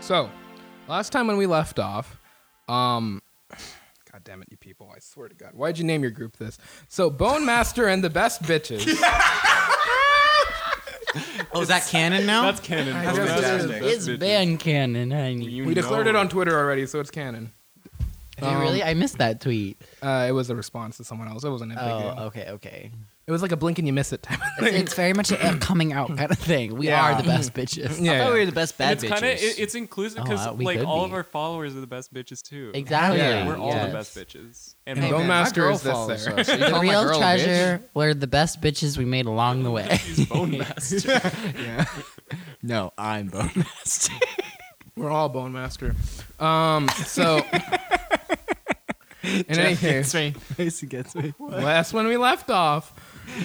So, last time when we left off, um, God damn it, you people! I swear to God, why'd you name your group this? So, Bone Master and the Best Bitches. Oh, is that canon now? That's canon. I guess it is. It's been canon, honey. We declared it on Twitter already, so it's canon. Hey, really? I missed that tweet. Uh, it was a response to someone else. It wasn't a big deal. Oh, okay, okay. It was like a blink and you miss it type of thing. It's very much a coming out kind of thing. We Yeah. are the best bitches. Yeah, I thought yeah. we were the best bad It's kind of bitches. it, it's inclusive Oh, because uh, we like could all of be. our followers are the best bitches too. Exactly. Yeah, We're all yes. the best bitches. And my Bone bad. Master- My Master girl is this follows there. us. You The call my real girl a bitch? treasure were the best bitches we made along the way. He's Bone Master. no, I'm bone. We're all Bone Master. Um, so, in any case, me. Mason gets me. last when we left off,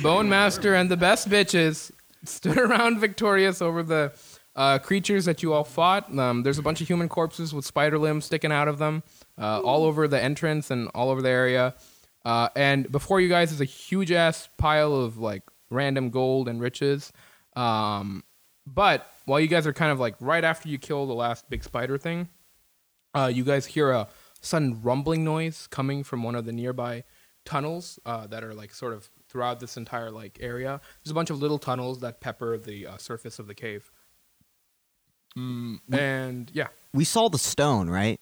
Bone Master and the best bitches stood around victorious over the uh, creatures that you all fought. Um, there's a bunch of human corpses with spider limbs sticking out of them uh, all over the entrance and all over the area. Uh, and before you guys is a huge ass pile of like random gold and riches. Um, but while you guys are kind of like right after you kill the last big spider thing, uh, you guys hear a sudden rumbling noise coming from one of the nearby tunnels uh, that are like sort of throughout this entire like area. There's a bunch of little tunnels that pepper the uh, surface of the cave. and yeah, We saw the stone, right?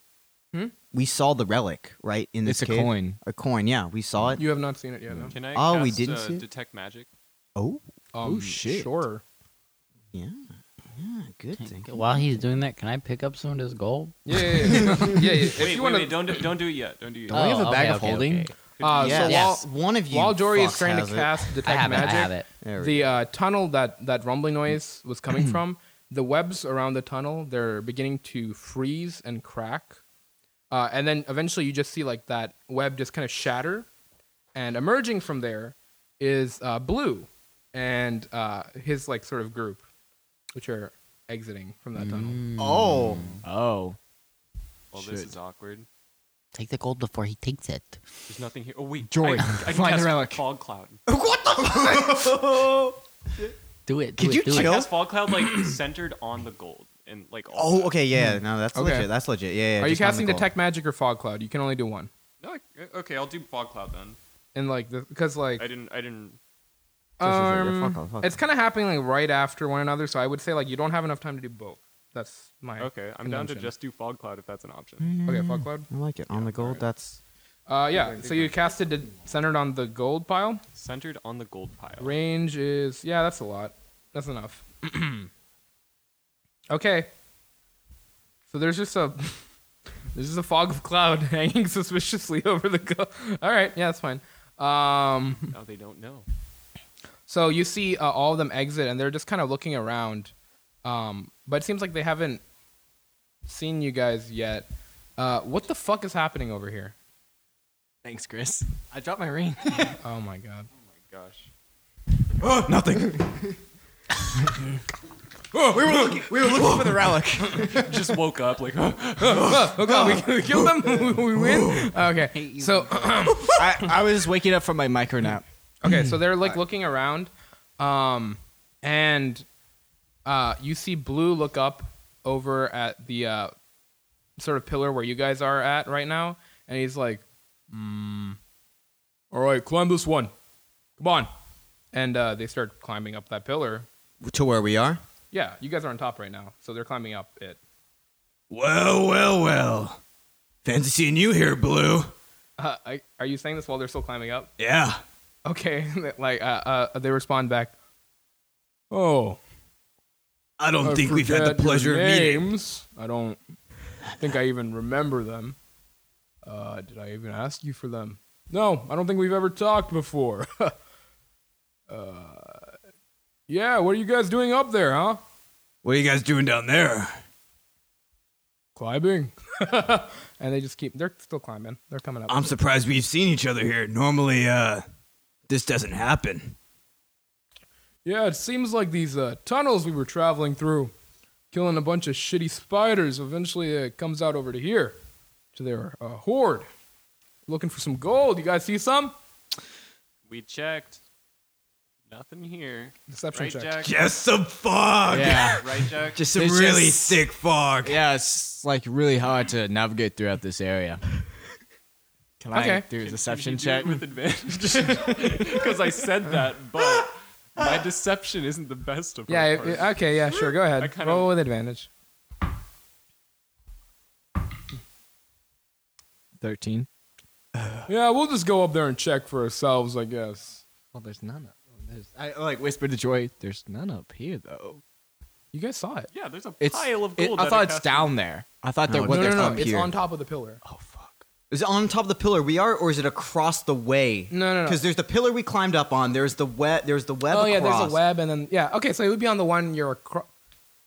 Hmm? We saw the relic, right? In this It's a cave? coin. A coin. Yeah, we saw it. you have not seen it yet. No? Can I? Oh, we cast, didn't uh, see it? detect magic. oh, Um, shit. Sure. yeah, yeah. Good thing. While he's doing that, can I pick up some of his gold? Yeah, yeah, yeah. yeah, yeah. If Wait, you wait, want wait, to, don't do, don't do it yet. Don't do it. Oh, yet. we have a okay, bag of okay, holding? okay. uh, so yes, while, one of you. while Jory is fucks trying has to it. cast detect I have it. I magic, have it. There we Mm. the uh, tunnel that that rumbling noise was coming from the webs around the tunnel they're beginning to freeze and crack uh, and then eventually you just see like that web just kind of shatter and emerging from there is uh, blue and uh, his like sort of group which are exiting from that tunnel go. Oh, Oh. Well, Oh, this Shit. is awkward. Take the gold before he takes it. There's nothing here. Oh wait, Jory, I, I can find the cast relic. Fog cloud. Oh. Do it. Do Could it, you do it. chill? Cast fog cloud like centered on the gold and like. All oh, that. okay, Hmm. yeah. No, that's Okay. legit. That's legit. Yeah. yeah are you just on the casting goal. detect magic or fog cloud you can only do one No, I- uh, okay, I'll do fog cloud then. and like because like I didn't. I didn't. So, so, so, yeah, um, fuck off, fuck it's kind of happening like right after one another so i would say like you don't have enough time to do both that's my Okay, I'm down to convention. just do fog cloud if that's an option. Okay, fog cloud. I like it on the gold. That's Uh, yeah. So you casted it centered on the gold pile. Centered on the gold pile. Range is yeah, that's a lot. That's enough. okay. So there's just a there's just a fog of cloud hanging suspiciously over the. Go- All right, yeah, that's fine. Um, Now they don't know. So you see uh, all of them exit, and they're just kind of looking around. Um, but it seems like they haven't seen you guys yet. Uh, what the fuck is happening over here? Thanks, Chris. I dropped my ring. Oh my god. Gosh. nothing. oh, we were looking. We were looking for the relic. Just woke up like. Oh, oh god, we, we killed them. we win. Okay. So I, I was waking up from my micro nap. okay, so they're like looking around, um, and uh, you see Blue look up over at the uh, sort of pillar where you guys are at right now, and he's like, mm, "All right, climb this one. Come on." And uh, they start climbing up that pillar. To where we are. Yeah, you guys are on top right now, so they're climbing up it. Well, well, well. Fancy seeing you here, Blue. Uh, I, are you saying this while they're still climbing up? Yeah. Okay, like uh, uh, they respond back. Oh, I don't I think we've had the forget your pleasure of meeting. names. I don't think I even remember them. Uh, did I even ask you for them? No, I don't think we've ever talked before. uh, yeah, what are you guys doing up there, huh? What are you guys doing down there? Climbing. and they just keep, they're still climbing. They're coming up. I'm surprised we've seen each other here. Normally, uh, this doesn't happen. Yeah, it seems like these uh, tunnels we were traveling through, killing a bunch of shitty spiders, eventually uh, it comes out over to here, to their uh, horde. Looking for some gold. You guys see some? we checked. Nothing here. Deception Right, check. Jack? Just some fog. Yeah. Right, Jack? Just some There's really just- thick fog. yeah, it's like really hard to navigate throughout this area. Can I Okay. do a Can- deception can check? you do it with advantage. Because I said that, but my deception isn't the best of my Yeah. it- parts. it- okay. Yeah. Sure. Go I ahead. kinda- Roll with advantage. 13. Yeah, we'll just go up there and check for ourselves, I guess. Well, there's none up. There's, I like whispered to Joy. There's none up here though. You guys saw it. yeah, there's a It's pile of it- gold. I that thought it's cast- down there. I thought there No, was no, there's no, no, up It's here. on top of the pillar. oh fuck! Is it on top of the pillar we are, or is it across the way? No, no, no. Because there's the pillar we climbed up on. There's the web. There's the web. Oh yeah, across. there's a web, and then yeah. Okay, so it would be on the one you're. Acro-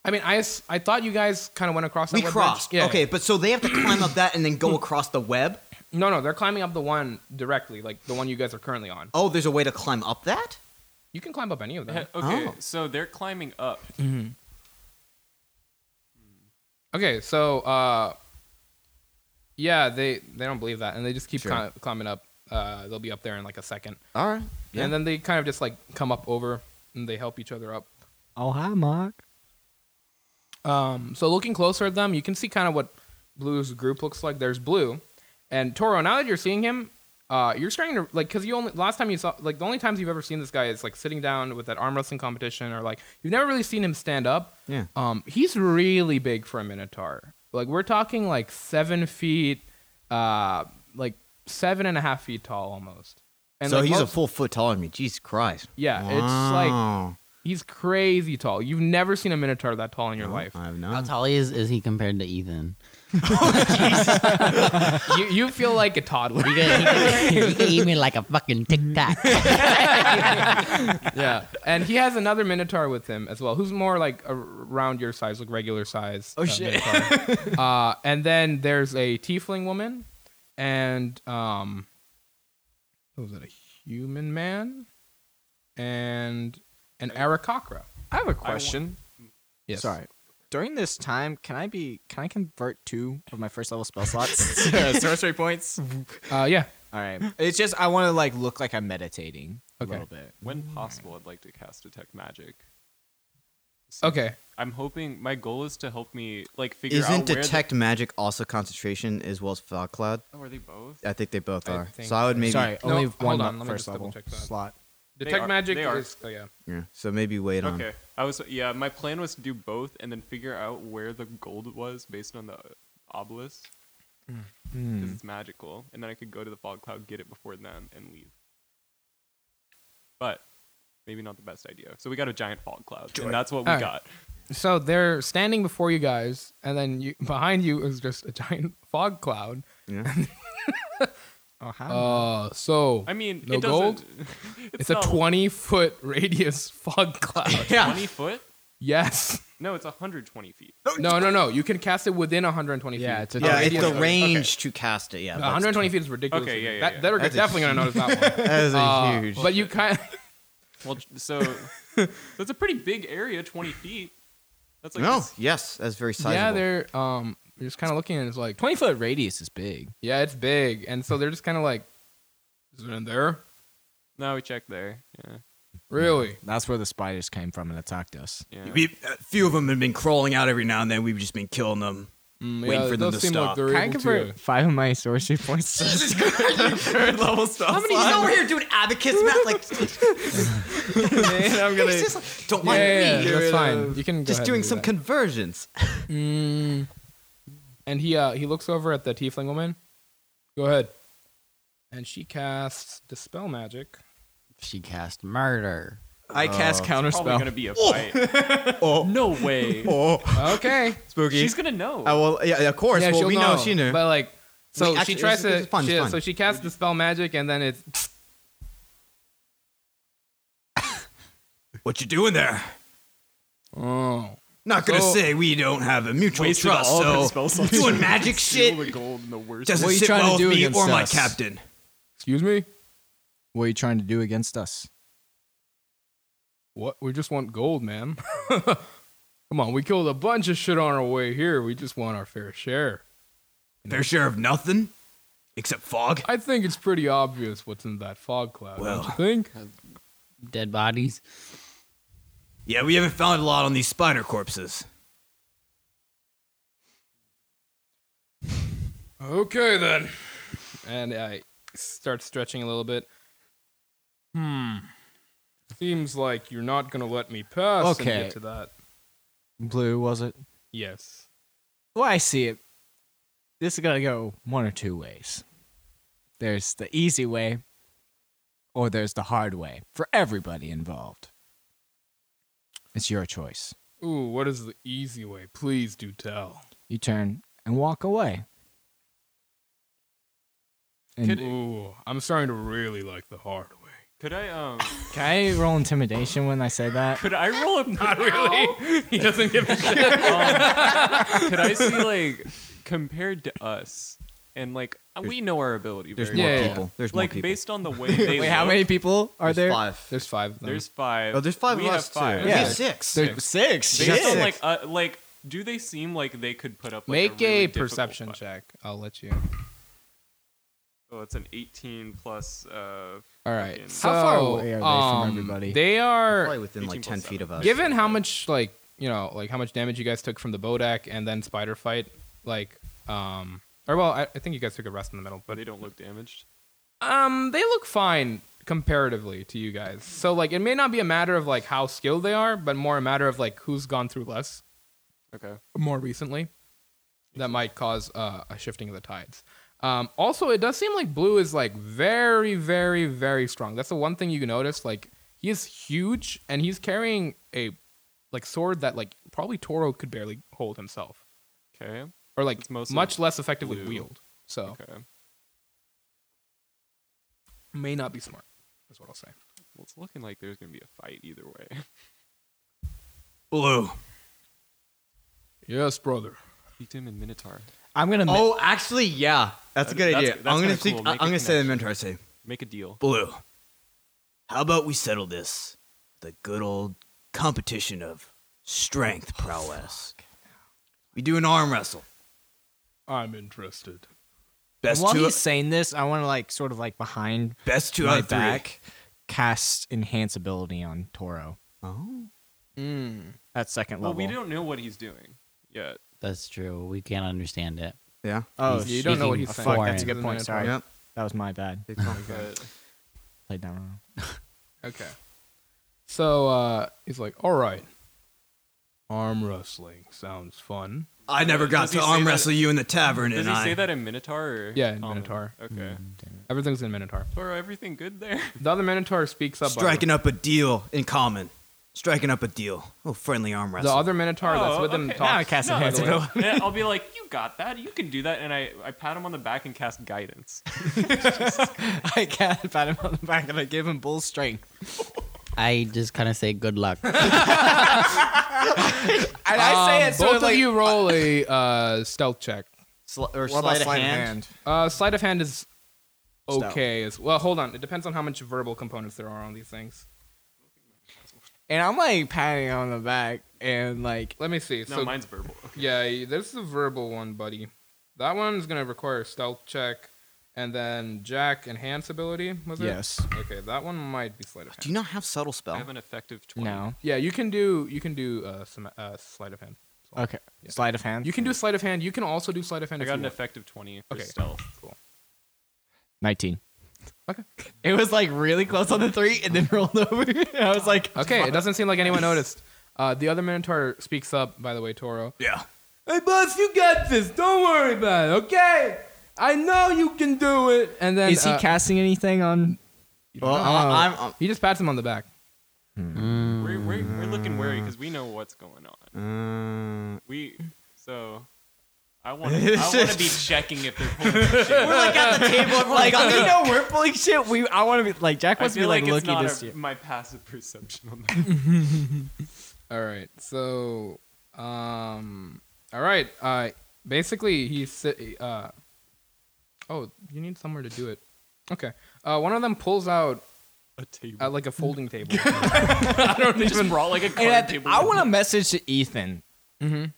I mean, I, s- I thought you guys kind of went across. That We web bridge. crossed. Yeah. Okay, but so they have to climb up that and then go across the web. No, no, they're climbing up the one directly, like the one you guys are currently on. Oh, there's a way to climb up that. You can climb up any of them. Okay, Oh. so they're climbing up. Okay, so uh, yeah, they they don't believe that, and they just keep Sure. cli- climbing up. Uh, they'll be up there in like a second, All right. Yeah. and then they kind of just like come up over, and they help each other up. Oh hi, Mark. Um, so looking closer at them, you can see kind of what Blue's group looks like. There's Blue, and Toro. Now that you're seeing him, uh, you're starting to like because you only last time you saw like the only times you've ever seen this guy is like sitting down with that arm wrestling competition, or like you've never really seen him stand up. Yeah. Um, he's really big for a minotaur. Like we're talking like seven feet, uh, like seven and a half feet tall almost. And so like, he's a most- full foot taller than me. Jesus Christ. Yeah, it's like- Wow. he's crazy tall. You've never seen a minotaur that tall in your life. I have How not. tall is is he compared to Ethan? you, you feel like a toddler. He can, he can- he can eat me like a fucking tic tac. yeah, and he has another minotaur with him as well, who's more like a- around your size, like regular size. uh, Oh, shit. minotaur. uh, and then there's a tiefling woman, and um, what was it? A human man, and an aracocra. I have a I wa- Yes. Sorry. During this time, can I be? Can I convert two of my first level spell slots to sorcery points? Uh, yeah. All right. It's just I want to like look like I'm meditating Okay. a little bit. when possible, I'd like to cast detect magic. So Okay. I'm hoping my goal is to help me like figure Isn't out where. detect magic also concentration as well as fog cloud? the, oh, are they both? I think they both I are. think so I would maybe. Sorry, No, only hold one on, let me just first double level check that. slot. They Detect are- magic they are. is. Oh, yeah. Yeah. So maybe wait on. Okay. I was yeah. My plan was to do both and then figure out where the gold was based on the obelisk because it's magical, and then I could go to the fog cloud, get it before them, and leave. But maybe not the best idea. So we got a giant fog cloud, and that's what we Alright. got. So they're standing before you guys, and then you, behind you is just a giant fog cloud. Yeah. Oh hi. Uh, so I mean, No it gold? doesn't. It's a not- 20 foot radius fog cloud. Yeah. 20 foot? yes. No, it's 120 feet. No, no, no. You can cast it within 120 feet. Yeah, it's a- Yeah, Radius it's the of- range to cast it. Yeah, Okay. that's- 120 feet is ridiculous. Okay, yeah, yeah, That- yeah. They're That's a definitely going to notice that one. That is a Uh, huge. But you kind Well, so, so it's a pretty big area, 20 feet. That's like no, this- yes, that's very sizable. yeah, they're um, you're just kind of looking and it's like, Twenty foot radius is big. yeah, it's big. And so they're just kind of like, is it in there? No, we checked there. Yeah. Really? That's where the spiders came from and attacked us. yeah. We, a few of them have been crawling out every now and then. We've just been killing them. Mm, Waiting yeah, for it them does to seem like stop. they're Can I able convert to- five of my sorcery points to third level spell How many slot? he's over here doing abacus math? Like, Man, I'm gonna- he's just like, don't yeah, mind yeah, me. yeah, that's fine. You can go ahead Just and doing do some that. conversions. Mm. And he uh, he looks over at the tiefling woman. Go ahead. And she casts dispel magic. She cast murder. I Oh. cast Probably counterspell. gonna be a fight. No way. Oh, Okay. Spooky. She's gonna know. I will. Yeah, of course. yeah, well, she'll we know, she knew. But like, so We- actually, she tries it's- to. it's fun, she- it's fun. So she casts dispel magic, and then it's What you doing there? oh. Not gonna So- say we don't have a mutual Wasted trust. all of her So spell slots doing to magic steal shit the gold in the worst. doesn't What are you sit trying to well do with me against or my us? captain. Excuse me. What are you trying to do against us? What? We just want gold, man. Come on, we killed a bunch of shit on our way here. We just want our fair share. Fair share of nothing, except fog. I think it's pretty obvious what's in that fog cloud. Well. don't you think? dead bodies. Yeah, we haven't found a lot on these spider corpses. Okay then. And I start stretching a little bit. Hmm. Seems like you're not gonna let me pass. and Okay. get to that. Blue, was it? Yes. Well, I see it. This is gonna go one or two ways. There's the easy way, or there's the hard way for everybody involved. It's your choice. Ooh, what is the easy way? Please do tell. You turn and walk away. And Could- Ooh, I'm starting to really like the hard way. Could I um? can I roll intimidation when I say that? Could I roll a? Not really. he doesn't give a shit. Um, could I see like compared to us and like we know our ability. There's very more Yeah, well. yeah, people. There's more Like people. based on the way they Wait, how look, many people are There's there? five. There's five of them. There's five. Oh, there's five we of have us five. too. Yeah. We have six. There's six. Based on Shit. like uh, like, do they seem like they could put up? Like, Make really a difficult perception fight? check. I'll let you. Oh, it's an 18 plus. Uh, All right. How So, far away are they from um, everybody? They are Probably within like 18 ten plus feet of us. given how much like you know like how much damage you guys took from the bodak and then spider fight like um or well I, I think you guys took a rest in the middle but but they don't look damaged. um they look fine comparatively to you guys so like it may not be a matter of like how skilled they are but more a matter of like who's gone through less Okay. more recently that might cause uh, a shifting of the tides um, also it does seem like blue is like very very very strong that's the one thing you can notice like he is huge and he's carrying a like sword that like probably toro could barely hold himself Okay. or like It's mostly much less effectively blue. wield so Okay. may not be smart is what i'll say Well, it's looking like there's gonna be a fight either way. Blue. yes brother Victim and Minotaur. I'm gonna. ma- Oh, actually, yeah. That's a good That's- idea. that's I'm kinda gonna speak. cool. I- I'm Make a gonna say the connection. mentor. I say, Make a deal. Blue. How about we settle this? The good old competition of strength prowess. Oh, we do an arm wrestle. i'm interested Best While two, he's saying this, I want to like sort of like behind best two my out of three. back, cast enhance ability on Toro. "Oh, That second Well, level. Oh, we don't know what he's doing yet. That's true. We can't understand it. yeah, Oh, you don't know what Speaking he's fuck, saying foreign. that's a good point. Sorry, yep." that was my bad. Big time. But Played that wrong. Okay. So uh, he's like, all right. Arm wrestling sounds fun. I never got Does he to say arm that- wrestle you in the tavern, does and uh, he I. say that in Minotaur? Or Yeah, in Um, Common? Minotaur. Hmm. Okay. Everything's in Minotaur. Toro, everything good there? The other Minotaur speaks up. by the way. striking up a deal in common. Striking up a deal. Oh, friendly arm The wrestle. other Minotaur that's Oh, with him okay. talks. Now I cast by the enhance way. ability. Yeah, I'll be like, you got that. You can do that. And I, I pat him on the back and cast guidance. I cat pat him on the back and I give him bull strength. I just kind of say good luck. And I say Um, it so both of like, you roll a uh, stealth check. Sli- or What sleight about of sleight of hand. hand? Uh, sleight of hand is Stealth. okay. As, well, hold on. It depends on how much verbal components there are on these things. And I'm like patting him on the back and like Let me see. No, so mine's verbal. Okay. Yeah, y- there's the verbal one, buddy. That one's gonna require a stealth check, and then Jack enhance ability. Was it? Yes. Okay, that one might be sleight of hand. Do you not have subtle I spell? have an effective 20. no. yeah, you can do you can do uh, some uh, sleight of hand. Okay, sleight of hand. You can do sleight of hand. You can also do sleight of hand. I if got you an want. effective 20 for Okay. stealth. Cool. nineteen. Okay. It was like really close on the three and then rolled over. I was like, Okay. It doesn't seem like anyone noticed. Uh, the other Minotaur speaks up. By the way, Toro. yeah. Hey, boss, you got this. Don't worry about it. Okay. I know you can do it. And then is he uh, casting anything on? Well, I'm, um, I'm, I'm, he just pats him on the back. We're, we're, we're looking wary because we know what's going on. Uh, We so I want to I want to be checking if they're pulling shit. Like, you know, we're pulling shit. We, I want to be like Jack I must be feel like, like, it's looking not this a- year. my passive perception on that. All right. So, um, all right. Uh, basically, he si- uh, oh, you need somewhere to do it. Okay. Uh, one of them pulls out a table. uh, like a folding table. I don't even. brought like a card And table. I, want to message to Ethan. Mhm.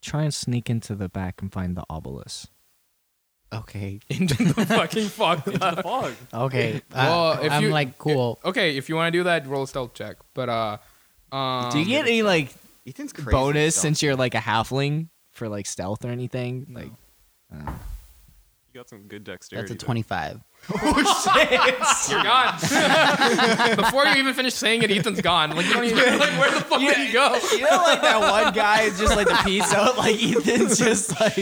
Try and sneak into the back and find the obelisk. Okay. into the fucking fog Into cloud. the fog. Okay. Uh, Well, I, if I'm you- like cool. Okay, if you want to do that, roll a stealth check. But uh, um, Do you get any like Ethan's crazy. bonus Don't- since you're like a halfling for like stealth or anything? You Like got some good dexterity. That's a though. 25. Oh, You're gone. Before you even finish saying it, Ethan's gone. Like you don't even like where the fuck did he go? you know, like that one guy is just like the piece out, like Ethan's just like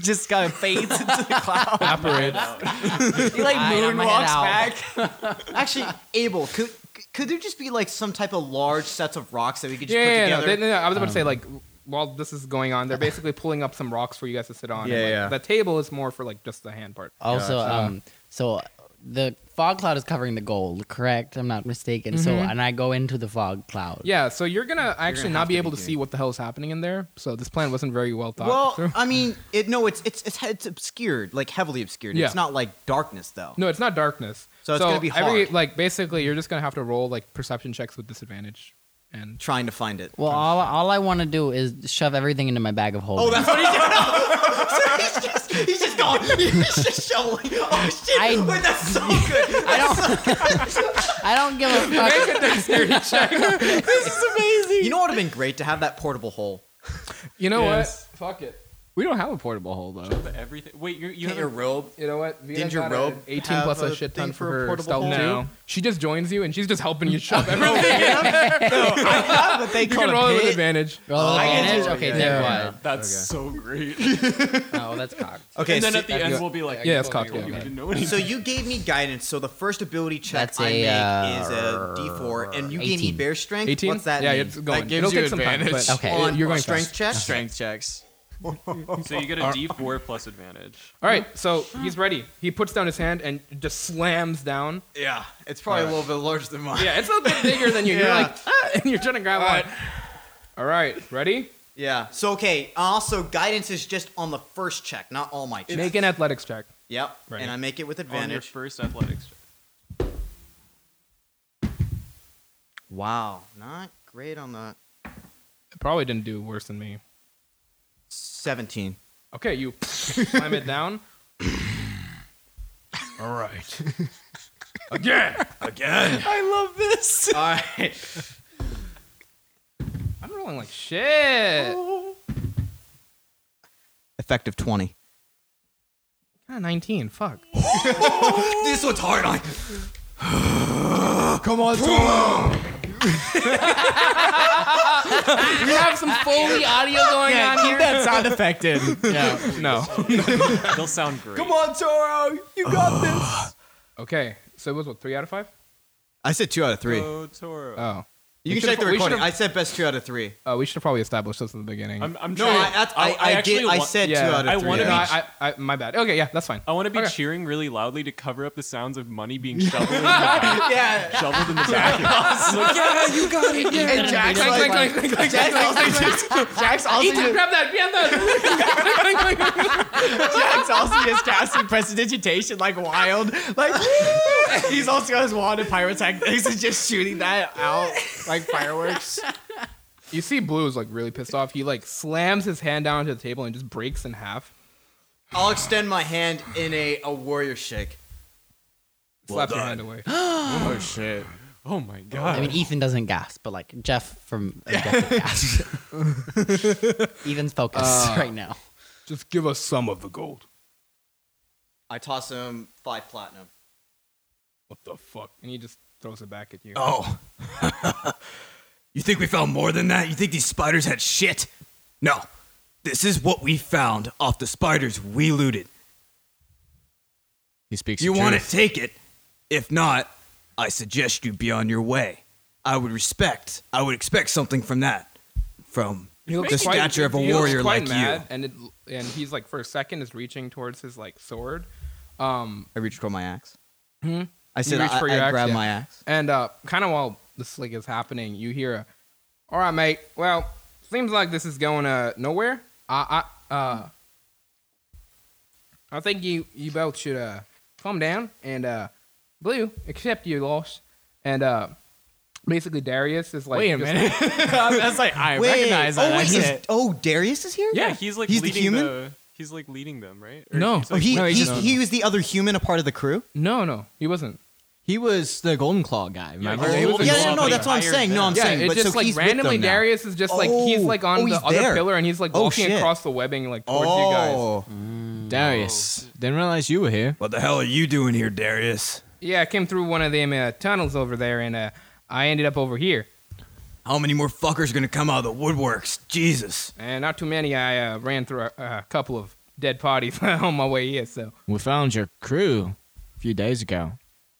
just kind of fades into the cloud. Apparated. He like I got my head out. Actually, Abel, could could there just be like some type of large sets of rocks that we could just Yeah, put yeah, no, together? they- no, no, I was about to say like while this is going on, they're basically pulling up some rocks for you guys to sit on. and, Yeah, like, yeah. Uh, The table is more for like just the hand part. Also, um, so the fog cloud is covering the gold, correct? I'm not mistaken. So, and I go into the fog cloud. Yeah, so you're gonna actually gonna not have be to able be to doing- see what the hell is happening in there. So this plan wasn't very well thought well, through. I mean, it no, it's it's it's, it's obscured, like heavily obscured. Yeah. It's not like darkness though. No, it's not darkness. So it's gonna be every hard. like basically you're just gonna have to roll like perception checks with disadvantage. And Trying to find it. Well, all, all I want to do is shove everything into my bag of Oh, holding. what he's doing. he's, just, he's just going. He's just shoveling. Oh shit! I- Wait, that's so good. I don't. I don't give a fuck. make a dexterity check. you know what would have been great to have that portable hole. You know Yes. what? Fuck it. We don't have a portable hole though. But everything. Wait, you're, you You have have your robe. You know what? Vita Didn't your got a robe 18 have plus a a shit thing ton for for a her portable stealth hole? too. No. She just joins you and she's just helping you shove everything. But they you can roll it with advantage. Roll advantage. do it, Oh, Okay, yeah, never yeah, mind. That's so great. and Oh, that's cocked. Okay, then so, at the end, we'll be like, Yeah, it's cocked, You yeah. didn't know anything. so you gave me guidance. So the first ability check That's I a, uh, make is a D4, and you gave me 18. bear strength. 18? What's that Yeah, mean? it's going. That gives It'll you take some time. advantage. But Okay. well, On you're going strength fast. check. strength checks. So you get a D4 plus advantage. All right, so he's ready. He puts down his hand and just slams down. Yeah, it's probably a little bit larger than mine. Yeah, it's a little bit bigger than you. You're Yeah. like, "Ah," and you're trying to grab right. one. All right, ready? Yeah. So okay. Also, guidance is just on the first check, not all my checks. Make an athletics check. Yep. Right. And I make it with On your advantage. first athletics check. Wow. Not great on the Probably didn't do worse than me. 17. Okay, you slam it down. All right. Again. All right. I'm rolling like shit. Effective 20. Ah, 19. Fuck. This one's hard on. Come on, We have some Foley audio going on keep here. that sound effect in. Yeah. No. They'll sound great. on, Toro, you got this. Okay. So it was what, three out of five? I said two out of three. Go Toro. Uh, Oh. you we can check should've- the we recording. should've- I said best two out of three. Uh, we should have probably established this in the beginning. I'm, I'm No, trying. I, that's, I, I, actually did, I want- said Yeah. two out of I three. wanna no, be- I, I, I, my bad. Okay, yeah, that's fine. I want to be Okay. cheering really loudly to cover up the sounds of money being shoveled in the back. yeah. shoveled in the back. And Jack's Clank, clank, like, clank, clank, clank, Jack's also, Jack's also, Ethan, just, grab that. Grab that. Clank, clank, clank. Jack's also just casting prestidigitation like wild. Like he's also got his wand of pyrotechnics and just shooting that out like fireworks. you see, Blue is like really pissed off. He like slams his hand down to the table and just breaks in half. I'll extend my hand in a, a warrior shake. Slaps your hand away. Oh shit. Oh my I god. mean, Ethan doesn't gasp, but like Jeff from uh, Jeff gasps. Ethan's focused right now. Just give us some of the gold. I toss him five platinum. What the fuck? And he just throws it back at you. Oh. you think we found more than that? You think these spiders had shit? No. This is what we found off the spiders we looted. He speaks. You want it, take it. If not, I suggest you be on your way. I would respect, I would expect something from that. From He looks the quite- stature of a he looks warrior quite like mad, you. And it, and he's like for a second is reaching towards his like sword. Um I reach for my axe. Hmm? I said reach I, for your I axe, grab yeah. my axe. and uh kind of while this like is happening, you hear a, "All right, mate. Well, seems like this is going uh nowhere. I I uh I think you you both should uh calm down and uh Blue accept your loss and uh basically Darius is like Wait a just- minute. That's like I recognize oh, that. wait, accent. is, oh, Darius is here? yeah, he's like He's the leading human? the. He's He's like leading them, right? No. he's, Oh, like, he, No, he, he's he, just- was the other human, a part of the crew. No, no, he wasn't. He was the Golden Claw guy. Remember? he was He a yeah, golden no, no, claw that's what I'm guy. saying. No, I'm Yeah, saying, it's but just so like he's with randomly. them now. Darius is just like he's Oh, like on the oh, he's other there. pillar and he's like Oh, walking shit. across the webbing like towards you guys. Oh, Darius. Didn't realize you were here. What the hell are you doing here, Darius? Yeah, I came through one of them uh, tunnels over there and uh, I ended up over here. How many more fuckers are gonna come out of the woodworks? Jesus. And not too many. I uh, ran through a, a couple of dead bodies on my way here. So We found your crew a few days ago.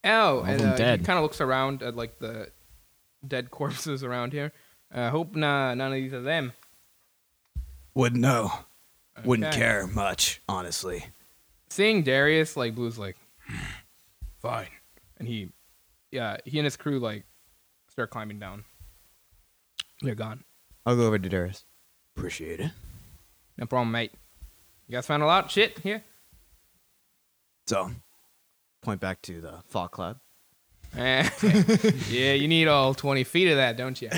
oh, of and them uh, dead. he kind of looks around at uh, like the dead corpses around here. I uh, hope nah, none of these are them. Wouldn't know. Wouldn't Okay. care much, honestly. Seeing Darius, like Blue's like, fine, and he, yeah, he and his crew like start climbing down. They're gone. I'll go over to Darius. Appreciate it. No problem, mate. You guys found a lot of shit here. So, Point back to the fog cloud. Eh, yeah, you need all twenty feet of that, don't you?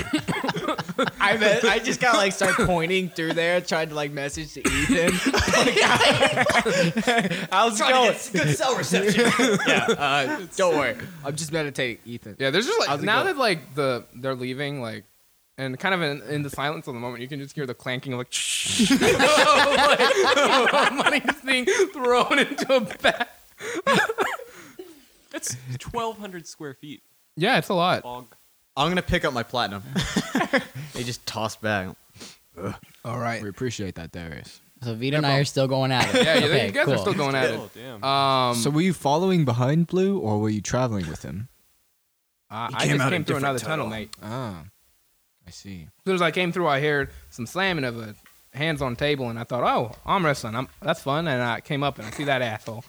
I bet I just got like start pointing through there, trying to like message to Ethan. How's it going? Good cell reception. Uh, don't worry, I'm just meditating, Ethan. Yeah, there's just like How's it now go? that like the they're leaving like. And kind of in, in the silence of the moment, you can just hear the clanking of like, like money's being thrown into a bag. That's 1,200 square feet. Yeah, it's a lot. Fog. I'm gonna pick up my platinum. they just toss back. All right. We appreciate that, Darius. So Vito and I are still going at it. Yeah, yeah Okay, you guys cool. are still going at Oh, it. Uh, damn. Um, so were you following behind Blue, or were you traveling with him? I, He I came just came out a through different another tunnel, tunnel. mate. Ah, I see. As soon as I came through, I heard some slamming of a hands on table, and I thought, oh, arm wrestling, I'm, that's fun. And I came up and I see that asshole.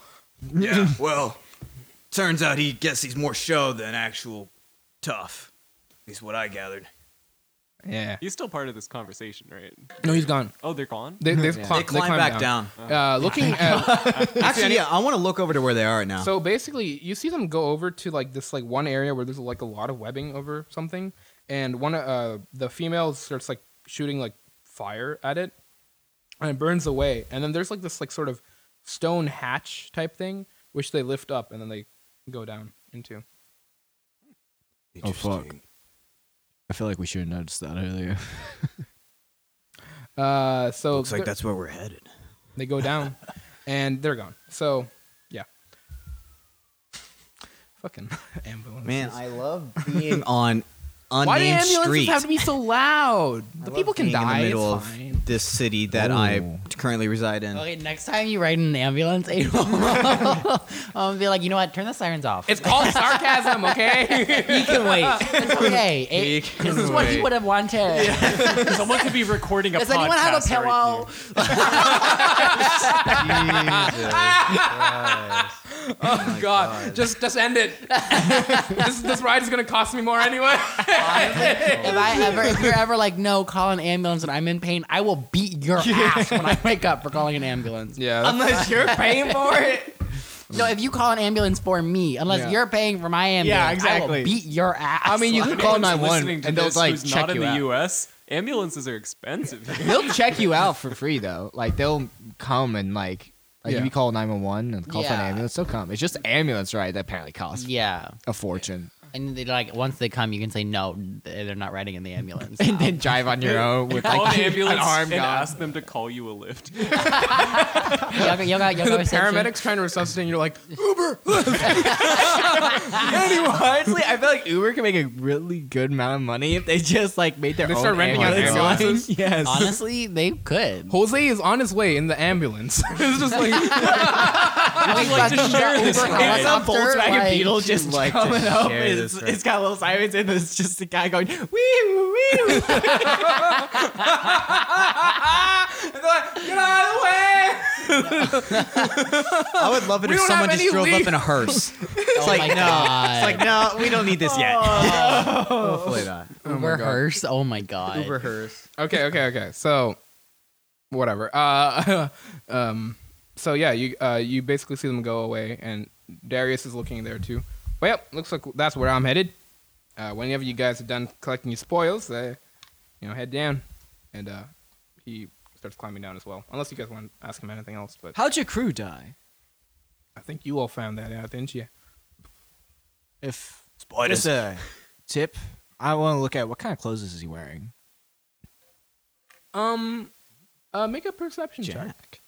yeah, well, turns out he guess he's more show than actual tough. At least what I gathered. Yeah. He's still part of this conversation, right? No, he's gone. Oh, they're gone? They, they've clim- They climb climbed back down. Uh, looking at Actually, yeah, I want to look over to where they are now. so basically, you see them go over to like this like one area where there's like a lot of webbing over something, and one uh the female starts like shooting like fire at it, and it burns away. And then there's like this like sort of stone hatch type thing which they lift up and then they go down into. Oh, fuck. I feel like we should have noticed that earlier. Uh, so Looks like they're- that's where we're headed. they go down, and they're gone. So yeah, fucking ambulance. Man, I love being on unnamed Why do ambulances streets. have to be so loud? The I people love can being die. in the middle it's fine. of this city that I currently reside in. Okay, next time you ride in an ambulance, April, um, be like, you know what? Turn the sirens off. It's called sarcasm, okay? he can wait. It's okay. It- this is what he would have wanted. Someone could be recording a Does podcast. anyone have a right pillow? God, just just end it. this this ride is gonna cost me more anyway. if I ever, if you're ever like, no, call an ambulance and I'm in pain, I will beat your ass when I wake up for calling an ambulance. Yeah, that's, Unless you're paying for it. No, if you call an ambulance for me, unless Yeah. you're paying for my ambulance, I exactly. will beat your ass. I mean, you could Call call 911 listening to and they'll this like who's check not in you the out. U.S. Ambulances are expensive. They'll check you out for free though. Like they'll come and like. Like if Yeah. you call 911 and call for an Yeah. ambulance, they'll come. It's just ambulance ride that apparently costs yeah. a fortune. And they like once they come, you can say no, they're not riding in the ambulance. And then drive on your own with Call like an ambulance an arm and guy. ask them to call you a lift. yoga, yoga, yoga the reception. paramedics trying to resuscitate. You're like, Honestly, I feel like Uber can make a really good amount of money if they just like made their They own start renting out ambulance line. ambulances? Yes. Honestly, they could. Jose is on his way in the ambulance. it's just like Like, fucking Uber helicopter, like- just like to coming up. share It's, this, it's got little sirens and it's just a guy going wee wee. wee. I would love it We if don't have someone just any drove leads. up in a hearse. Oh my god. It's like, no, we don't need this yet. Oh. Hopefully not. Uber hearse. Oh my god. Uber hearse. okay, okay, okay. So, whatever. Uh, um, so yeah, you uh, you basically see them go away, and Darius is looking there too. Well, looks like that's where I'm headed. Uh, whenever you guys are done collecting your spoils, uh, you know, head down, and uh, he starts climbing down as well. Unless you guys want to ask him anything else, but How'd your crew die? I think you all found that out, didn't you? If just a tip, I want to look at what kind of clothes is he wearing. Um, uh, make a perception check. Jack.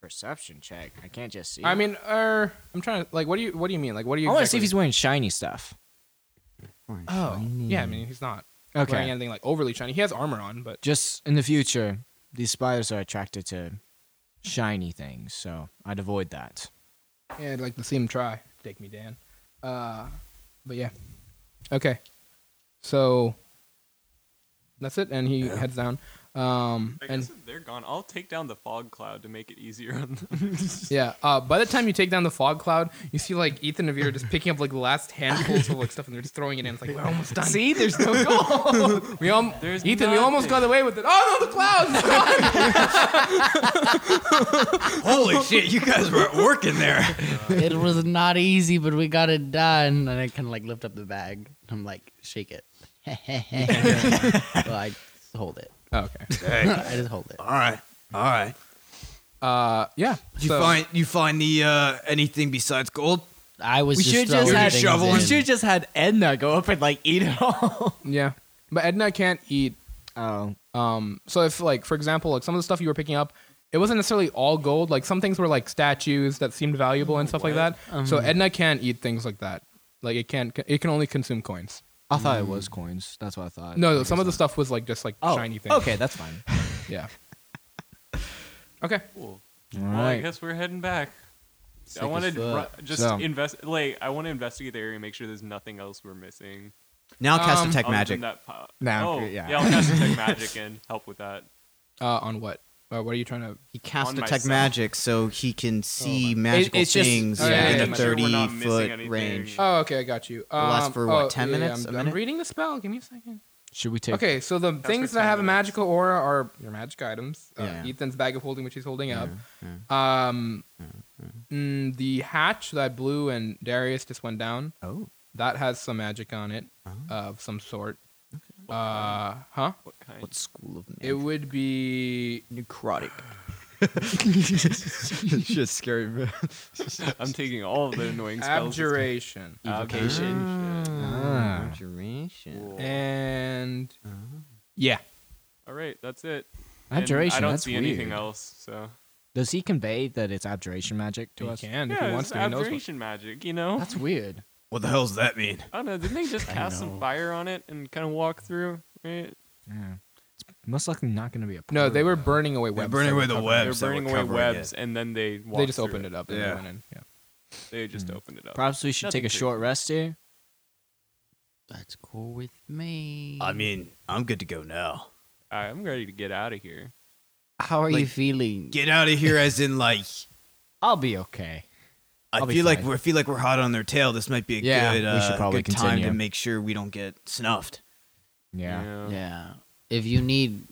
Perception check. I can't just see. I mean, uh, I'm trying to like, what do you, what do you mean? Like, what do you? I want to exactly- see if he's wearing shiny stuff. Oh, yeah. I mean, he's not Okay. wearing anything like overly shiny. He has armor on, but Just in the future, these spiders are attracted to shiny things, so I'd avoid that. yeah, I'd like to see him try. Take me, Dan. Uh, but yeah. Okay. So that's it, and he heads down. Um, I and guess if they're gone, I'll take down the fog cloud to make it easier on them. Yeah. Uh, by the time you take down the fog cloud, you see like Ethan and Avira just picking up like the last handfuls of like stuff, and they're just throwing it in. It's like we're almost done. See, there's no goal. we al- There's Ethan, we almost nothing. got away with it. Oh no, the clouds! Holy shit, you guys were working there. it was not easy, but we got it done. And I kind of like lift up the bag. I'm like, shake it. well, I hold it. okay. I just hold it. All right. All right. Uh, yeah. You so- find you find the uh, anything besides gold? I was We just, should just throwing have- things shoveling. in. We should- just had Edna go up and like eat it all. Yeah, but Edna can't eat. Oh, Um, so if like for example, like some of the stuff you were picking up. It wasn't necessarily all gold. Like some things were like statues that seemed valuable and stuff like that. so Mm-hmm. Edna can't eat things like that. Like it can't. It can only consume coins. I thought it was coins. That's what I thought. No, no some of the stuff was like just like oh, shiny things. Okay, that's fine. All Yeah. Okay. Cool. right. Well, I guess we're heading back. I want to just So- invest. Like, I want to investigate the area and make sure there's nothing else we're missing. Now cast Um, detect other than magic. That pile. No, Oh, okay, yeah. yeah. I'll cast detect magic and help with that. Uh, on what? Uh, what are you trying to? He cast On detect myself. magic so he can see magical it's just- things Oh, yeah, yeah, in yeah. a Sure, thirty we're not missing foot anything. range. Oh, okay, I got you. Um, lasts for, what, oh, 10 yeah, yeah, minutes? I'm, A I'm minute? reading the spell. Give me a second. Should we take? Okay, so the things for that 10 have a minutes. magical aura are your magic items. Uh, Yeah. Ethan's bag of holding, which he's holding up. Um, mm, the hatch that blew and Darius just went down. Oh. That has some magic on it of some sort. Uh, huh? What kind? What school of It would be necrotic? it's just scary. man. I'm taking all of the annoying spells. this time. abjuration. Abjuration. Ah. Abjuration. Cool. And yeah, All right, that's it. And Abjuration. I don't that's see weird. anything else. So Does he convey that it's abjuration magic to he us? can if yeah, he it's wants to. He knows what- abjuration magic. You know, That's weird. What the hell does that mean? I don't know. Didn't they just cast some fire on it and kind of walk through? Right. Yeah. It's most likely not going to be a. No, portal. they were burning away webs. They're burning that away were the covered. webs. they were burning that were away covering webs It. and then they walked They just through opened it up. Yeah. And they went in. Yeah. They just opened it up. Perhaps we should Nothing take a creepy. short rest here. That's cool with me. I mean, I'm good to go now. All right, I'm ready to get out of here. How are you like, feeling? Get out of here, as in like. I'll be okay. I I'll be feel like fine. we're I feel like we're hot on their tail. This might be a Yeah, good, uh, we should probably good time to continue. make sure we don't get snuffed. Yeah. yeah. If you need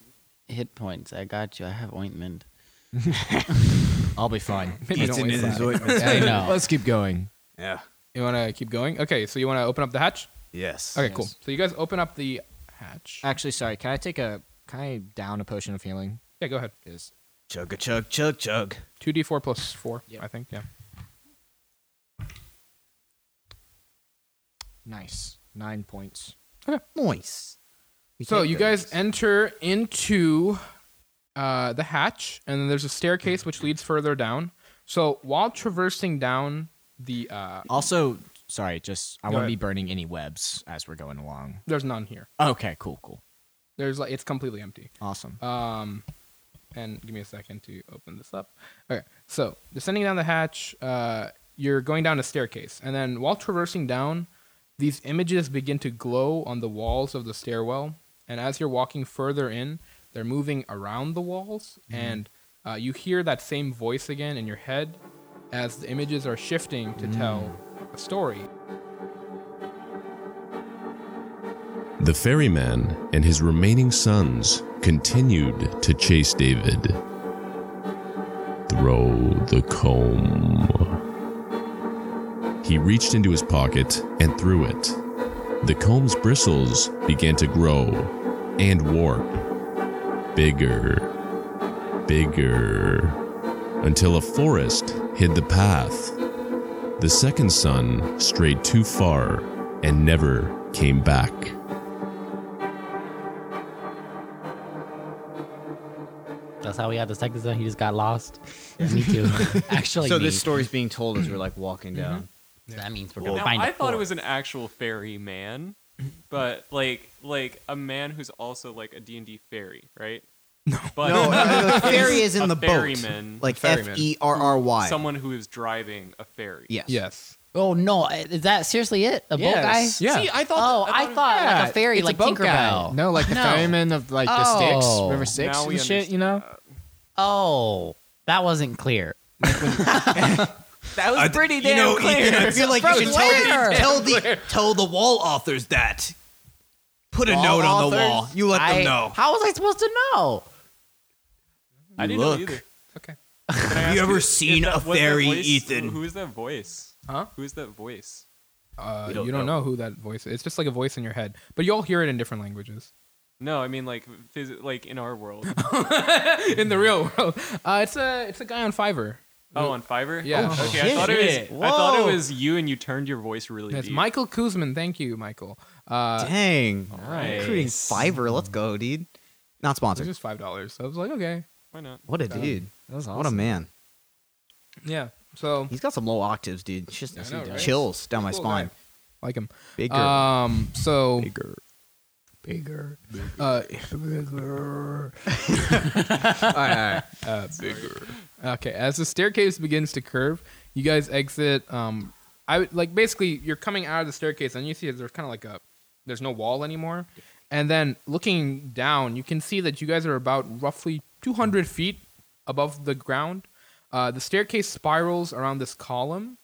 hit points, I got you. I have ointment. I'll be fine. Maybe don't Ethan waste and his that. ointments. I know. Let's keep going. yeah. You want to keep going? Okay, so you want to open up the hatch? Yes. Okay, cool. So you guys open up the hatch. Actually, sorry. Can I take a? Can I down a potion of healing? Yeah, go ahead. Because Chug a chug chug chug. 2d4 plus 4, Yep. I think. Yeah. nice nine points. Moist. We So take you those. guys enter into uh, the hatch, and then there's a staircase which leads further down. So while traversing down the, uh, Also, sorry. Just I Go won't ahead. be burning any webs as we're going along. there's none here. Okay. Cool. Cool. There's like it's completely empty. Awesome. Um, and give me a second to open this up. Okay, so descending down the hatch, uh, you're going down a staircase, and then while traversing down, these images begin to glow on the walls of the stairwell. And as you're walking further in, they're moving around the walls, and uh, you hear that same voice again in your head as the images are shifting to tell a story. The ferryman and his remaining sons continued to chase David. Throw the comb. He reached into his pocket and threw it. The comb's bristles began to grow and warp. bigger, bigger, until a forest hid the path. The second son strayed too far and never came back. That's how we got the second son. He just got lost. Me too. Actually, so me. this story's being told as we're like walking down. that means we're gonna Now, find. I a thought it was forest. an actual fairy man, but like like a man who's also like a D and D fairy, right? No, but No, uh, the fairy is Oh, a in the ferryman. boat, like Ferryman. F E R R Y. someone who is driving a ferry. Yes. Yes. Oh no! Is that seriously it? A boat guy? Yes. Yeah. See, I Oh, thought. I thought like a fairy, it's like boat guy. Tinkerbell. No, like the No. ferryman of like the Oh. sticks, River Sticks Now we and shit. You know, Oh, that wasn't clear. That was pretty damn Ethan, I feel like From you should tell where? the, tell the tell the wall authors that. Put a note on the wall. You let I- them know. How was I supposed to know? I didn't Look. know either. Okay. Have you ever seen a That- was that fairy, voice- Ethan? Who is that voice? Huh? Who is that voice? Uh, You you don't don't, know. know. who that voice is. It's just like a voice in your head, but you'll hear it in different languages. No, I mean like phys- like in our world. In the real world, uh, it's a it's a guy on Fiverr. Oh, on Fiverr. Yeah. Oh, okay, I thought it shit. was. I thought Whoa. it was you, and you turned your voice really It's deep. Michael Kuzman. Thank you, Michael. Uh, Dang. Nice. Recruiting Fiverr. Let's go, dude. Not it was sponsored. just five dollars. So I was like, okay, Why not? What a dude. that was What a man. yeah. So He's got some low octaves, dude. It's just I know, right? chills down my Cool guy. spine. like him. Bigger. Um. So bigger. bigger. Uh, bigger. all right, all right. Uh, Okay, as the staircase begins to curve, you guys exit. Um, I would like basically you're coming out of the staircase and you see there's kind of like a there's no wall anymore, and then looking down, you can see that you guys are about roughly 200 feet above the ground. Uh, the staircase spirals around this column,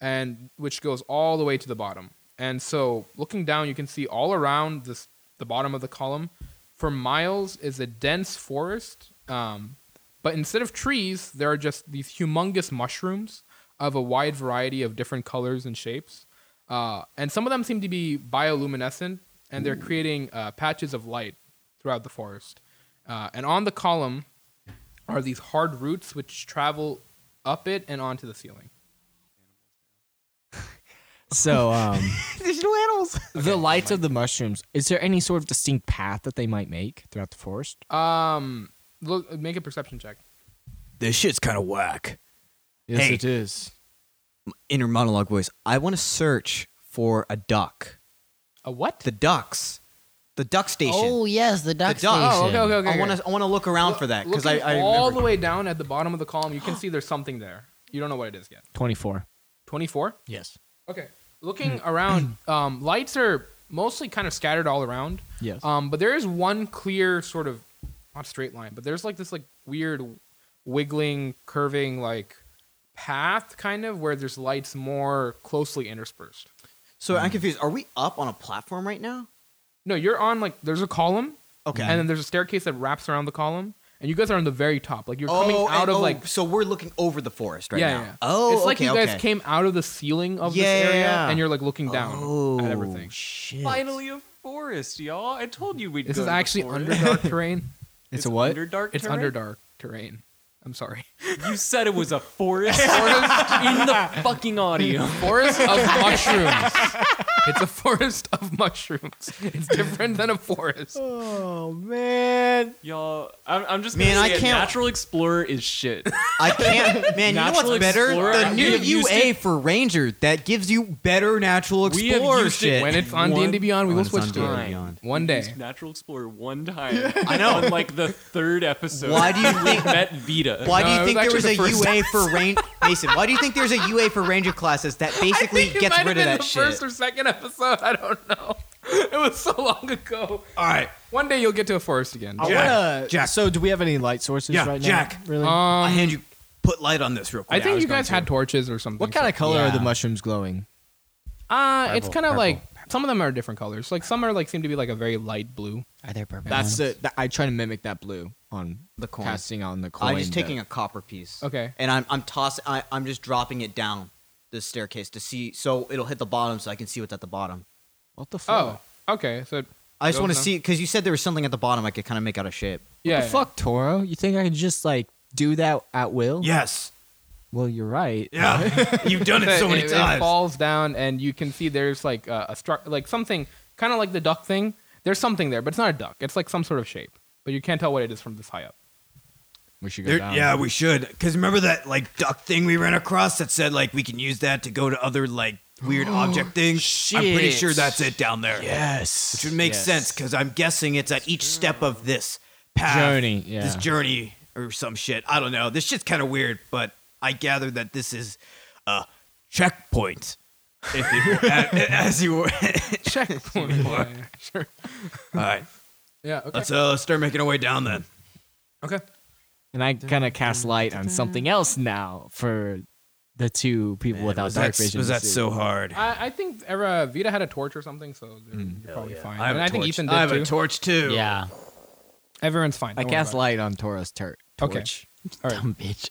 and which goes all the way to the bottom. And so looking down, you can see all around this the bottom of the column. For miles is a dense forest. Um, but instead of trees, there are just these humongous mushrooms of a wide variety of different colors and shapes. Uh, and some of them seem to be bioluminescent, and they're creating uh, patches of light throughout the forest. Uh, and on the column are these hard roots which travel up it and onto the ceiling. So, um, There's no animals. the lights of the mushrooms. Is there any sort of distinct path that they might make throughout the forest? Um, look, make a perception check. This shit's kind of whack. Yes, Hey. it is. Inner monologue voice. I want to search for a duck. A what? The ducks. The duck station. Oh yes, the duck The station. duck. oh, okay, okay, okay. I want okay. to. I want to look around for that because I, Looking I all remember. the way down at the bottom of the column, you can see there's something there. You don't know what it is yet. Twenty-four. Twenty-four. Yes. Okay. Looking around, um, lights are mostly kind of scattered all around. Yes. Um, but there is one clear sort of not straight line, but there's like this like weird wiggling, curving like path kind of where there's lights more closely interspersed. so I'm confused. Are we up on a platform right now? No, you're on like there's a column. Okay. And then there's a staircase that wraps around the column. And you guys are on the very top. Like you're coming oh, out and- of oh, like So we're looking over the forest right yeah, now. yeah. Oh, it's like okay, you guys okay. came out of the ceiling of Yeah, this yeah, area yeah. and you're like looking down oh, at everything. Shit. Finally, a forest, y'all. I told you we'd. This go is to the actually forest. underdark terrain. It's, a what? Underdark. It's terrain? underdark terrain. I'm sorry. You said it was a forest. in the fucking audio. Forest of mushrooms. It's a forest of mushrooms. It's different than a forest. oh man. Y'all, I'm, I'm just Man, gonna I say it, can't- Natural Explorer is shit. I can't, man. you know Natural what's better? Explorer, the we new have used UA for Ranger that gives you better Natural We have Explorer used it shit. When it's on D One- and D Beyond, we when will it's on switch to D&D it Beyond. one day. Used Natural Explorer one time. I know. On like the third episode. Why do you think? met Vita? Why do you No, it think there was was a actually the UA for Ranger? Mason, why do you think there's a UA for Ranger classes that basically it gets might have rid been of that the shit? first or second episode. I don't know. It was so long ago. All right. One day you'll get to a forest again. I wanna, Jack. So, do we have any light sources Yeah, right Jack. now? Really? I Um, hand you. Put light on this real quick. I think was you going guys to. had torches or something. what kind of color are the Yeah. mushrooms glowing? Uh, it's kind of Purple. like some of them are different colors. Like some are like seem to be like a very light blue. Are there purple That's ones? it. That, I try to mimic that blue on The coin. casting on the coin. I'm just taking a copper piece. Okay. And I'm I'm tossing. I'm just dropping it down the staircase to see, so it'll hit the bottom, so I can see what's at the bottom. What the fuck? Oh, okay. So I just Those want to are- see because you said there was something at the bottom I could kind of make out of shape. Yeah. the fuck, Toro? You think I can just like do that at will? Yes. Well, you're right. Yeah. You've done it so many it, times. It falls down, and you can see there's like a, a stru- like something kind of like the duck thing. There's something there, but it's not a duck. It's like some sort of shape, but you can't tell what it is from this high up. We should go There- down. yeah, we should. Because remember that like duck thing we ran across that said like we can use that to go to other like weird object things. I'm pretty sure that's it down there. Yes. Which would make Yes. sense because I'm guessing it's at each step of this path, Journey, this yeah. journey or some shit. I don't know. This shit's kind of weird, but I gather that this is a checkpoint. If it were, as you were. Checkpoint. yeah, All right, yeah, okay. let's uh, let's start making our way down then. okay. And I kind of cast light on something else now for the two people without was dark that, vision. was to that see. so hard? I, I think era Vita had a torch or something, so they're, you're probably fine. have and a I think torch. Ethan did I have too. a torch too. Yeah. Everyone's fine. I don't worry cast about light on Toro's tur- Okay. torch. All right. Dumb bitch.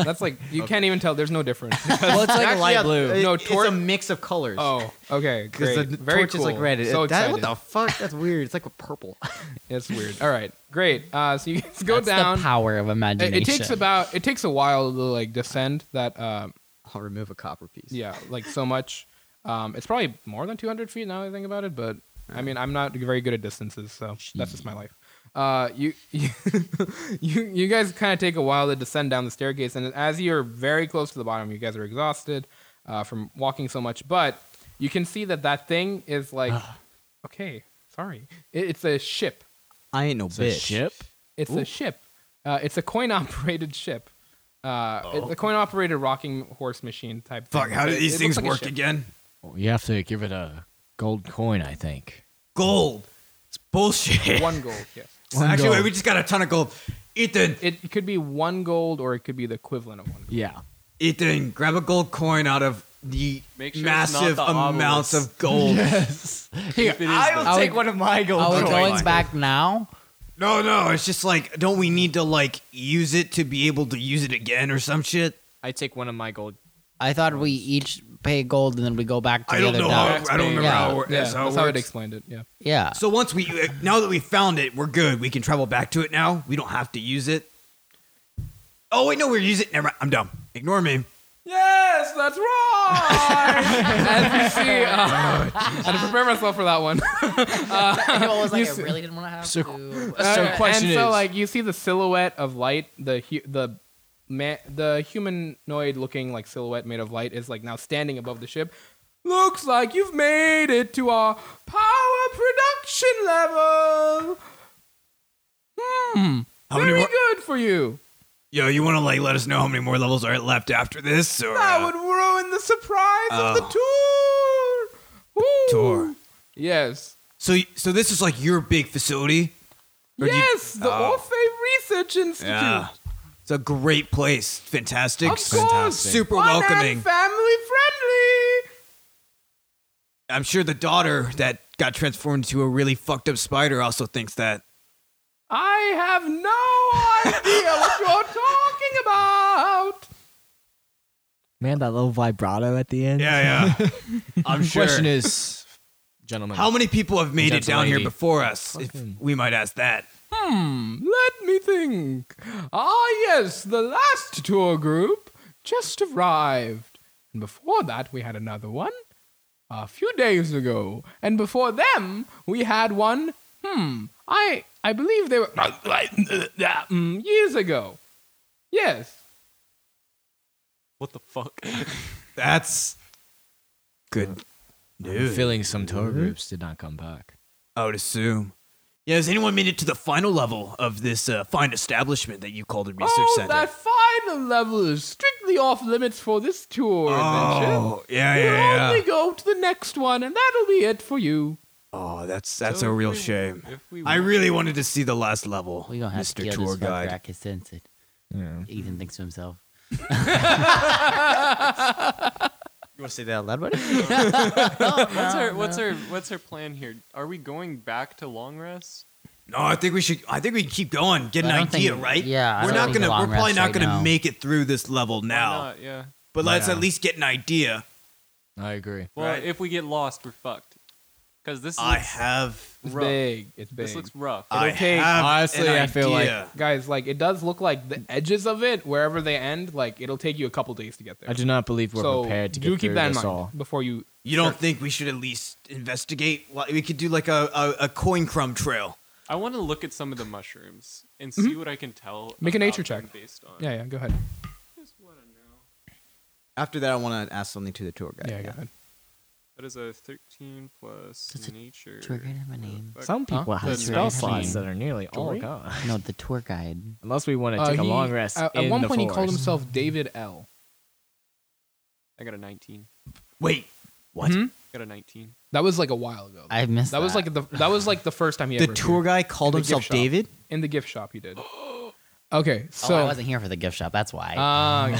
it. That's like you can't even tell. There's no difference. because- Well, it's like a light yeah, blue. uh, it- No, it's tor- a mix of colors. oh, okay, because great. the Very torch cool. is like red. It- So that, what excited. the fuck? That's weird. It's like a purple. It's weird. All right, great. Uh, so you guys go That's down. the power of It, imagination. it takes about it takes a while to like descend that. Uh, I'll remove a copper piece. yeah, like so much. Um, it's probably more than 200 feet now that I think about it, but I mean, I'm not very good at distances, so that's just my life. Uh, you, you, you, you guys kind of take a while to descend down the staircase, and as you're very close to the bottom, you guys are exhausted uh, from walking so much, but you can see that that thing is like, Ah. okay, sorry, it, it's a ship. I ain't no The bitch. ship? It's a ship. Uh, it's a coin operated ship. Uh, It's a coin operated rocking horse machine type Oh. Fuck. thing. How do It- these it things looks like a work ship. again? you have to give it a gold coin, I think. Gold. It's bullshit. One gold, yes. One Actually, wait, gold. we just got a ton of gold. Ethan, It could be one gold or it could be the equivalent of one. Yeah. Ethan, grab a gold coin out of the Make sure it's not massive the amounts obelisk. of gold. If it is the- I'll take one of my gold Are we Okay. going back now? No, no, it's just like, don't we need to like use it to be able to use it again or some shit? I take one of my gold. I thought we each pay gold and then we go back to I the don't other know. How, dock. I don't remember Yeah. how, it- Yeah, that's how it that's how it works. explained it. Yeah. Yeah. so once we, uh, now that we found it, we're good. We can travel back to it now. We don't have to use it. Oh wait, no, we're using. Never mind. I'm dumb. Ignore me. Yes, that's right. As you Oh, see, uh, I had to prepare myself for that one. like, I really didn't want to have So- to. so Uh, question and so, is- like, you see the silhouette of light, the hu- the ma- the humanoid-looking like silhouette made of light is like now standing above the ship. Looks like you've made it to our power production level. Hmm. How many Very more- good for you. Yo, you want to like let us know how many more levels are left after this? Or, That uh, would ruin the surprise of the tour. Woo. Oh. Tour. Yes. So, so this is like your big facility. Or do you- yes, the Oh. Orfei Research Institute. Yeah. It's a great place. Fantastic. Of course. Super Fun welcoming. And family friendly. I'm sure the daughter that got transformed into a really fucked up spider also thinks that. I have no idea what you're talking about. Man, that little vibrato at the end. Yeah, yeah. I'm sure. Question is, gentlemen, how many people have made it Gentle down here lady. before us? If we might ask that. Hmm, let me think. Ah, yes, the last tour group just arrived. And before that, we had another one a few days ago. And before them, we had one, hmm, I, I believe they were Hmm, years ago. Yes. what the fuck? That's good I'm news. feeling some tour groups did not come back. I would assume. Yeah, has anyone made it to the final level of this uh, fine establishment that you called a research oh, center? that final level is strictly off limits for this tour adventure. oh, yeah, You'll yeah, yeah. only go to the next one, and that'll be it for you. Oh, that's that's So a if real we- shame. if we I really wanted to see the last level, We gonna have to Mr. kill Tour uh, this fucker. I Guide. can sense it. Ethan thinks to himself. You want to say that out loud, buddy? What's our what's our what's our plan here? Are we going back to long rest? No, I think we should. I think we can keep going, get an I don't idea, think- right? yeah, I we're don't not think gonna. long We're probably rest not right gonna now. make it through this level Why now. not? Yeah. But let's Yeah. at least get an idea. I agree. Well, Right. if we get lost, we're fucked. Because this I looks- have. It's rough. big. It's big. this looks rough. I take- have honestly, an I feel like- idea. Guys, like it does look like the edges of it, wherever they end, like it'll take you a couple days to get there. I do not believe we're so prepared to do get keep through that in this mind all. before you. You don't think we should at least investigate? Why- We could do like a, a, a coin crumb trail. I want to look at some of the mushrooms and see what I can tell. Make a about nature them check. Based on. Yeah, yeah. Go ahead. Just want to know. After that, I want to ask something to the tour guide. Yeah, go ahead. That is a 13 plus nature. tour guide have a name? Fuck. Some people Huh? have The spell next slots team. that are nearly all Jory? gone. No, the tour guide. Unless we want to Uh, take a he- long rest. At, at in one the point, he called forest. himself David L. I got a 19. Wait, what? Hmm? I got a 19. That was like a while ago. I missed that was like the that was like the first time he The ever tour appeared. guy called In the gift himself shop. David. in the gift shop. He did. Oh, Okay, So so Oh, I wasn't here for the gift shop. That's why. Ah, okay.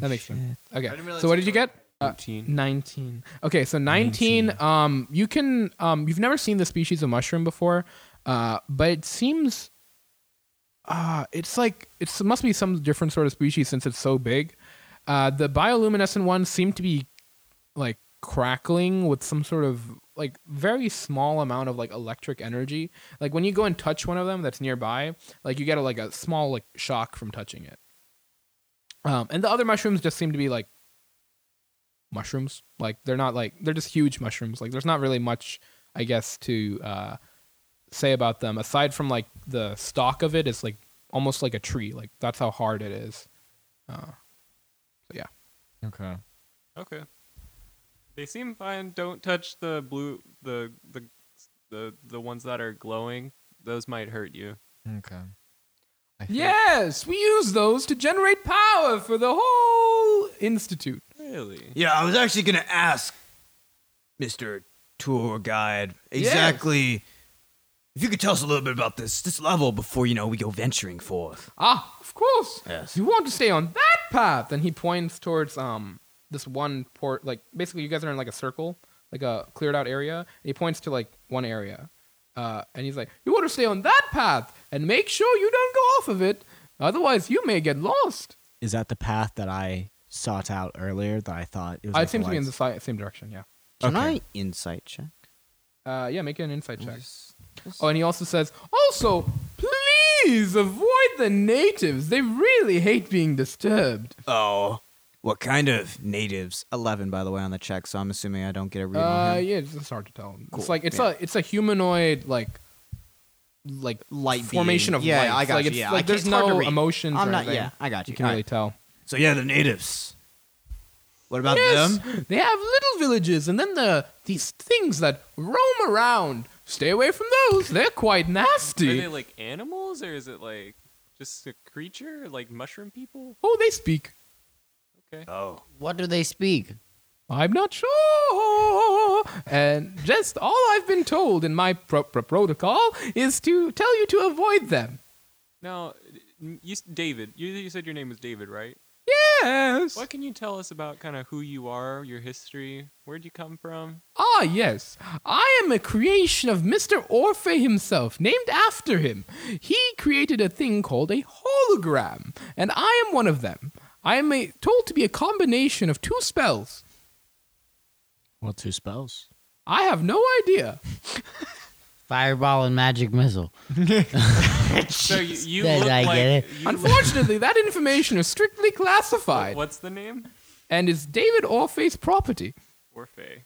that makes Oh, sense. Okay, so what did you get? Uh, 19. 19 okay so 19, um you can um you've never seen the species of mushroom before uh but it seems uh it's like it's, it must be some different sort of species since it's so big uh the bioluminescent ones seem to be like crackling with some sort of like very small amount of like electric energy like when you go and touch one of them that's nearby like you get a, like a small like shock from touching it um and the other mushrooms just seem to be like mushrooms. Like they're not like they're just huge mushrooms. Like there's not really much, I guess, to uh, say about them aside from like the stalk of it is like almost like a tree. Like that's how hard it is. Okay. Okay. They seem fine. Don't touch the blue, the the the the ones that are glowing. Those might hurt you. Okay. I think- Yes, we use those to generate power for the whole institute. Really? Yeah, I was actually gonna ask, Mister Tour Guide, Yes. exactly if you could tell us a little bit about this this level before you know we go venturing forth. Ah, of course. Yes. You want to stay on that path? And he points towards um this one port. Like basically, you guys are in like a circle, like a cleared out area. And he points to like one area, uh, and he's like, "You want to stay on that path and make sure you don't go off of it, otherwise you may get lost." Is that the path that I sought out earlier that I thought it was? Uh, like it seems to be in the lights? si- same direction. Yeah. Can Okay. I insight check? Uh, yeah, make an insight check. Oh, and he also says, also, please avoid the natives. They really hate being disturbed. Oh, what kind of natives? Eleven, by the way, on the check. So I'm assuming I don't get a read Uh, on him. yeah, it's, it's hard to tell. Cool. It's like it's Yeah. a it's a humanoid like like Light formation being. of yeah, life. I got like, you. It's, yeah, I like can't- there's it's hard to no read. emotions. I'm or not. anything. Yeah, I got you. You can All really right. tell. So yeah, the natives. What about Yes, them? they have little villages, and then the these things that roam around. Stay away from those. They're quite Are nasty. they like animals or is it like just a creature like mushroom people? oh, they speak. Okay. Oh, what do they speak? I'm not sure. And just all I've been told in my pro- pro- protocol is to tell you to avoid them. Now, n- you s- David, you, you said your name was David, right? Yes. What can you tell us about kind of who you are, your history, where'd you come from? Ah, yes. I am a creation of Mr. Orphe himself, named after him. He created a thing called a hologram, and I am one of them. I am a, told to be a combination of two spells. Well, two spells. I have no idea. Fireball and magic missile. So you, you Did look I like get it? you look- Unfortunately, that information is strictly classified What's the name? and is David Orphe's property. Orfe.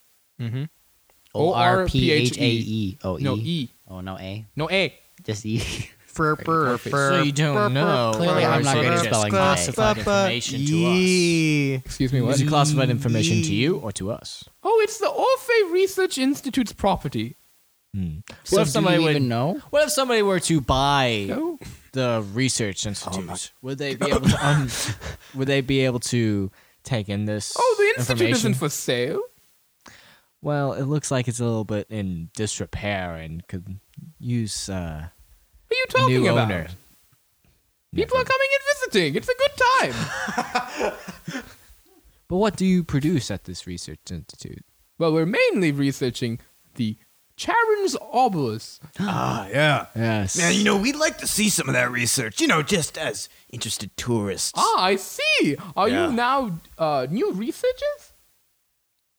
O R P H A O-R-P-H-A-E. E. Oh, E. No E. Oh, no A. No A. Just E. Perfect. So you don't know. Clearly, or I'm not is it good at just spelling Classified information to Excuse me, us. what? Is it classified information to you or to us? Oh, it's the Orphe Research Institute's property. So So if somebody do you would- even know? What if somebody were to buy No. the research Oh institute? would they be able to? Um, would they be able to take in this? Oh, the institute information? isn't for sale. Well, it looks like it's a little bit in disrepair and could use uh, What are you a talking new about? owner. People are coming and visiting. It's a good time. But what do you produce at this research institute? well, we're mainly researching the Charon's obelisk. ah, yeah. Yes. Man, you know we'd like to see some of that research. You know, just as interested tourists. Ah, I see. Are Yeah. you now uh, new researchers?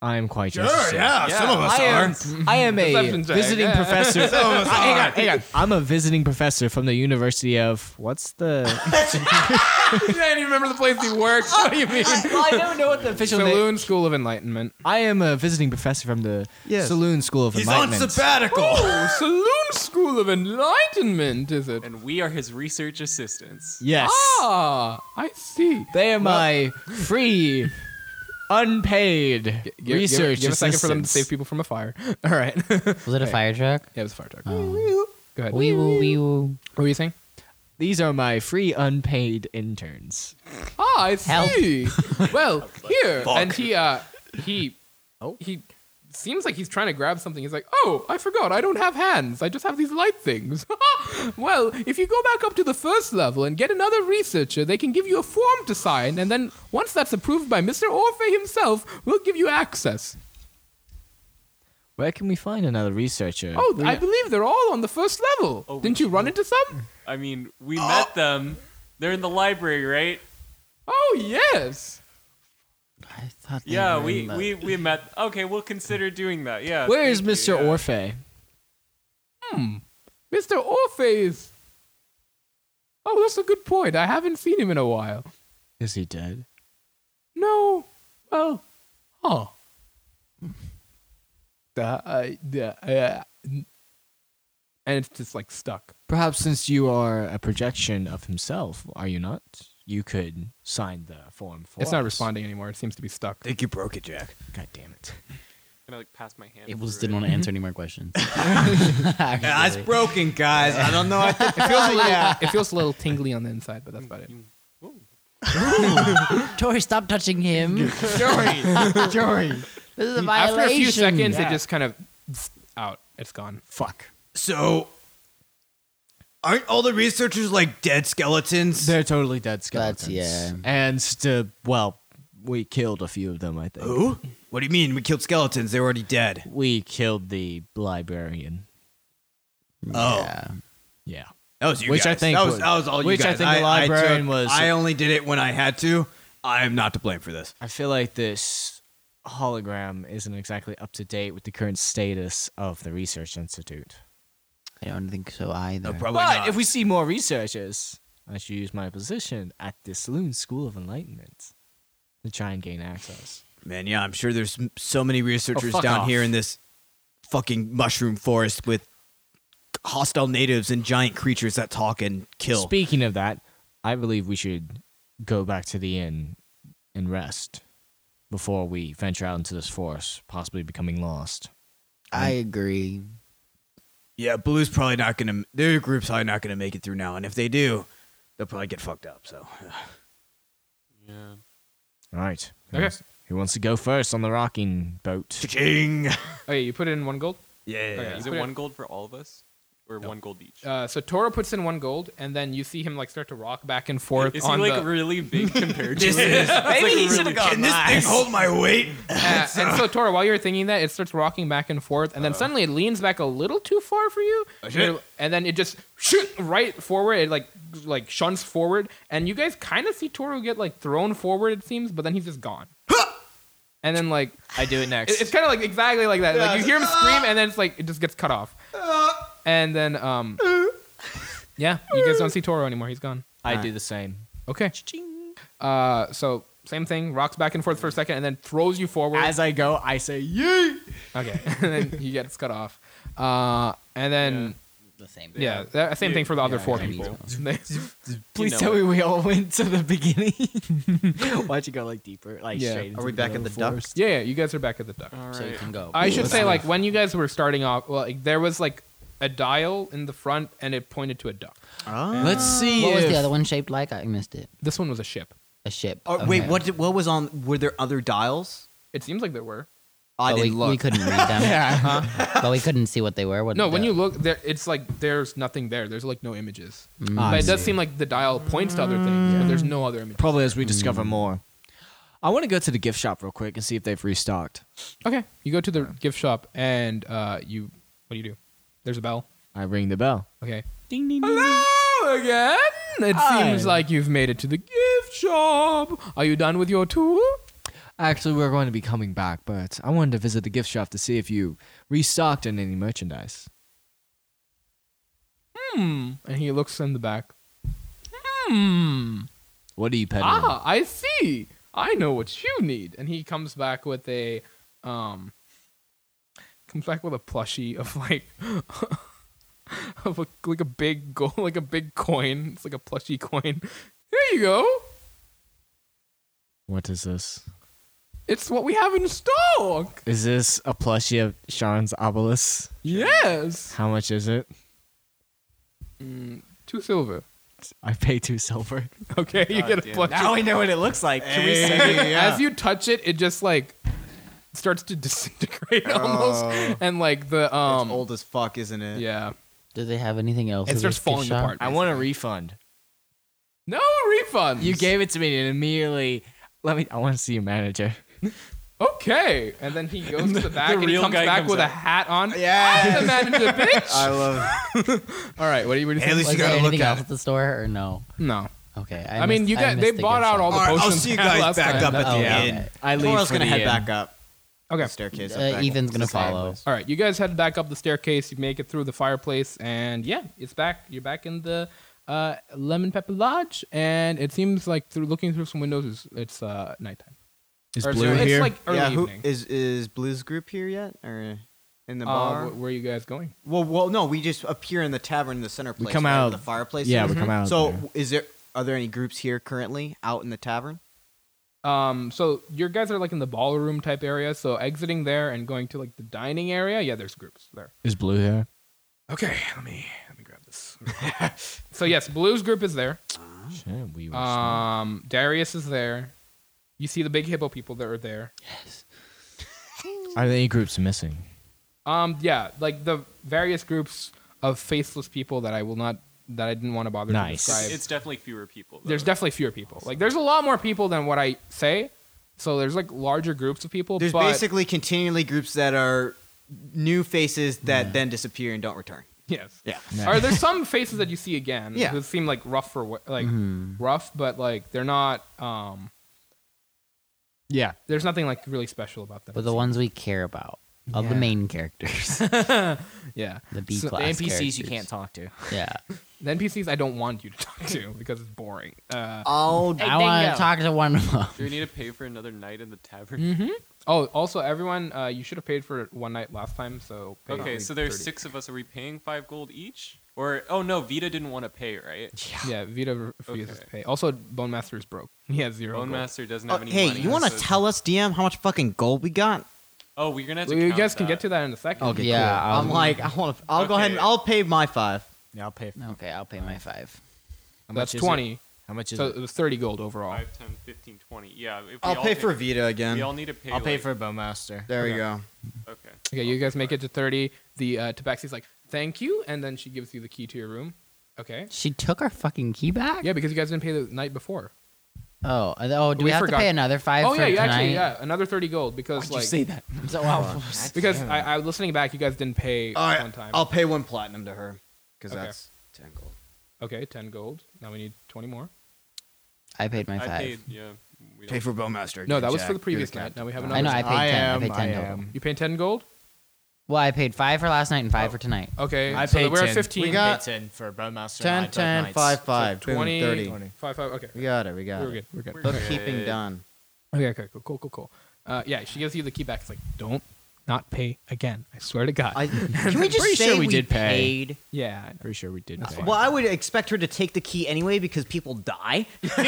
I'm quite interested. some of us I am, I am a Perception check, visiting yeah. professor. Uh, hang on, hang on. I'm a visiting professor from the University of what's the I don't even remember the place he works. What do you mean? I don't know what the official Saloon School of Enlightenment. I am a visiting professor from the Saloon School of He's on Enlightenment. sabbatical. Oh, Saloon School of Enlightenment, is it? And we are his research assistants. yes, Ah, I see. they are my free, unpaid Give- give- research Give, a second for them to assistants. save people from a fire. All right. yeah, Was it a fire truck? it was a fire truck. Go ahead. Wee woo wee woo. What were you saying? These are my free unpaid interns. Ah, I Help. see. well, here and he uh he he seems like he's trying to grab something. He's like, "Oh, I forgot. I don't have hands. I just have these light things." well, if you go back up to the first level and get another researcher, they can give you a form to sign, and then once that's approved by Mister Orfe himself, we'll give you access. Where can we find another researcher? Oh, I believe they're all on the first level. Oh, Didn't you run into some? I mean, we met them. They're in the library, right? Oh yes. I thought. they Yeah, were we, in the- we, we met. Okay, we'll consider doing that. Yeah. where is thank you, Mr. yeah. Orfe? Mr. Orpheus. Oh, that's a good point. I haven't seen him in a while. Is he dead? No. Well, oh. Uh, uh, yeah, uh, n- and it's just like stuck. Perhaps since you are a projection of himself, are you not? You could sign the form for It's not us. responding anymore. It seems to be stuck. think you broke it, Jack. God damn it. Can I like pass my hand? It was through didn't want to answer any more questions. Yeah, it's broken, guys. I don't know. I think It feels a little, it feels a little tingly on the inside, but that's about it. Tori, stop touching him. Jory! Jory! This is a violation. After a few seconds, it just kind of out. It's gone. Fuck. so. Aren't all the researchers like dead skeletons? They're totally dead skeletons. That's- yeah. And, st- well, we killed a few of them, I think. Who? What do you mean? We killed skeletons. They're already dead. We killed the librarian. Oh, Yeah. Yeah. that was you Which I guys. think that was, was- that was all which you I guys. think the librarian took- was- I only did it when I had to. I am not to blame for this. I feel like this hologram isn't exactly up to date with the current status of the research institute. I don't think so either. No, probably But not. if we see more researchers, I should use my position at the Saloon School of Enlightenment to try and gain access. Man, yeah, I'm sure there's m- so many researchers fuck down off. here in this fucking mushroom forest with hostile natives and giant creatures that talk and kill. Speaking of that, I believe we should go back to the inn and rest before we venture out into this forest, possibly becoming lost. I agree. Yeah, Blue's probably not gonna. Their group's probably not gonna make it through now, and if they do, they'll probably get fucked up. So, it. Yeah. All right. Who Okay. wants- Who wants to go first on the rocking boat? ching. Yeah. Okay, you put in one gold. yeah. Is you it put it- one gold for all of us? Or one gold each? Uh, so Toro puts in one gold, and then you see him like start to rock back and forth Is he on like the. really big compared to This me? is. That's, like, really- Can this thing hold my weight? Uh, and so Toro, while you're thinking that, it starts rocking back and forth, and then suddenly it leans back a little too far for you, shit. and then it just shoot right forward. It like like shunts forward, and you guys kind of see Toro get like thrown forward. It seems, but then he's just gone. and then like I do it next. it- it's kind of like exactly like that. Like you hear him scream, and then it's like it just gets cut off. Uh. And then um, yeah, you guys don't see Toro anymore. He's gone. I do the same. Okay. Uh, so same thing. Rocks back and forth for a second, and then throws you forward. As I go, I say, yay! Okay, and then you get cut off. Uh, and then The same. yeah, that, same thing for the other Yeah, four yeah, people. Please know tell it. me we all went to the beginning. Why'd you go like deeper? Like Yeah. straight. Are we back at the duck? ducks? yeah, yeah, you guys are back at the duck. All So you right. can go. I should say like when you guys were starting off, well, like, there was like a dial in the front and it pointed to a duck. Let's see. What was if- the other one shaped like? I missed it. This one was a ship. A ship. Uh, Oh, Wait, Okay. what? Did, what was on? Were there other dials? It seems like there were. But I Oh, we, didn't look. we couldn't read them. But we couldn't see what they were. What No, the- when you look there, it's like there's nothing there. There's like no images. Ah, but I it does see. seem like the dial points to other things, but there's no other images. Probably as we discover more. I want to go to the gift shop real quick and see if they've restocked. Okay, you go to the gift shop and uh, you what do you do? There's a bell. I ring the bell. Okay. Ding ding ding. Hello again. It Hi. seems like you've made it to the gift shop. Are you done with your tour? Actually, we're going to be coming back, but I wanted to visit the gift shop to see if you restocked on any merchandise. And he looks in the back. What are you peddling? Ah, I see. I know what you need. And he comes back with a um comes back with a plushie of like of a, like a big gold like a big coin. It's like a plushie coin. Here you go. What is this? It's what we have in stock. Is this a plushie of Sean's obelisk? Yes. How much is it? Two silver. I pay two silver. Okay, you get a plushie. we know what it looks like. Can we As you touch it, it just like starts to disintegrate Oh. almost and like the um old as fuck, isn't it? yeah. Do they have anything else? It at starts this gift falling shop? apart. I want a refund. No refunds. You gave it to me and immediately. Let me. I want to see your manager. okay, and then he goes to the back and he real comes guy back comes with a out. hat on. Yeah. I'm the manager, bitch. I love. All right, what do you, what do you At think? least Was you there gotta look anything at else it. at the store or no? no, Okay. I mean, missed- you got- missed they the bought gift out shop. all the All right, I'll potions see you we had guys last back time. up at the Oh, end. okay. I leave Laura's for gonna the head inn. back up. Okay, The staircase. up Uh, back. Ethan's It's gonna the same follow. place. all right, you guys head back up the staircase. You make it through the fireplace, and yeah, it's back. You're back in the uh, Lemon Pepper Lodge, and it seems like through looking through some windows, it's, it's uh, nighttime. Is Or Blue it's here? like early Yeah. Who evening. is is Blue's group here yet, or in the Uh, bar? wh- where are you guys going? well, well, no. We just appear in the tavern in the center place. come right, out- of the fireplace. yeah, we come out So, there. is there are there any groups here currently out in the tavern? Um, so your guys are like in the ballroom type area. So exiting there and going to like the dining area. Yeah, there's groups there. Is Blue here? Okay, let me let me grab this. so yes, Blue's group is there. Sure, we were Um, Darius is there. You see the big hippo people that are there. snoring. Are there any groups missing? Um, yeah, like the various groups of faceless people that I will not that I didn't want to bother Nice. to describe. It's definitely fewer people. though. there's definitely fewer people. Like there's a lot more people than what I say. So there's like larger groups of people. There's but, basically continually groups that are new faces that then disappear and don't return. yes. Yeah. Are there some faces that you see again? Yeah. That seem like rough for wh- like rough, but like they're not. Um, Yeah. there's nothing like really special about them. But the ones we care about, of the Yeah. main characters, yeah. the B So the class talk to. Yeah. The NPCs I don't want you to talk to because it's boring. Uh, Oh, I want to talk to one of them. Do we need to pay for another night in the tavern? oh, also everyone, uh, you should have paid for one night last time. So pay Okay, only so there's 30. six of us. Are we paying five gold each? Or oh no, Vita didn't want to pay, right? Yeah, Vita re- refuses Okay. to pay. Also, Bone Master is broke. He has zero. Bone gold. Master doesn't Oh, have any hey, money, you want to so- tell us, DM, how much fucking gold we got? Oh, we're gonna have to. Well, you count guys can get that. to that in a second. Okay, Yeah, cool. I'm um, like, I want to. I'll go ahead and okay. I'll pay my five. Yeah, I'll pay. For Okay, I'll pay my five. That's much is it? twenty. How much is So it? it was thirty gold overall. Five, 10, 15, 20. Yeah. If we I'll all pay pay for Vita We again. all need to pay. I'll pay like- for Bowmaster. There we go. Okay. Okay, you guys make it to thirty. The uh, Tabaxi's like, "Thank you," and then she gives you the key to your room. Okay. She took our fucking key back. Yeah, because you guys didn't pay the night before. Oh, and- oh, do We we, have forgot. to pay another five oh for yeah, you tonight? actually yeah, another thirty gold because like that? So, wow. because I, I was listening back, you guys didn't pay All right, one time. I'll pay one platinum to her because Okay. that's ten gold. Okay, ten gold. Now we need twenty more. I paid my I five. I, paid. Yeah. we Pay don't- for Bowmaster. No, again, that was Jack. for the previous You're night. Now we have I another. know I night. paid ten. I paid ten I total. am. You pay ten gold. Well, I paid five for last night and five for tonight. Okay, I so paid we're 10. at fifteen. We We got 10 for Bowmaster. 10, 10, 5, 5, boom, 20, 30. 20. five five. Okay, We got it. We got we're it. good. We're good. We're Bookkeeping good. done. Okay, okay, cool, cool, cool, cool. Uh, yeah, she gives you the key back. It's like, don't not pay again. I swear to God. I, can we just pretty say sure we we, did pay. paid? yeah. Pretty sure we did. Well, I would expect her to take the key anyway because people die. That's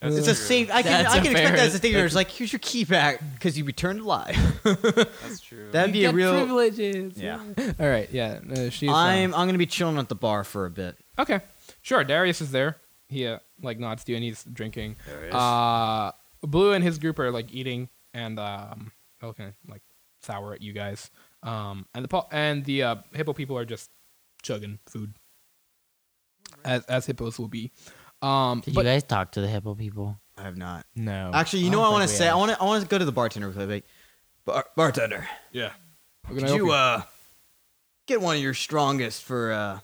It's true. a safe. I can, That's I a can expect fair- that as a thing. where It's like, here's your key back because you returned alive. That's true. That'd be a real. privileges. Yeah. All right. Yeah. Uh, she's. I'm I'm gonna be chilling at the bar for a bit. um, okay. Sure. Darius is there. He uh, like nods to you, and he's drinking. Uh, Blue and his group are like eating and um, looking like sour at you guys. Um, and the po- and the uh, hippo people are just chugging food, as as hippos will be. Um, Did but- you guys talk to the hippo people? I have not. No. Actually, you know what I want to say? I want to I want to go to the bartender really quick. Bar- bartender, yeah. We're gonna could help you uh get one of your strongest for uh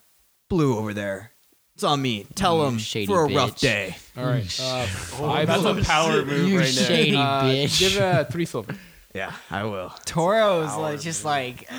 Blue over there? It's on me. Tell him shady for a rough bitch. day. All right. Uh, five That's a silver. power move You right there. shady Uh, bitch. Give uh, three silver. Yeah, I will. Toro's like just like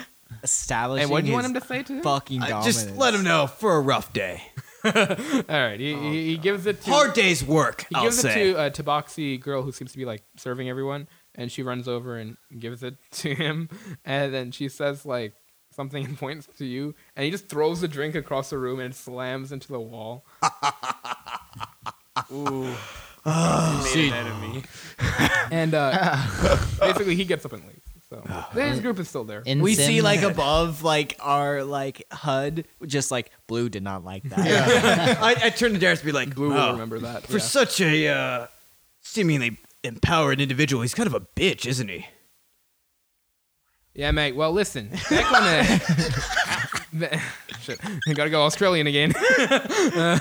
establishing. And what do you want his him to say to him? All Fucking I- dominance. just let him know for a rough day. right. He, he, he gives it to Oh, Hard day's work, He I'll gives say. it to a Tabaxi girl who seems to be like serving everyone, and she runs over and gives it to him, and then she says like something and points to you, and he just throws the drink across the room and slams into the wall. Ooh. made an enemy. And uh, basically, he gets up and leaves. So Ah. his group is still there. In we see Sims- like above like our like HUD just like blue did not like that. I, I turn to Darius and be like, Blue "Oh, will remember that. For yeah. such a uh, seemingly empowered individual, he's kind of a bitch, isn't he? Yeah, mate. Well, listen, back on the. the- Shit, I gotta go Australian again. Uh,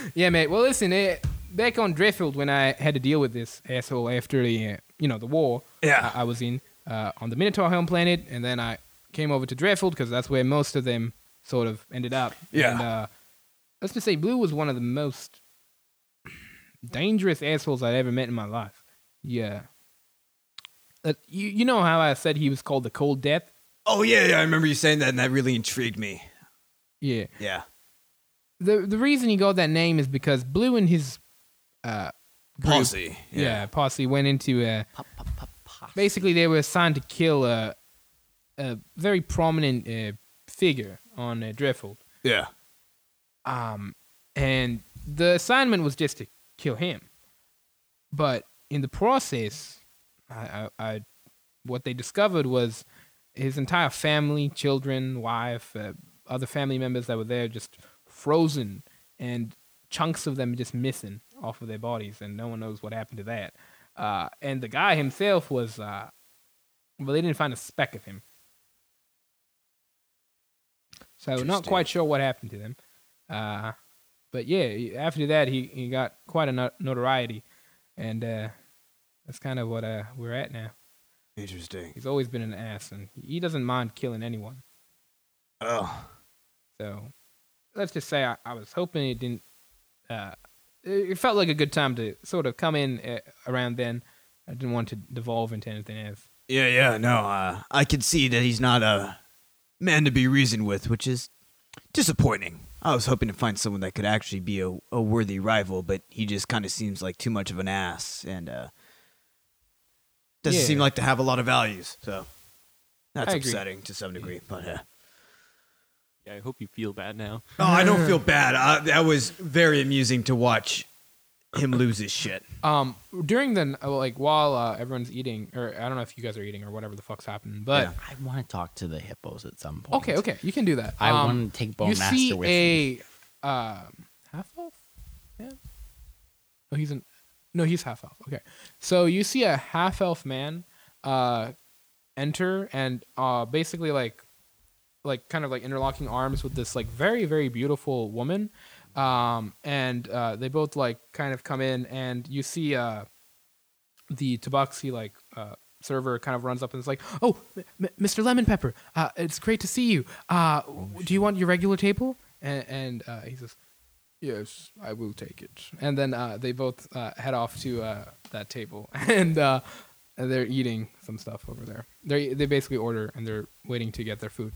yeah, mate. Well, listen, uh, back on Dreffield when I had to deal with this asshole after the, uh, you know, the war Yeah. I, I was in uh, on the Minotaur Helm planet, and then I came over to Dreffield because that's where most of them sort of ended up. Yeah. And, uh, let's just say Blue was one of the most dangerous assholes I'd ever met in my life. Yeah. Uh, you, you know how I said he was called the Cold Death? Oh yeah, yeah, I remember you saying that, and that really intrigued me. Yeah. Yeah. The the reason he got that name is because Blue and his uh group- Posse. yeah. posse went into uh basically they were assigned to kill a a very prominent uh, figure on uh, Dreffold. Yeah. Um, and the assignment was just to kill him. But in the process, I, I, I what they discovered was his entire family, children, wife, uh, other family members that were there just frozen and chunks of them just missing off of their bodies, and no one knows what happened to that. Uh, and the guy himself was, uh, well, they didn't find a speck of him. So not quite sure what happened to them. Uh, but yeah, after that, he, he got quite a not- notoriety, and uh, that's kind of what uh, we're at now. Interesting. He's always been an ass, and he doesn't mind killing anyone. Oh. So let's just say I, I was hoping it didn't. Uh, it it felt like a good time to sort of come in uh, around then. I didn't want to devolve into anything else. Yeah, yeah, no, uh, I can see that he's not a man to be reasoned with, which is disappointing. I was hoping to find someone that could actually be a, a worthy rival, but he just kind of seems like too much of an ass and uh, doesn't Yeah. seem like to have a lot of values. So that's I agree. upsetting to some degree. But uh, Yeah, I hope you feel bad now. oh, I don't feel bad. I, that was very amusing to watch him lose his shit. Um, during the uh, like while uh, everyone's eating, or I don't know if you guys are eating or whatever the fuck's happening, but I want to talk to the hippos at some point. okay, okay, you can do that. I Um, want to take Bone you Master see with me. a uh, half elf. Yeah. Oh, he's an. No, he's half elf. Okay, so you see a half elf man uh, enter and uh, basically like, like kind of like interlocking arms with this like very very beautiful woman, um, and uh, they both like kind of come in and you see uh, the Tabaxi like uh, server kind of runs up and is like, "Oh, M- M- Mr. Lemon Pepper, uh, it's great to see you. Uh, do you want your regular table?" And, and uh, he says, "Yes, I will take it." And then uh, they both uh, head off to uh, that table, and uh, they're eating some stuff over there. They they basically order and they're waiting to get their food.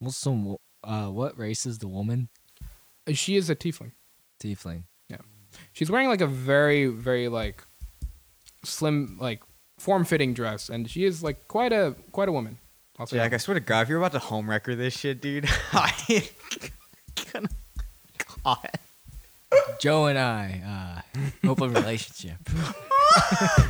What's some wo- uh what race is the woman? Uh, She is a tiefling. Tiefling. She's wearing like a very very like slim like form fitting dress, and she is like quite a quite a woman. I'll say that. Jack, I swear to God, if you're about to home wrecker this shit, dude, I gonna God. Joe and I, uh open relationship.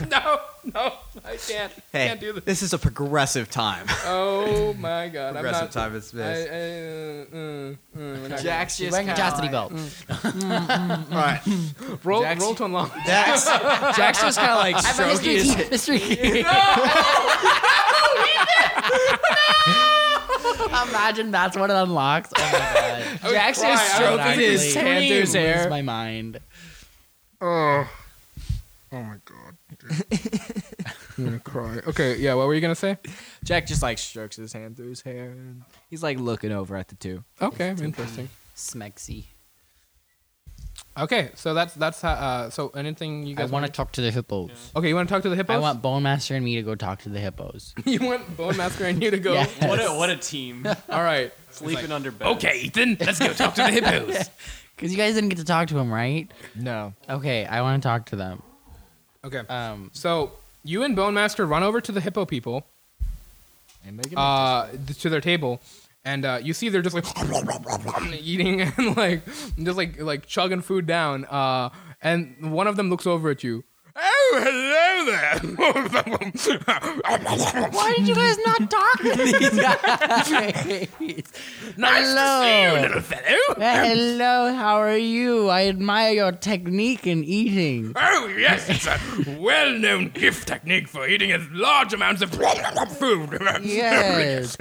No, no, I can't. Hey, can't do this. this is a progressive time. Oh my god, I'm progressive not. time is I, I, this. uh, uh, uh, we're not Jack's just Wearing a chastity belt. All Mm. right, gonna- roll, Jack's- roll to unlock. Jack's, Jack's just kind of like I have a mystery stroking key. Mystery key. Imagine that's what it unlocks. Oh my god. Jack's just I would stroking his actually hand through his lose hair. my mind. I'm gonna cry. Okay, yeah. What were you gonna say? Jack just like strokes his hand through his hair and he's like looking over at the two. Okay, interesting. Smexy. Okay, so that's that's how, uh, so anything you I guys want to talk to the hippos. Okay, you want to talk to the hippos? I want Bone Master and me to go talk to the hippos. you want Bone Master and you to go. Yes. What a what a team. All right. Sleeping under bed. Okay, Ethan, let's go talk to the hippos. Because you guys didn't get to talk to him, right? No. Okay, I want to talk to them. Okay. Um, So you and Bone Master run over to the hippo people, uh, th- to their table, and uh, you see they're just like eating and like just like like chugging food down. Uh, and one of them looks over at you. Oh, hello there. why did you guys not talk to these guys? nice to see Hello. you, little fellow. Oh. Hello, how are you? I admire your technique in eating. Oh, yes, it's a well known gift technique for eating as large amounts of food. Yes.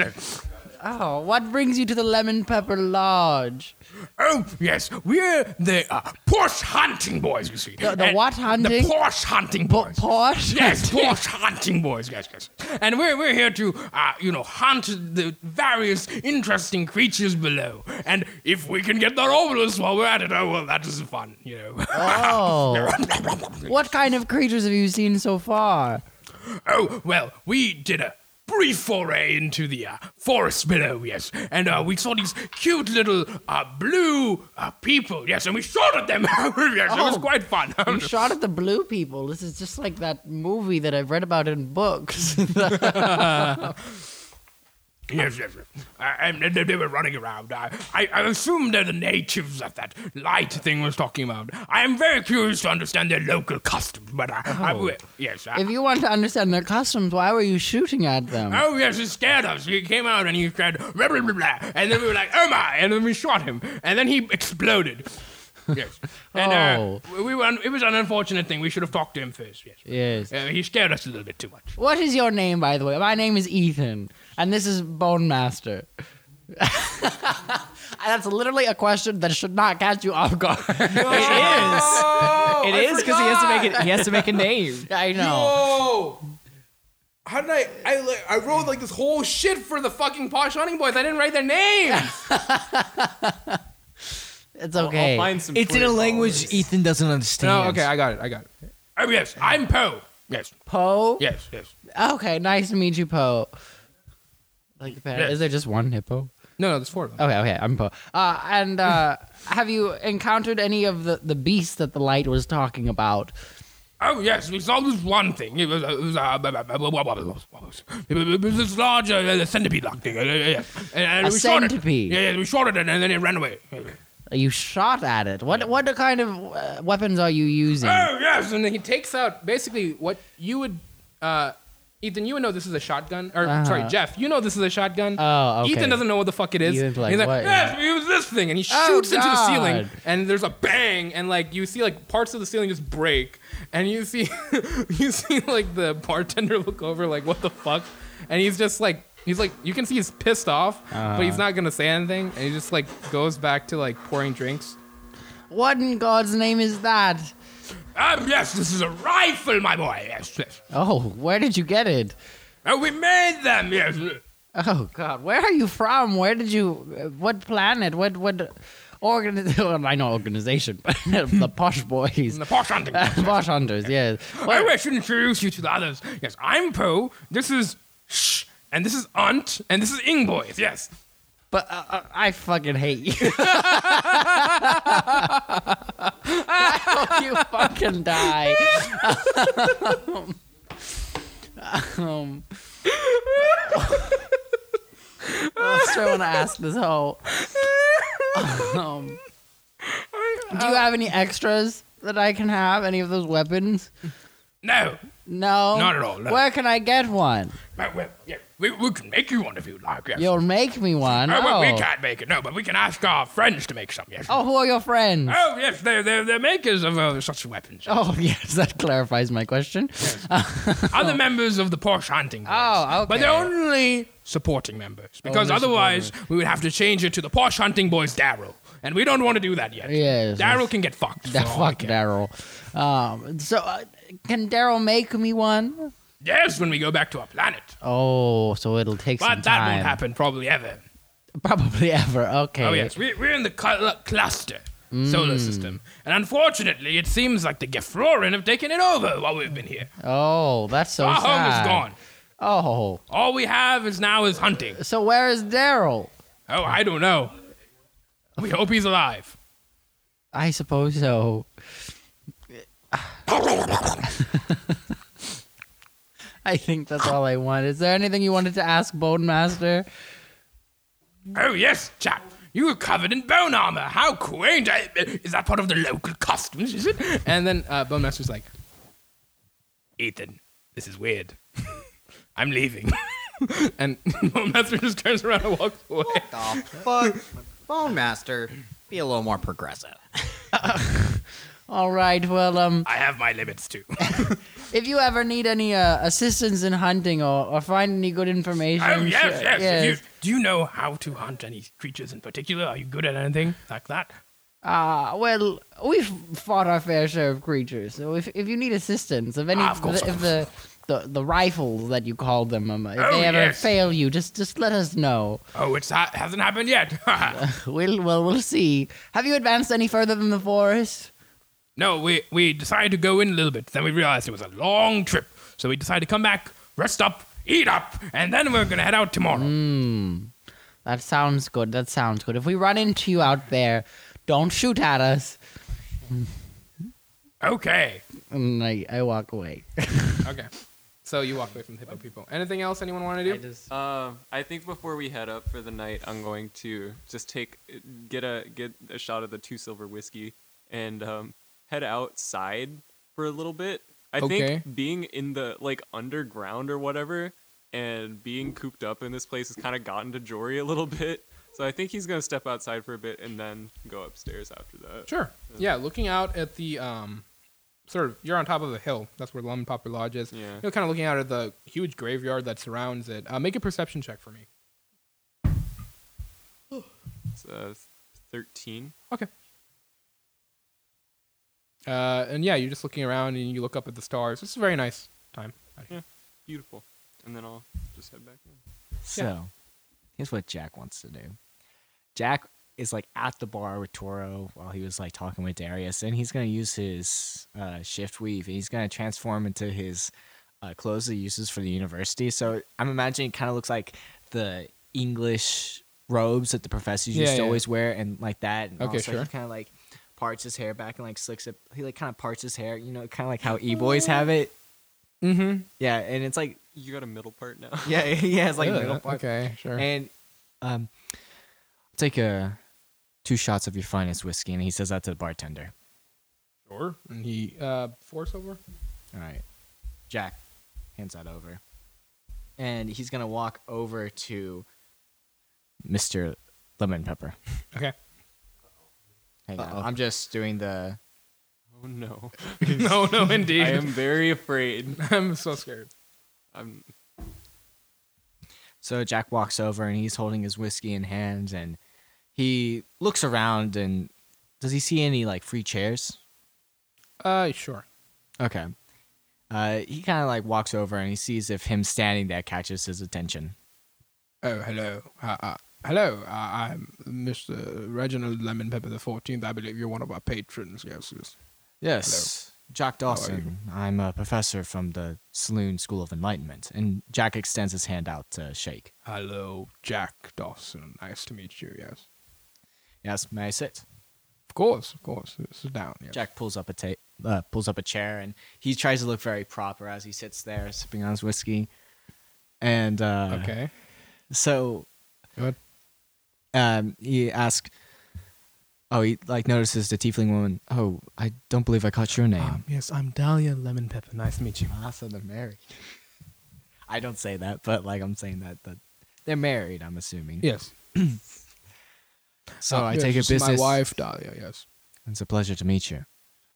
Oh, what brings you to the Lemon Pepper Lodge? Oh, yes, we're the uh, Porsche hunting boys, you see. The- the And- what hunting? The Porsche hunting Bo- boys. Porsche? Yes, Porsche hunting boys, yes, yes. And we're, we're here to, uh, you know, hunt the various interesting creatures below. And if we can get their obelisk while we're at it, oh, well, that is fun, you know. Oh. what kind of creatures have you seen so far? Oh, well, we did a brief foray into the uh, forest below, yes. And uh, we saw these cute little uh, blue uh, people, yes, and we shot at them. yes, it was Oh. quite fun. You shot at the blue people. This is just like that movie that I've read about in books. Yes, yes, yes. Uh, and they- they, they were running around. I, I, I assume they're the natives that that light thing was talking about. I am very curious to understand their local customs, but I, I will. Yes, uh, I, Oh. if you want to understand their customs, why were you shooting at them? Oh yes, he scared us. He came out and he said blah blah blah, blah. and then we were like, oh my, and then we shot him, and then he exploded. Yes, and Oh. uh, we were. It was an unfortunate thing. We should have talked to him first. Yes, Yes. uh, he scared us a little bit too much. What is your name, by the way? My name is Ethan, and this is Bone Master. That's literally a question that should not catch you off guard. It is because he has to make it. He has to make a name. I know. Oh, how did I? I I wrote like this whole shit for the fucking posh hunting boys. I didn't write their names. It's I'll- okay. I'll find some It's in a Twitter language followers. Ethan doesn't no, understand. okay, I got it. I got it. Oh yes, I'm Poe. Yes, Poe? yes, yes. Okay, nice to meet you, Poe. Like the parrot. Is there just one hippo? No, no, there's four of them. Okay, okay, I'm Poe. Uh, and uh, have you encountered any of the, the beasts that the light was talking about? Oh yes, we saw this one thing. It was, it was, uh, it was this large uh, centipede-like thing. Uh, yeah. And, and A we shot it. centipede? Yeah, yeah, we shot it, and, and then it ran away. You shot at it. What what kind of uh, weapons are you using? Oh yes, and then he takes out basically what you would, uh, Ethan. You would know this is a shotgun, or sorry, Uh-huh. Jeff. You know this is a shotgun. Oh, okay. Ethan doesn't know what the fuck it is. Ethan's like, He's like, "What is yes, we use this thing, and he Oh, shoots into the ceiling, God. and there's a bang, and like you see like parts of the ceiling just break, and you see, you see like the bartender look over like, what the fuck, and he's just like. He's like, you can see he's pissed off, Uh. but Uh. he's not gonna say anything, and he just like goes back to like pouring drinks. What in God's name is that? Um, yes, this is a rifle, my boy. Yes, yes. Oh, where did you get it? And we made them, yes. Oh God, where are you from? Where did you? uh, What planet? What what? Organiz- well, I know organization, but the posh boys, In the posh hunting. posh hunters. Yes. I wish to introduce you to the others. Yes, I'm Poe. This is Shh. And this is Aunt. And this is Ingboys, yes. But uh, uh, I fucking hate you. I hope you fucking die. um, um, I still want to ask this whole. Um, do you have any extras that I can have? Any of those weapons? No. No. Not at all, no. Where can I get one? But well, yeah, we, we can make you one if you'd like, yes. You'll make me one. Oh, Oh, well, we can't make it, no, but we can ask our friends to make some, yes. oh who are your friends? Oh, yes, they're, they're, they're makers of uh, such weapons. Oh, yes, that clarifies my question. Other members of the Porsche hunting. Boys. Oh, But they're okay. only supporting members because Only otherwise we would have to change it to the Porsche hunting boys Daryl, and we don't want to do that yet. Yes. Daryl can get fucked. for Da- all I fuck care. Daryl. Um, so, uh, can Daryl make me one? Yes, when we go back to our planet, Oh, so it'll take but some that time. won't happen probably ever. Probably ever. Okay. Oh yes, we, we're in the cl- cluster. solar Mm. system. And unfortunately, it seems like the Gefroren have taken it over while we've been here. Oh, that's so Our home sad. is gone. Oh, All we have is now is hunting. so where is Daryl? Oh, I don't know. We hope he's alive. I suppose so. I think that's all I want. Is there anything you wanted to ask Bone Master? Oh, yes, chap. You were covered in bone armor. How quaint. I, is that part of the local customs, is it? And then uh, Bone Master's like, Ethan, this is weird. I'm leaving. and Bone Master just turns around and walks away. the fuck? Bone Master, be a little more progressive. All right. Well, um, I have my limits, too. if you ever need any uh, assistance in hunting or, or find any good information, oh, yes, sure- yes. Do You, do you know how to hunt any creatures in particular? Are you good at anything like that? Uh, well, we've fought our fair share of creatures. So if, if you need assistance, if any, Ah, of course, the, of if the, the the rifles that you called them, um, if Oh, they ever yes. fail you, just just let us know. Oh, it's ha- hasn't happened yet. We'll well we'll see. Have you advanced any further than the forest? No, we, we decided to go in a little bit. Then we realized it was a long trip. So we decided to come back, rest up, eat up, and then we're going to head out tomorrow. That sounds good. That sounds good. If we run into you out there, don't shoot at us. Okay. And I, I walk away. Okay. So you walk away from the hippo people. Anything else anyone want to do? Uh, I think before we head up for the night, I'm going to just take get a get a shot of the two silver whiskey and um, head outside for a little bit. I Okay. think being in the like underground or whatever, and being cooped up in this place has kind of gotten to Jory a little bit. So I think he's gonna step outside for a bit and then go upstairs after that. Sure. Yeah, looking out at the um, sort of you're on top of a hill. That's where Lum Popper Lodge is. Yeah. You're kind of looking out at the huge graveyard that surrounds it. Uh, make a perception check for me. It's, uh, Thirteen. Uh, and yeah, you're just looking around and you look up at the stars. It's a very nice time. out here. Beautiful. And then I'll just head back in. So, here's what Jack wants to do. Jack is like at the bar with Toro while he was like talking with Darius, and he's gonna use his uh, shift weave. And he's gonna transform into his uh, clothes he uses for the university. So I'm imagining it kind of looks like the English robes that the professors Yeah, used to yeah. always wear, and like that. And Okay, also sure. He kind of like parts his hair back and like slicks it. He like kind of parts his hair, you know, kind of like how e boys have it. Mm-hmm. Yeah, and it's like You got a middle part now. yeah, yeah, it's like middle part. okay, sure. And um, take uh two shots of your finest whiskey, and he says that to the bartender. Sure. And he uh force over. All right, Jack hands that over, and he's gonna walk over to Mister Lemon Pepper. Okay. Hang on, I'm just doing the. Oh no. no, no, I indeed. am very afraid. I'm so scared. I'm So Jack walks over, and he's holding his whiskey in hands, and he looks around, and does he see any like free chairs? Uh, sure. Okay. Uh, he kind of like walks over and he sees if him standing there catches his attention. Oh, hello. Uh, uh, hello. Uh, I'm Mr. Reginald Lemon Pepper the Fourteenth. I believe you're one of our patrons. Yes. yes. Yes, Jack Dawson. I'm a professor from the Saloon School of Enlightenment. And Jack extends his hand out to shake. Hello, Jack Dawson. Nice to meet you. Yes. Yes, may I sit? Of course. Of course. This is down. Yes. Jack pulls up a ta- uh, pulls up a chair and he tries to look very proper as he sits there sipping on his whiskey. And uh, Okay. so Good. um, he asks, oh, he like notices the tiefling woman. Oh, I don't believe I caught your name. Um, yes, I'm Dahlia Lemon Pepper. Nice to meet you. Martha, they're married. I don't say that, but like I'm saying that that they're married. I'm assuming. Yes. Uh, So Oh, I yes, take it this is business. My wife, Dahlia. Yes. It's a pleasure to meet you,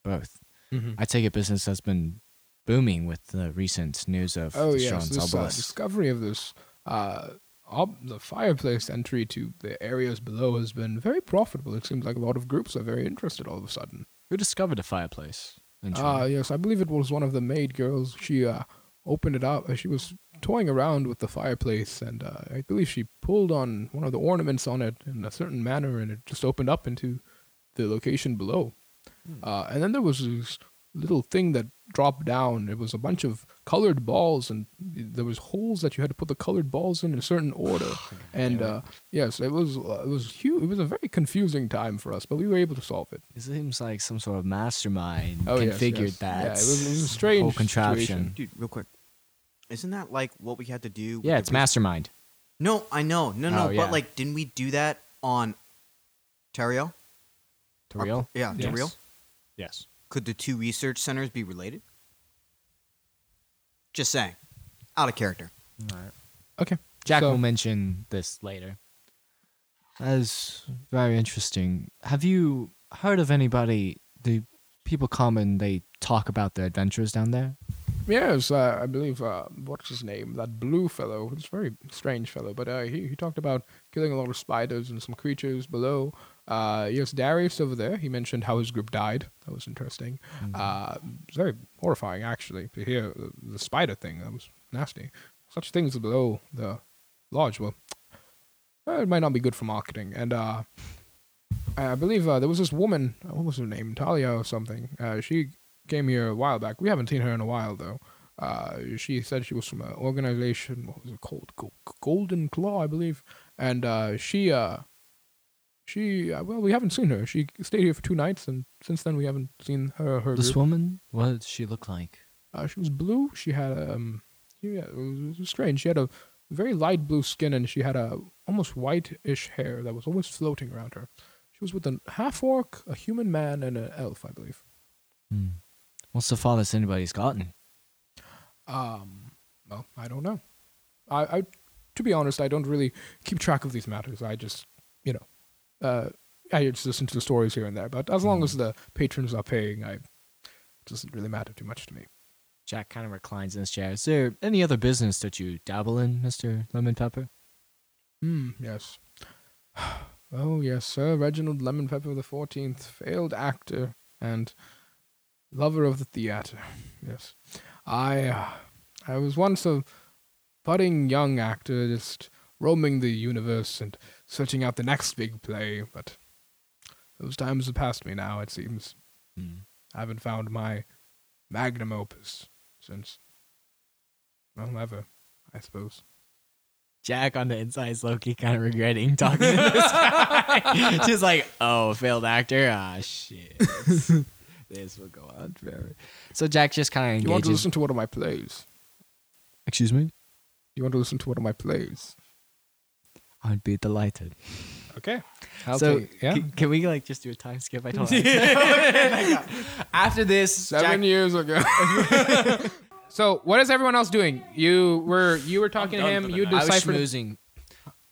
both. Mm-hmm. I take it business has been booming with the recent news of Oh the yes, Sean's this uh, obelisk. discovery of this uh, ob- the fireplace entry to the areas below has been very profitable. It seems like a lot of groups are very interested all of a sudden. Who discovered a fireplace? in Ah, Uh, Sean? yes, I believe it was one of the maid girls. She uh, opened it Uh, up. She was toying around with the fireplace, and uh, I believe she pulled on one of the ornaments on it in a certain manner, and it just opened up into the location below. Uh, and then there was this little thing that dropped down. It was a bunch of colored balls, and there was holes that you had to put the colored balls in in a certain order. and uh, yes, it was uh, it was huge. It was a very confusing time for us, but we were able to solve it. It seems like some sort of mastermind Oh, yes, configured yes. that. Yeah, it was- it was a whole strange contraption. Dude, real quick. Isn't that like what we had to do? with Yeah, the it's pre- mastermind. No, I know. No, no. Oh, but yeah. like, didn't we do that on Terrio? To real? Yeah, Yes. Terrio. Yes. Could the two research centers be related? Just saying. Out of character. Okay, Jack So- will mention this later. That is very interesting. Have you heard of anybody? The people come and they talk about their adventures down there. Yes, uh, I believe uh, what's his name? That blue fellow. It's a very strange fellow, but uh, he he talked about killing a lot of spiders and some creatures below. Uh, yes, Darius over there. He mentioned how his group died. That was interesting. Uh, it's very horrifying, actually, to hear the, the spider thing. That was nasty. Such things below the lodge. Well, uh, it might not be good for marketing. And uh, I I believe uh, there was this woman. uh, What was her name? Talia or something. Uh, she came here a while back. We haven't seen her in a while though. Uh, she said she was from an organization. What was it called? Go- Golden Claw, I believe. And uh, she, uh, she. Uh, well, we haven't seen her. She stayed here for two nights, and since then we haven't seen her. or Her This group. woman, what did she look like? Uh, she was blue. She had um, yeah, it was, it was strange. She had a very light blue skin, and she had a almost whitish hair that was always floating around her. She was with a half orc, a human man, and an elf, I believe. What's the farthest anybody's gotten? Um, well, I don't know. I, I, to be honest, I don't really keep track of these matters. I just, you know, uh, I just listen to the stories here and there. But as long as the patrons are paying, I it doesn't really matter too much to me. Jack kind of reclines in his chair. Is there any other business that you dabble in, Mister Lemon Pepper? Hmm. Yes. Oh yes, Sir Reginald Lemon Pepper the Fourteenth, failed actor and lover of the theater. Yes, I, uh, I was once a budding young actor, just roaming the universe and searching out the next big play. But those times have passed me now. It seems I haven't found my magnum opus since. Well, ever, I suppose. Jack on the inside is Loki, kind of regretting talking to this guy. Just like, oh, failed actor. Ah, shit. this will go on forever. So Jack just kind of You want to engages. listen to one of my plays? Excuse me. You want to listen to one of my plays? I'd be delighted. Okay. I'll so take- yeah. c- can we like just do a time skip? I told you. After this, Seven Jack, years ago. so what is everyone else doing? You were you were talking to done him. for the You night. I was deciphered. schmoozing.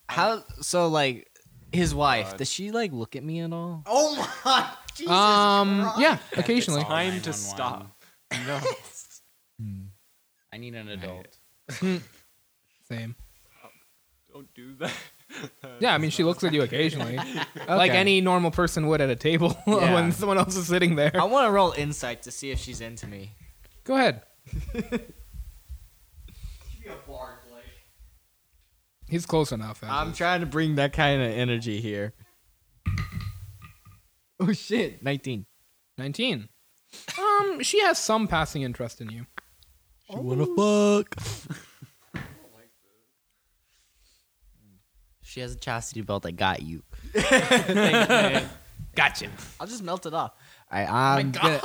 How? So like, his wife. Does she like look at me at all? Oh my. Jesus Um. Christ. Yeah. Occasionally. Time to stop. No. I need an adult. Same. Don't do that. Yeah. I mean, she looks at you occasionally, like any normal person would at a table when someone else is sitting there. I want to roll insight to see if she's into me. Go ahead. He's close enough. as I'm is. trying to bring that kind of energy here. Oh shit! Nineteen. Nineteen. Um. She has some passing interest in you. She wanna fuck. She has a chastity belt. I got you. Gotcha. I'll just melt it off. Oh I, I'm gonna-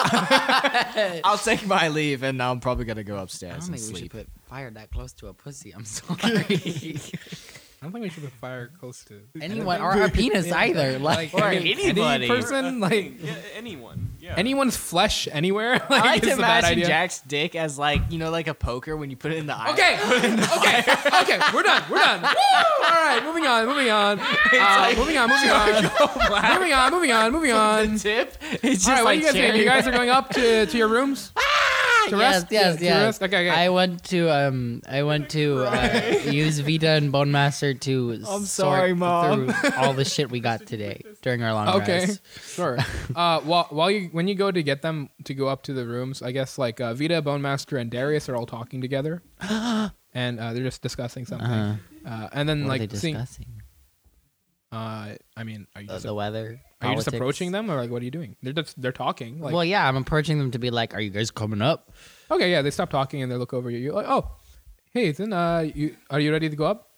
I'll take my leave, and I'm probably gonna go I don't upstairs and think we should sleep. put fire that close to a pussy. I'm sorry. I don't think we should put fire close to Anyone or a penis either. Like, I mean, anybody. Any person like Yeah, anyone. Yeah. anyone's flesh anywhere. I like it's to a bad imagine idea. Jack's dick as like you know, like a poker when you put it in the eye. Okay, okay, okay. We're done. We're done. Woo! All right, moving on. Moving on. Uh, moving on. Moving on. moving on. Moving on. Moving on. The tip. It's just All right, what are like you guys doing? cherry You guys are going up to, to your rooms to yes, rest. yes, to yes. rest? Okay, okay. I went to um, I went to uh, use Vita and Bone Master to. I'm sorry, Mom. Through all the shit we got today during our long okay, rest. sure. Uh, while while you when you go to get them to go up to the rooms, I guess like uh, Vita, Bone Master, and Darius are all talking together, and uh, they're just discussing something. uh and then Uh-huh. What are like they seeing, discussing? Uh, I mean, are you The, just, the weather. are you just politics. approaching them, or like, what are you doing? They're just, they're talking. Like, well, yeah, I'm approaching them to be like, "Are you guys coming up?" okay, yeah, they stop talking and they look over you. You're like, oh, hey, Ethan, uh, you are you ready to go up?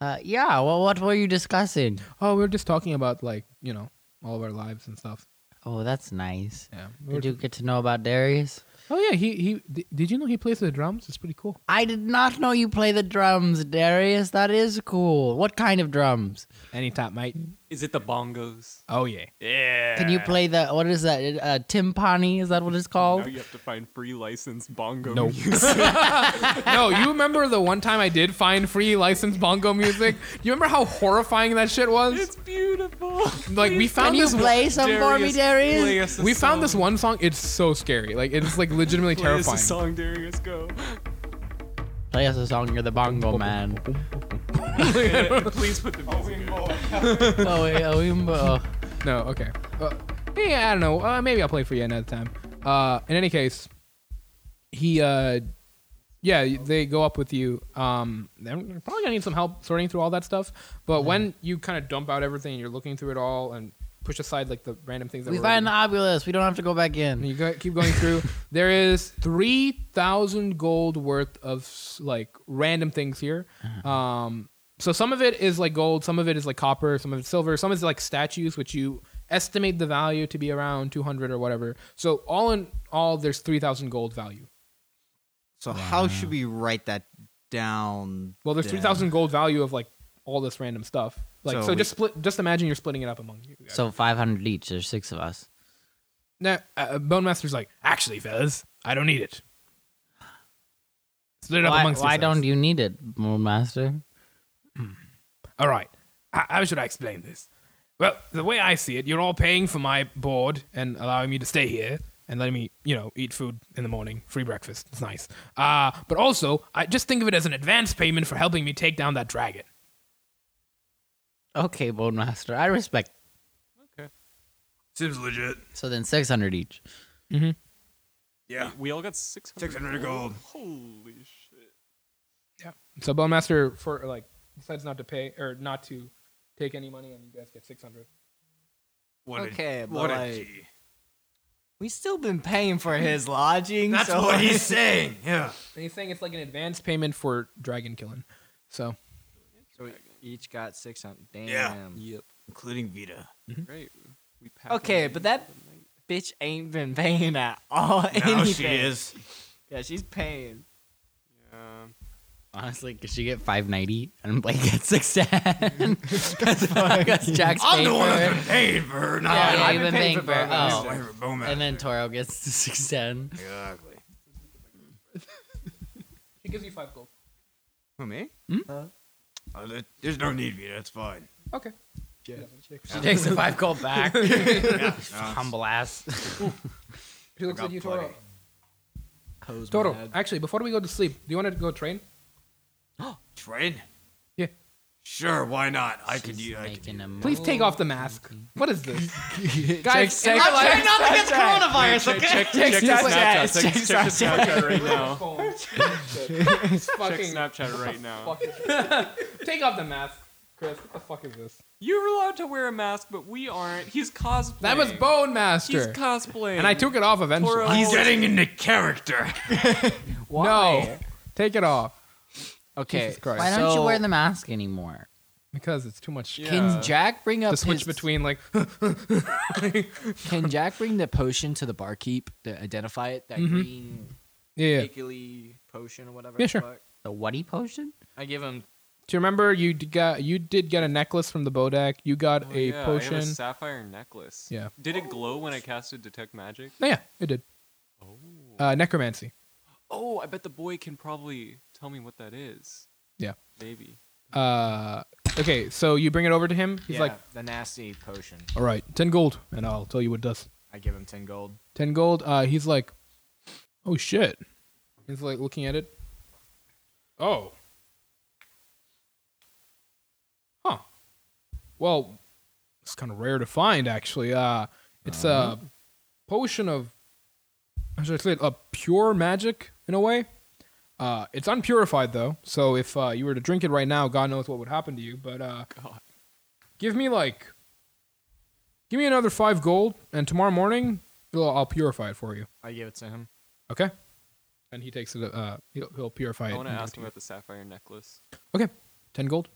Uh, yeah. Well, what were you discussing? Oh, we were just talking about like you know all of our lives and stuff. Oh, that's nice. Yeah. We were- Did you get to know about Darius? oh yeah, he he di- did you know he plays the drums? It's pretty cool. I did not know you play the drums, Darius. That is cool. What kind of drums? Any top mate. Is it the bongos? Oh yeah. Yeah. Can you play the what is that? Uh, timpani? Is that what it's Now called? you have to find free licensed bongo. No. music. No, you remember the one time I did find free licensed bongo music? Do you remember how horrifying that shit was? It's beautiful. like we Can found you this play some for me, play Darius? us a we found this song. one song. It's so scary. Like it's like legitimately Play us a terrifying. song, Darius. Go. Play us a song. You're the bongo man. Please put the music. in. oh, wait, oh, we- oh. No, okay. Uh, yeah, I don't know. Uh, maybe I'll play for you another time. Uh, in any case, he, uh, yeah, they go up with you. Um, they're they're probably gonna need some help sorting through all that stuff. But when you kind of dump out everything and you're looking through it all and push aside like the random things that We were find the written, obelisk. We don't have to go back and in. you go, keep going through, there is three thousand gold worth of s- like random things here. Um, so some of it is like gold, some of it is like copper, some of it's silver, some is like statues, which you estimate the value to be around two hundred or whatever. So all in all, there's three thousand gold value. So how should we write that down? Well, there's three thousand gold value of like all this random stuff. Like so, So just split. Just imagine you're splitting it up among you. So 500 each. There's six of us. Now, uh, Bone Master's like, actually, fellas, I don't need it. Split it up Why, amongst why yourselves." don't you need it, Moon Master? All right. How- How should I explain this? Well, the way I see it, you're all paying for my board and allowing me to stay here and letting me, you know, eat food in the morning, free breakfast. It's nice. Uh, but also, I just think of it as an advance payment for helping me take down that dragon. Okay, Bone Master. I respect. Seems legit. So then 600 each. Yeah. We all got 600. 600 gold. Holy shit. So Bone Master for like decides not to pay or not to take any money, and you guys get six hundred. What Okay, what but a like, G. we still been paying for his lodging. That's so what he's saying. Yeah. And he's saying it's like an advance payment for dragon killing. So So we each got six hundred. Damn. Yeah. Yep. Including Vita. Right. We pack Okay, on but that bitch ain't been paying at all. Now anything. she is. Yeah, she's paying. Yeah. Honestly, could she get 590 and Blake get 610? That's fuck, that's Jack's I'm the paper. one that's been paying for her, not Yeah, I've yeah, been you've been paying paying for for it. both. Oh. her Bowman. And then Toro gets to 610. Exactly. she gives you five gold. Hmm? Who me? Uh, there- there's no need, Vita. It's fine. Okay. She takes the five gold back. Humble. She looks got at plenty. you, Toro. Toro, actually, before we go to sleep, do you want to go train? Train? Yeah. Sure, why not? I could She's use I could, making a Please move. take off the mask. What is this? Check, Guys, check, check, check, check. coronavirus, okay? Check, check, Snapchat, Snapchat. Check, check check, the Snapchat right now. It's Check fucking Snapchat right now. fuck is this? Take off the mask, Chris. What the fuck is this? You were allowed to wear a mask, but we aren't. He's cosplaying. That was Bone He's Master. cosplaying. and I took it off eventually. Toro. He's getting Oh, into character. No. Take it off. Okay. Jesus Christ. Why don't you So- wear the mask anymore? Because it's too much Yeah. Uh, Can Jack bring up to switch his- between like Can Jack bring the potion to the barkeep to identify it? That Mm-hmm. green Yeah. Do pickly potion or whatever. Yeah, the sure. fuck? The whaty potion? I give him. you remember you d- got you did get a necklace from the Bodak? You got Oh, a yeah, I potion. have a sapphire necklace. Yeah. Did it glow when I casted detect magic? Oh, yeah, it did. Uh, necromancy. Oh, I bet the boy can probably tell me what that is. Yeah. Maybe. Uh, okay, so you bring it over to him. He's yeah, like, the nasty potion. "All right, ten gold, and I'll tell you what it does." I give him ten gold. Ten gold. Uh, he's like, "Oh shit!" He's like looking at it. Oh. Huh. Well, it's kind of rare to find, actually. Uh, it's a potion of, how should I say it, a pure magic in a way. Uh, it's unpurified though, so if uh, you were to drink it right now, God knows what would happen to you. But uh, Give me like, give me another five gold, and tomorrow morning I'll, I'll purify it for you. I gave it to him. Okay. And he takes it. Uh, he'll, he'll purify I it. want to and give ask it him about the sapphire necklace to you. Okay. Ten gold.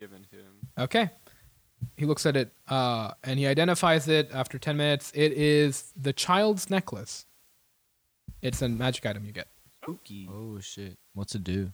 given to him. Okay. He looks at it uh, and he identifies it after 10 minutes. It is the child's necklace. It's a magic item you get. Oh shit! What's it do?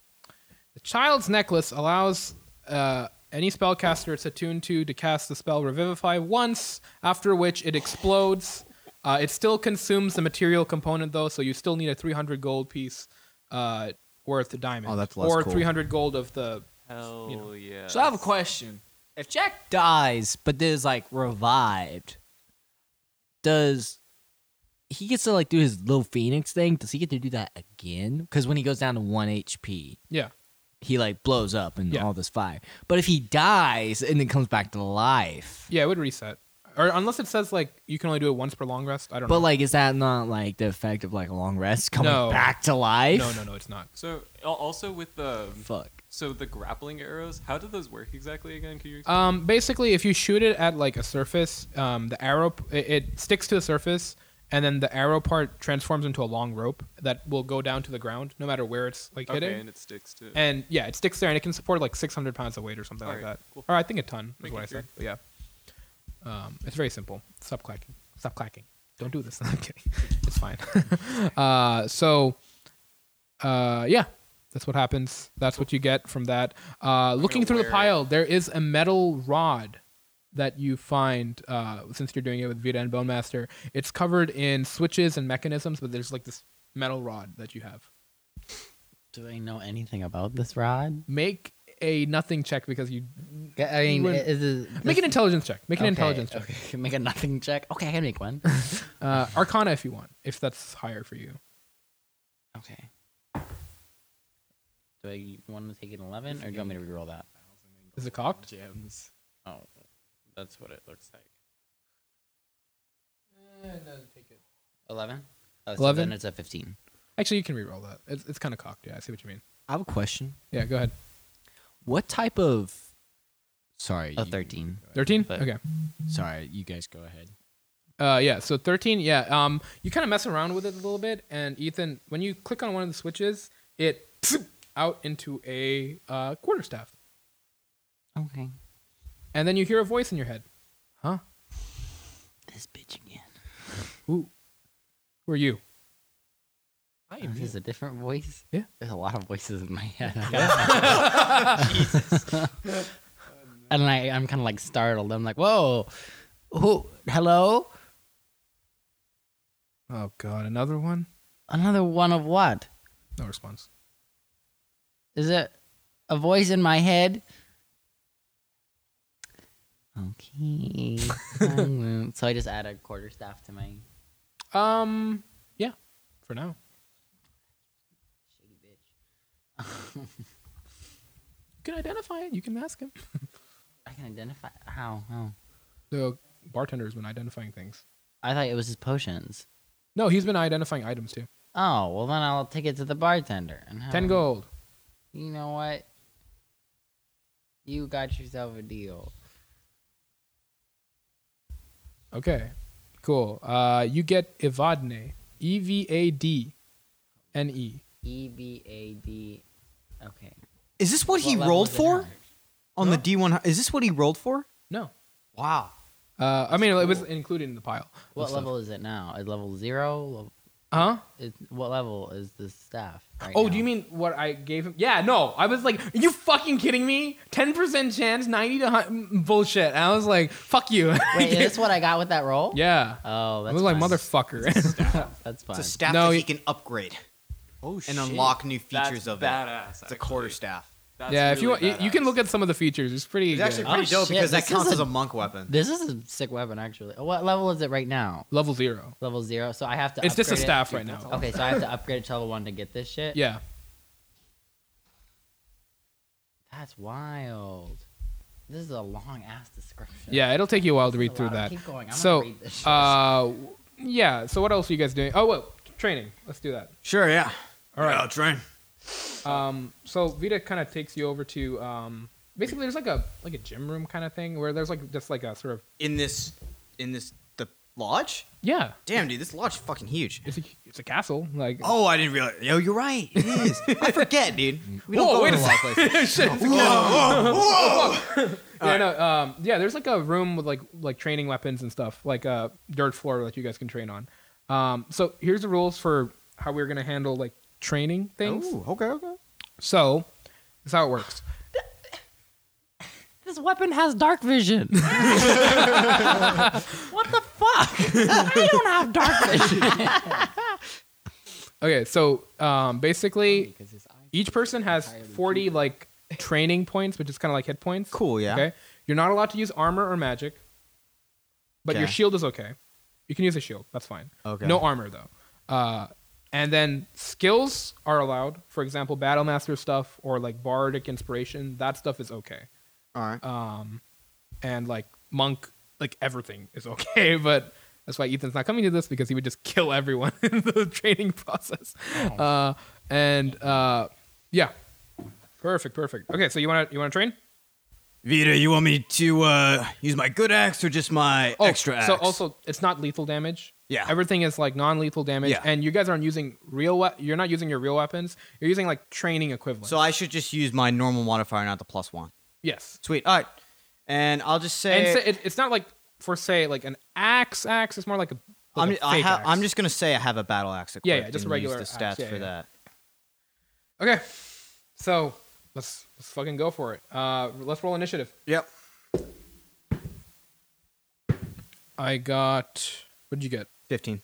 The child's necklace allows uh, any spellcaster it's attuned to to cast the spell Revivify once, after which it explodes. Uh, it still consumes the material component, though, so you still need a 300 gold piece uh, worth of diamond. Oh, that's less Or cool. 300 gold of the. Hell yeah. So I have a question. If Jack dies but is like revived, does he gets to like do his little phoenix thing? Does he get to do that again? Because when he goes down to one HP, Yeah. he like blows up and Yeah. all this fire. But if he dies and then comes back to life, Yeah, it would reset. Or unless it says, like, you can only do it once per long rest. I don't but know. like is that not like the effect of like a long rest coming No. back to life? no, no, no, it's not. So al- also with the Fuck. so the grappling arrows, how do those work exactly again? Can you explain? Um, basically, if you shoot it at like a surface, um, the arrow p- it, it sticks to the surface, and then the arrow part transforms into a long rope that will go down to the ground, no matter where it's like okay, hitting. and it sticks to. And yeah, it sticks there, and it can support like 600 pounds of weight or something like Alright, that. cool. Or I think a ton is Making what I said. But yeah, um, it's very simple. Stop clacking. Stop clacking. Don't do this. I'm kidding. It's fine. uh, so, uh, yeah, that's what happens. That's what you get from that. Uh, looking through the wear it. pile, there is a metal rod that you find uh, since you're doing it with Vita and Bone Master. It's covered in switches and mechanisms, but there's like this metal rod that you have. Do I know anything about this rod? Make a nothing check because you I mean, mean, would- is it, make an intelligence check. Make an intelligence check. Make a nothing check. Okay, I can make one. Uh, Arcana if you want, if that's higher for you. okay. Do I want to take an eleven, or do you want me to reroll that? Is it cocked? Oh, that's what it looks like. Eleven. Oh, so 11? Then it's a fifteen. Actually, you can re-roll that. It's, it's kind of cocked. Yeah, I see what you mean. I have a question. Yeah, go ahead. What type of Sorry. A you- thirteen. Thirteen. But- Okay. Sorry, you guys go ahead. Uh, yeah. So thirteen. Yeah. Um, you kind of mess around with it a little bit, and Ethan, when you click on one of the switches, it out into a uh, quarterstaff, Okay. and then you hear a voice in your head. This bitch again. Who are you? Oh, this is a different voice. Yeah. There's a lot of voices in my head. and I, I'm kind of like startled. I'm like, whoa, who? Hello? Oh God, another one. Another one of what? No response. Is it a voice in my head? Okay. so I just add a quarter staff to my. Um. Yeah. For now. you can identify it. You can ask him. I can identify how. How? So bartender's been identifying things. I thought it was his potions. No, he's been identifying items too. Oh well, then I'll take it to the bartender and have Ten him- gold. You know what? You got yourself a deal. Okay, cool. Uh, you get Evadne, E V A D N E. E B A D. Okay. Is this what, he level rolled is it for at? on the D1? Is this what he rolled for? No, Wow. uh, I mean it was included in the pile. What level is it now? Is level zero? Level- Huh? It, what level is this staff? Right Oh, now? do you mean what I gave him? Yeah, no. I was like, are you fucking kidding me? Ten percent chance, ninety to hun- mm, bullshit. And I was like, fuck you. Wait, is this what I got with that roll? yeah. Oh, I that's was like, fun. motherfucker. That's fun. It's a staff No, that he- he can upgrade Oh and unlock new That's features of it. badass. It's a quarter staff. yeah, if you want, you, you can look at some of the features. It's pretty. It's good. actually pretty Oh, dope shit, because that this counts is a- as a monk weapon. this is a sick weapon, actually. What level is it right now? level zero. Level zero. So I have to. It's just a upgrade it- staff right now. Okay, so I have to upgrade it to level one to get this shit. Yeah. That's wild. This is a long ass description. Yeah, it'll take you a while to read That's through a lot. that. Keep going. I'm gonna so, read this shit. uh, yeah. So what else are you guys doing? Oh, well, training. Let's do that. Sure, yeah. All right. I'll train. Um, so Vita kind of takes you over to um, Basically, there's like a like a gym room kind of thing where there's like just like a sort of in this in this the lodge. yeah, Damn, dude, this lodge is fucking huge. it's a it's a castle. Like Oh, I didn't realize. Yo, you're right. It is. I forget, dude. We don't Whoa, go wait to a a lot of places. yeah, no, um, yeah, there's like a room with like like training weapons and stuff, like a dirt floor that you guys can train on. Um, so here's the rules for how we're gonna handle like training things. okay, okay. So that's how it works. This weapon has dark vision. what the fuck? I don't have dark vision. Okay, so um, basically, each person has 40 like training points, which is kind of like hit points. Cool, yeah. Okay, you're not allowed to use armor or magic, but your Okay. shield is okay. You can use a shield. That's fine. Okay. No armor though. Uh, and then skills are allowed. For example, battle master stuff or like bardic inspiration. That stuff is okay. All right. Uh, And like monk, like everything is okay. But that's why Ethan's not coming to this because he would just kill everyone in the training process. Oh. Uh, and uh, yeah, perfect, perfect. Okay, so you want to you want to train? Vita, you want me to uh, use my good axe or just my Oh, extra axe? So also, it's not lethal damage. Yeah. Everything is like non-lethal damage, Yeah. and you guys aren't using real. We- you're not using your real weapons. You're using like training equivalent. so I should just use my normal modifier, not the plus one. yes, Sweet. All right. And I'll just say. and so it, it's not like for say like an axe. Axe It's more like a. I'm, Like a I fake ha- I'm axe. just gonna say I have a battle axe. Yeah, yeah, equipped just a and regular Use axe, the stats yeah, for yeah. that. okay. So let's let's fucking go for it. Uh, let's roll initiative. Yep. I got. What did you get? Fifteen.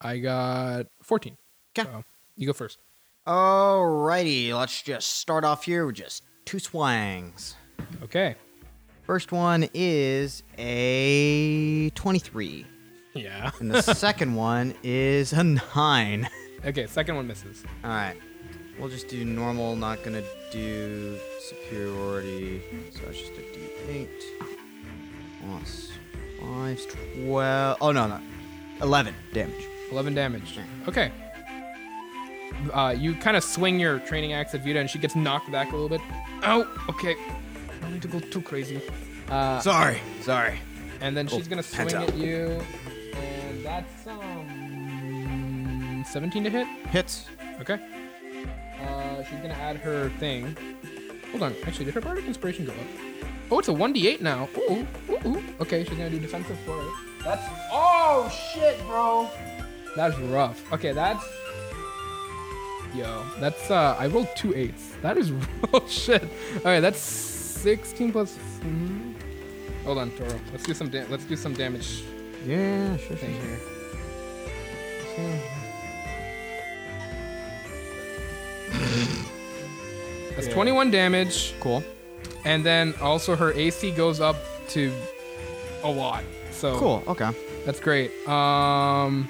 I got fourteen. 'Kay. So you go first. Alrighty, let's just start off here with just two swangs. Okay. First one is a 23, Yeah. and the second one is a 9. Okay. Second one misses. Alright, we'll just do normal, not gonna do superiority. So it's just a d8. Plus 5, 12. Oh, no, no. 11 damage. 11 damage. Okay. Uh, you kind of swing your training axe at Vita, and she gets knocked back a little bit. Oh, okay. I don't need to go too crazy. sorry, sorry. And then she's gonna swing pants out. at you, and that's um 17 to hit. Hits. Okay. Uh, she's gonna add her thing. Hold on. Actually, did her bardic inspiration go up? Oh, it's a 1d8 now. Ooh, ooh, ooh. Okay, she's gonna do defensive for it. That's oh shit, bro. That's rough. Okay, that's yo. That's uh, I rolled two eights. That is oh shit. All right, that's 16 plus. hmm. Hold on, Toro. Let's do some. Da- let's do some damage Yeah, sure. thing here. That's 21 damage, Cool. and then also her AC goes up to a lot. So Cool, okay. that's great. Um,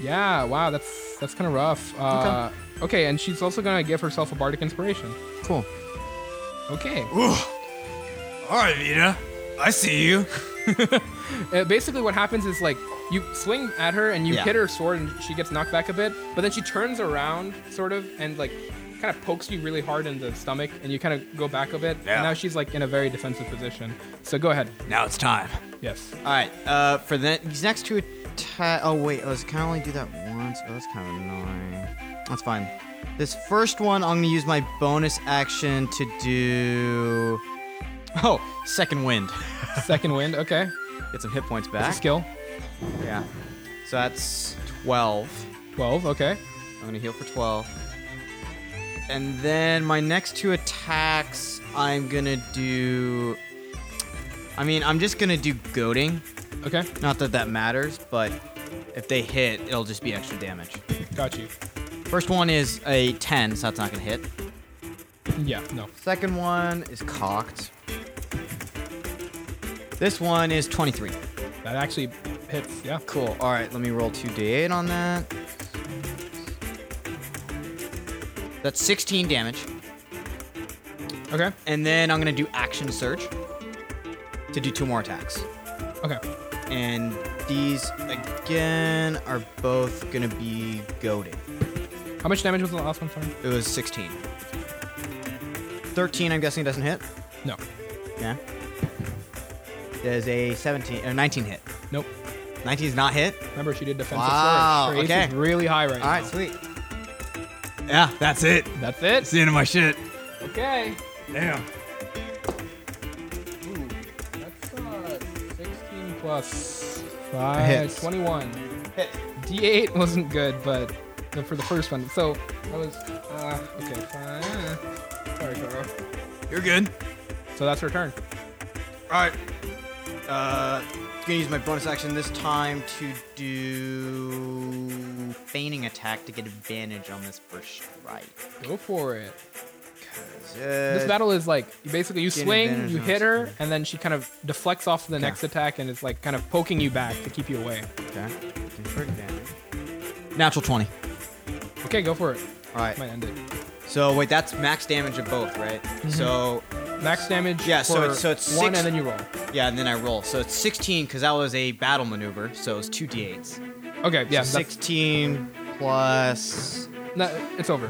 yeah, wow, that's that's kind of rough. Uh, okay. and she's also gonna give herself a bardic inspiration. Cool. Okay, All right, Vita, I see you. Uh, basically what happens is like you swing at her and you Yeah. hit her sword and she gets knocked back a bit but then she turns around sort of and like kind of pokes you really hard in the stomach and you kind of go back a bit Yeah. and now she's like in a very defensive position so go ahead Now it's time. yes All right. Uh, for the these next two attack. Oh wait, oh, can I only do that once? Oh, that's kind of annoying. That's fine. This first one, I'm gonna use my bonus action to do. Oh, second wind. second wind okay Get some hit points That's a back. skill Yeah. So that's twelve. 12 okay I'm gonna heal for twelve. And then my next two attacks, I'm gonna do. I mean, I'm just gonna do goading. okay Not that that matters, but if they hit, it'll just be extra damage. got you First one is a 10, so that's not gonna hit. yeah no Second one is cocked. This one is 23. that actually hits yeah Cool. All right, let me roll 2d8 on that. That's 16 damage. okay And then I'm gonna do action surge to do two more attacks. okay And these, again, are both gonna be goaded. how much damage was the last one sorry It was 16. 13, I'm guessing, doesn't hit. No. Yeah. Does a 17 or 19 hit? Nope. 19 is not hit. Remember, she did defensive Wow, first. Her okay. ace is really high right All right, sweet. Yeah, that's it. now. That's it. It's the end of my shit. Okay. Damn. Ooh, that's uh, 16 plus 5, 21. D8 wasn't good, but the- for the first one. So that was, uh, okay, fine. Sorry, Koro. You're good. So that's her turn. Uh, I'm gonna use my bonus action this time to do feigning attack to get advantage on this first strike. Go for it. Uh, This battle is like you basically you Get swing, advantage you on hit this her, and then she kind of deflects off to the next attack, and it's like kind of poking you back to keep you away. okay. Looking for advantage. Natural 20. Okay, go for it. All right. Might end it. So wait, that's max damage of both, right? So Max damage. Yeah, so for it's- so it's one, six- and then you roll. yeah, and then I roll. So it's 16 because that was a battle maneuver. So it's two d8s. Okay, yeah, So 16 plus. that's, no, it's over.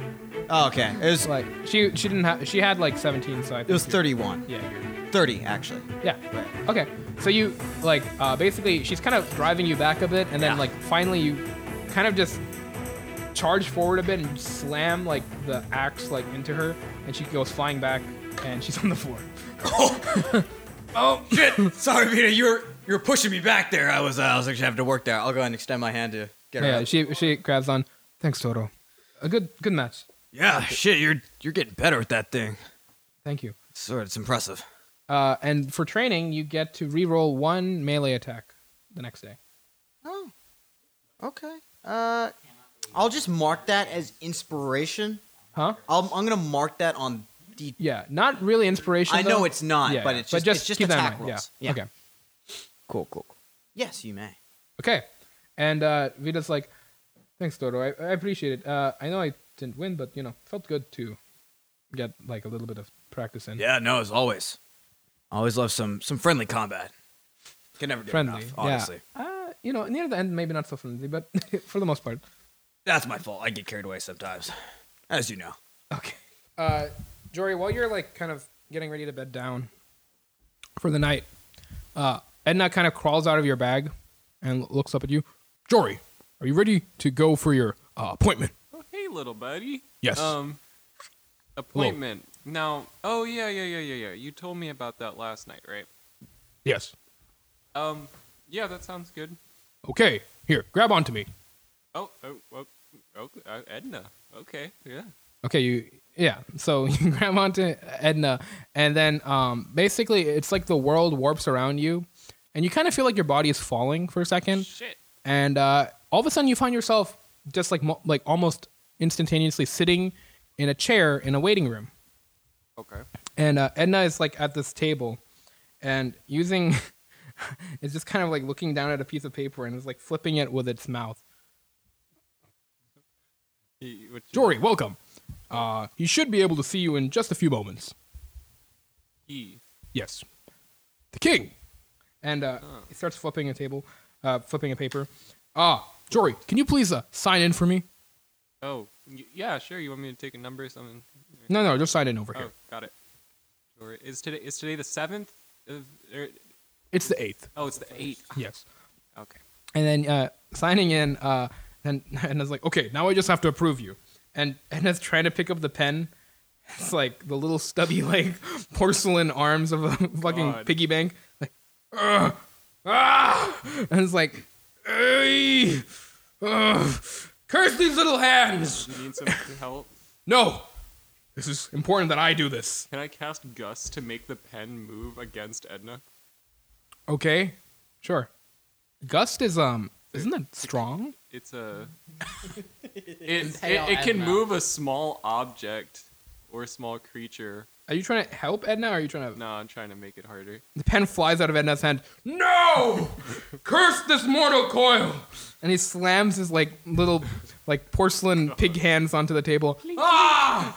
Oh, okay. It was Like she she didn't have she had like 17, so I think it was you're- 31. Yeah, you're, 30 actually. yeah. Right. Okay, so you like uh, basically she's kind of driving you back a bit, and then like finally you kind of just charge forward a bit and slam like the axe like into her, and she goes flying back, and she's on the floor. Oh shit! Sorry, Peter. You were you were pushing me back there. I was uh, I was actually having to work there. I'll go ahead and extend my hand to get her. Yeah, up. she she grabs on. Thanks, Toto. A good good match. Yeah, shit. You're you're getting better with that thing. Thank you. Sword. It's impressive. Uh, and for training, you get to reroll one melee attack the next day. Oh, Okay. Uh, I'll just mark that as inspiration. Huh? I'll, I'm gonna mark that on the. Yeah, not really inspiration. I though. know it's not, Yeah, but yeah, it's just, it's just keep that in attack mind. rolls. Yeah. Okay. Cool, cool. cool. Yes, you may. Okay. And uh, Vita's like, thanks, Toto. I, I appreciate it. Uh, I know I didn't win, but you know, felt good to get like a little bit of practice in. Yeah. No. As always. I always love some some friendly combat. Can never get Friendly, enough. yeah. Honestly. Uh, you know, near the end, maybe not so friendly, but for the most part. That's my fault. I get carried away sometimes, as you know. Okay. Uh, Jory, while you're like kind of getting ready to bed down for the night, uh, Edna kind of crawls out of your bag and l- looks up at you. Jory, are you ready to go for your uh, appointment? Oh, hey, little buddy. Yes. Um, appointment. Now, oh yeah, yeah, yeah, yeah, yeah. You told me about that last night, right? Yes. Um, yeah, that sounds good. Okay. Here, grab onto me. Oh, oh, oh, oh uh, Edna. Okay, yeah. Okay, you yeah. So you grab onto Edna, and then um, basically it's like the world warps around you, and you kind of feel like your body is falling for a second, Shit. and uh, all of a sudden you find yourself just like mo- like almost instantaneously sitting in a chair in a waiting room, Okay. and uh, Edna is like at this table, and using is just kind of like looking down at a piece of paper and is like flipping it with its mouth. Y- what you- Jory, welcome. Uh, he should be able to see you in just a few moments. E. Yes. The king. And uh, he starts flipping a table, uh, flipping a paper. Ah, Jory, can you please uh, sign in for me? Oh, y- yeah, sure. You want me to take a number or something? No, no, just sign in over Oh, here. got it. Sure. Is today is today the seventh? Of, er, It's the eighth. oh, it's the eighth. Yes. Okay. And then uh, signing in, uh, and and I was like, okay, now I just have to approve you. And and is trying to pick up the pen. It's like the little stubby, like porcelain arms of a fucking God. piggy bank. Like, "Ugh, ah! and it's like, "Ey, ugh, curse these little hands. You need some help? No, this is important that I do this. Can I cast Gus to make the pen move against Edna? Okay, sure. Gust is um, isn't that strong? It's a. it, it, it can move a small object or small creature. Are you trying to help Edna? or Are you trying to? No, I'm trying to make it harder. The pen flies out of Edna's hand. No! Curse this mortal coil! And he slams his like little like porcelain pig hands onto the table. Ah!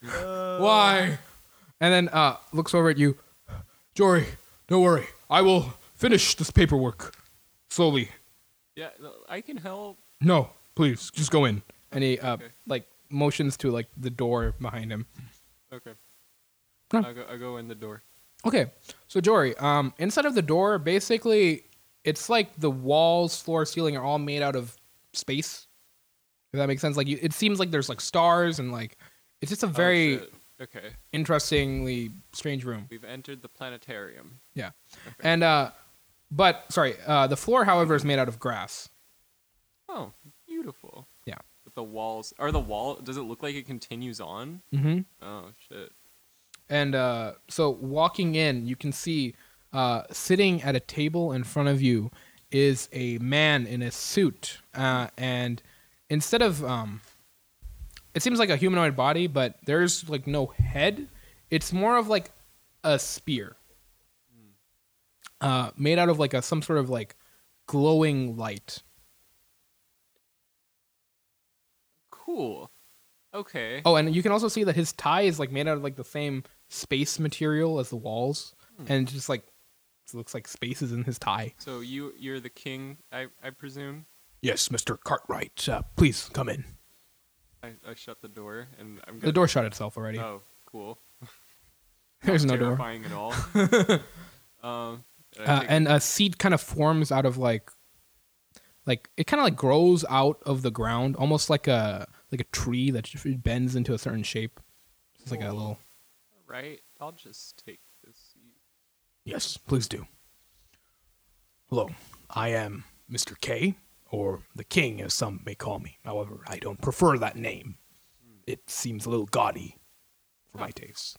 Why? And then uh, looks over at you. Jory, don't worry. I will finish this paperwork slowly. Yeah, no, I can help. No, please, just go in. And he uh, like motions to like the door behind him. Okay. Huh. I go, I go in the door. Okay, so Jory, um, inside of the door, basically, it's like the walls, floor, ceiling are all made out of space. If that makes sense, like you, it seems like there's like stars and like it's just a Oh, very shit. okay. interestingly strange room. We've entered the planetarium. Yeah, and uh, but sorry, uh, the floor, however, is made out of grass. Oh, beautiful. Yeah. But the walls are the wall. Does it look like it continues on? Mm-hmm. Oh shit. And uh, so walking in, you can see uh, sitting at a table in front of you is a man in a suit. Uh, and instead of, um, it seems like a humanoid body, but there's like no head. It's more of like a spear uh, made out of like a some sort of like glowing light. Cool. Okay. Oh, and you can also see that his tie is like made out of like the same space material as the walls, and just like it looks like space is in his tie. So you you're the king, I I presume. Yes, Mister Cartwright, uh, please come in. I, I shut the door and I'm The gonna, door shut itself already. Oh, cool. There's no door. terrifying at all. um, and I Uh, take- and a seed kind of forms out of like, like it kind of like grows out of the ground, almost like a like a tree that just bends into a certain shape. It's like a little. right, I'll just take this. Yes, please do. Hello, I am Mr. K, or the King, as some may call me. However, I don't prefer that name. It seems a little gaudy for my taste.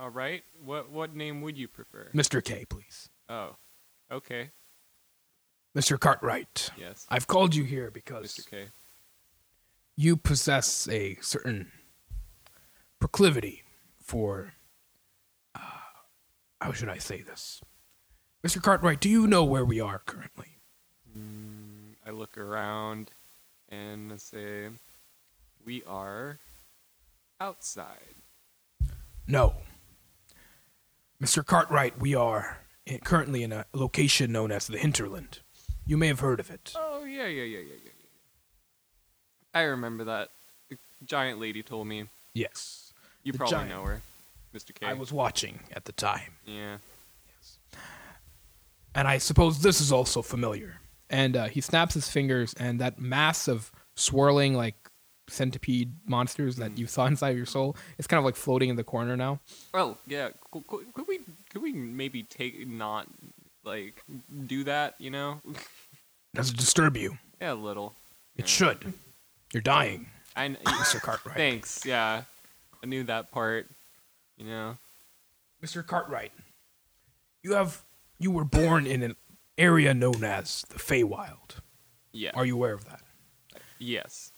All right. What what name would you prefer? Mr. K, please. Oh, okay. Mr. Cartwright, Yes, I've called you here because Mr. K. you possess a certain proclivity for. Uh, how should I say this? Mr. Cartwright, do you know where we are currently? I look around and say, we are outside. No. Mr. Cartwright, we are in, currently in a location known as the Hinterland. You may have heard of it. Oh yeah, yeah, yeah, yeah, yeah. yeah. I remember that. The giant lady told me. Yes. You The probably giant. know her, Mr. K. I was watching at the time. Yeah. And I suppose this is also familiar. And uh, he snaps his fingers, and that mass of swirling, like, centipede monsters that you saw inside of your soul is kind of like floating in the corner now. Oh yeah. Could, could, could we could we maybe take not like do that? You know? Does it disturb you? yeah, a little. It should. You're dying, I kn- Mr. Cartwright. thanks. Yeah, I knew that part. You know. Mr. Cartwright, you have you were born in an area known as the Feywild. Yeah. Are you aware of that? Yes.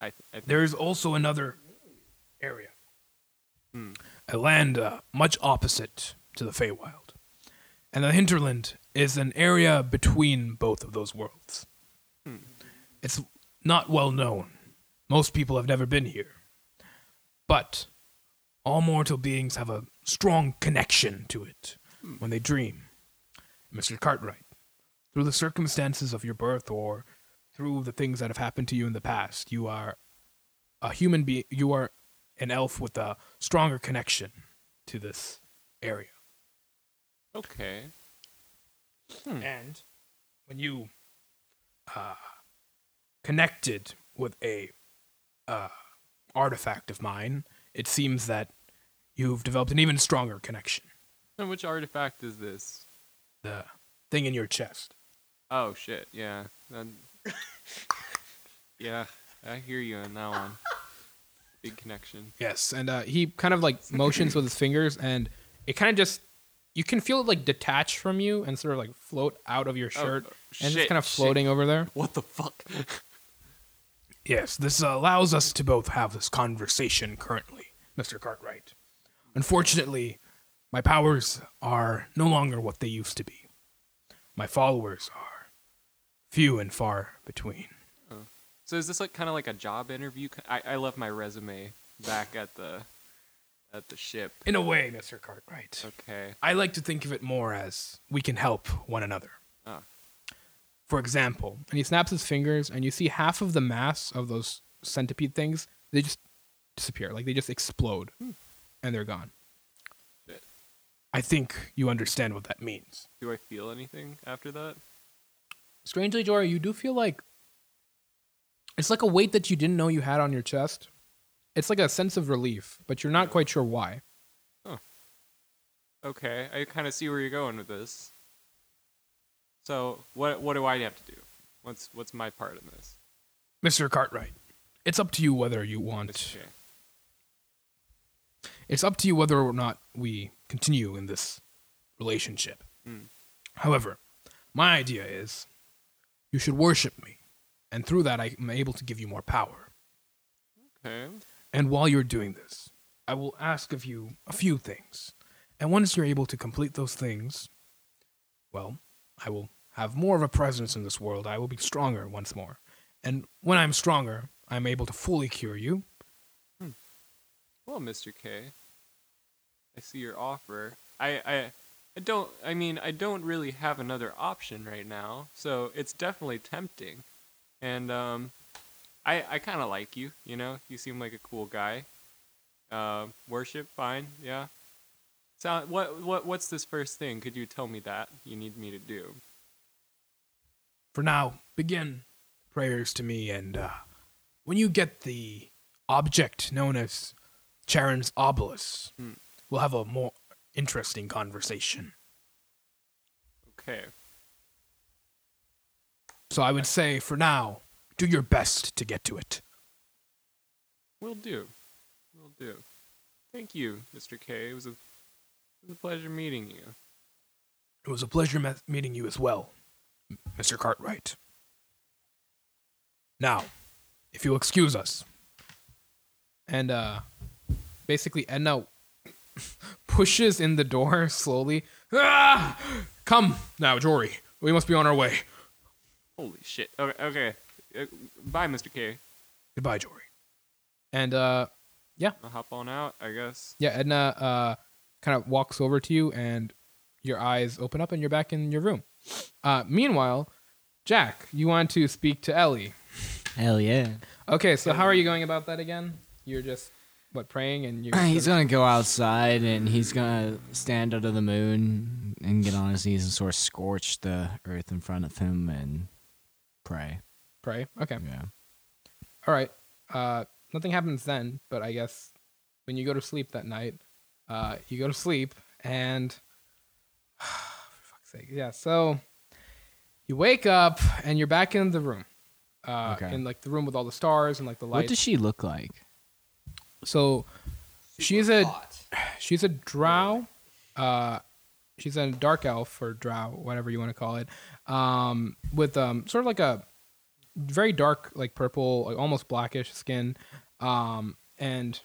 I, th- I th- There is also another area, Hmm. a land uh, much opposite to the Feywild, and the hinterland is an area between both of those worlds. It's not well known. Most people have never been here, but all mortal beings have a strong connection to it when they dream. Mr. Cartwright, through the circumstances of your birth or through the things that have happened to you in the past, you are a human being. You are an elf with a stronger connection to this area. okay. Hmm. And when you uh, connected with a uh, artifact of mine, it seems that you've developed an even stronger connection. And which artifact is this? The thing in your chest. Oh shit. Yeah. Then- yeah. I hear you on that one. Big connection. Yes, and uh, he kind of like motions with his fingers, and it kind of just you can feel it like detach from you and sort of like float out of your shirt, and it's Oh, shit, kind of shit. floating over there. What the fuck? Yes, this uh, allows us to both have this conversation currently, Mr. Cartwright. Unfortunately, my powers are no longer what they used to be. My followers are few and far between. So is this like kind of like a job interview? ki- I, I left my resume back at the at the ship. In a way, Mr. Cartwright, Okay. I like to think of it more as we can help one another. Ah. For example, and he snaps his fingers, and you see half of the mass of those centipede things, they just disappear. Like they just explode and they're gone. I think you understand what that means. Do I feel anything after that? Strangely, Jorah, you do feel like it's like a weight that you didn't know you had on your chest. It's like a sense of relief, but you're not quite sure why. Okay, I kind of see where you're going with this. So, what what do I have to do? What's what's my part in this? Mr. Cartwright, it's up to you whether you want. Mr. J? It's up to you whether or not we continue in this relationship. Mm. However, my idea is you should worship me, and through that, I am able to give you more power. Okay. And while you're doing this, I will ask of you a few things. And once you're able to complete those things, well, I will have more of a presence in this world. I will be stronger once more. And when I'm stronger, I'm able to fully cure you. Well, Mr. K, I see your offer. I, I I don't I mean, I don't really have another option right now, so it's definitely tempting. And um I I kind of like you, you know? You seem like a cool guy. Uh, worship fine, yeah. So what what what's this first thing? Could you tell me that you need me to do? For now, begin prayers to me. And uh, when you get the object known as Charon's obelisk, Hmm. we'll have a more interesting conversation. Okay. So I would say for now, do your best to get to it. Will do. Will do. Thank you, Mr. K. It was a it was a pleasure meeting you. It was a pleasure me- meeting you as well, M- Mr. Cartwright. Now, if you'll excuse us. And uh basically Edna pushes in the door slowly. Ah! Come now, Jory. We must be on our way. Holy shit. Okay. okay. Uh, bye, Mr. K. Goodbye, Jory. And uh I'll hop on out, I guess. yeah, Edna uh kind of walks over to you and your eyes open up and you're back in your room. Uh meanwhile, Jack, you want to speak to Ellie. Hell yeah. Okay, so how are you going about that again? You're just what praying and you're Uh, He's sort gonna go outside and he's gonna stand under the moon and get on his knees and sort of scorch the earth in front of him and pray. of pray. Okay, Yeah. all right. Uh, nothing happens then, but I guess when you go to sleep that night, uh, you go to sleep and for fuck's sake, yeah. So you wake up and you're back in the room, uh, Okay. in like the room with all the stars and like the lights. What does she look like? so she's a she's a drow uh she's a dark elf or drow whatever you want to call it um with um sort of like a very dark like purple like almost blackish skin um and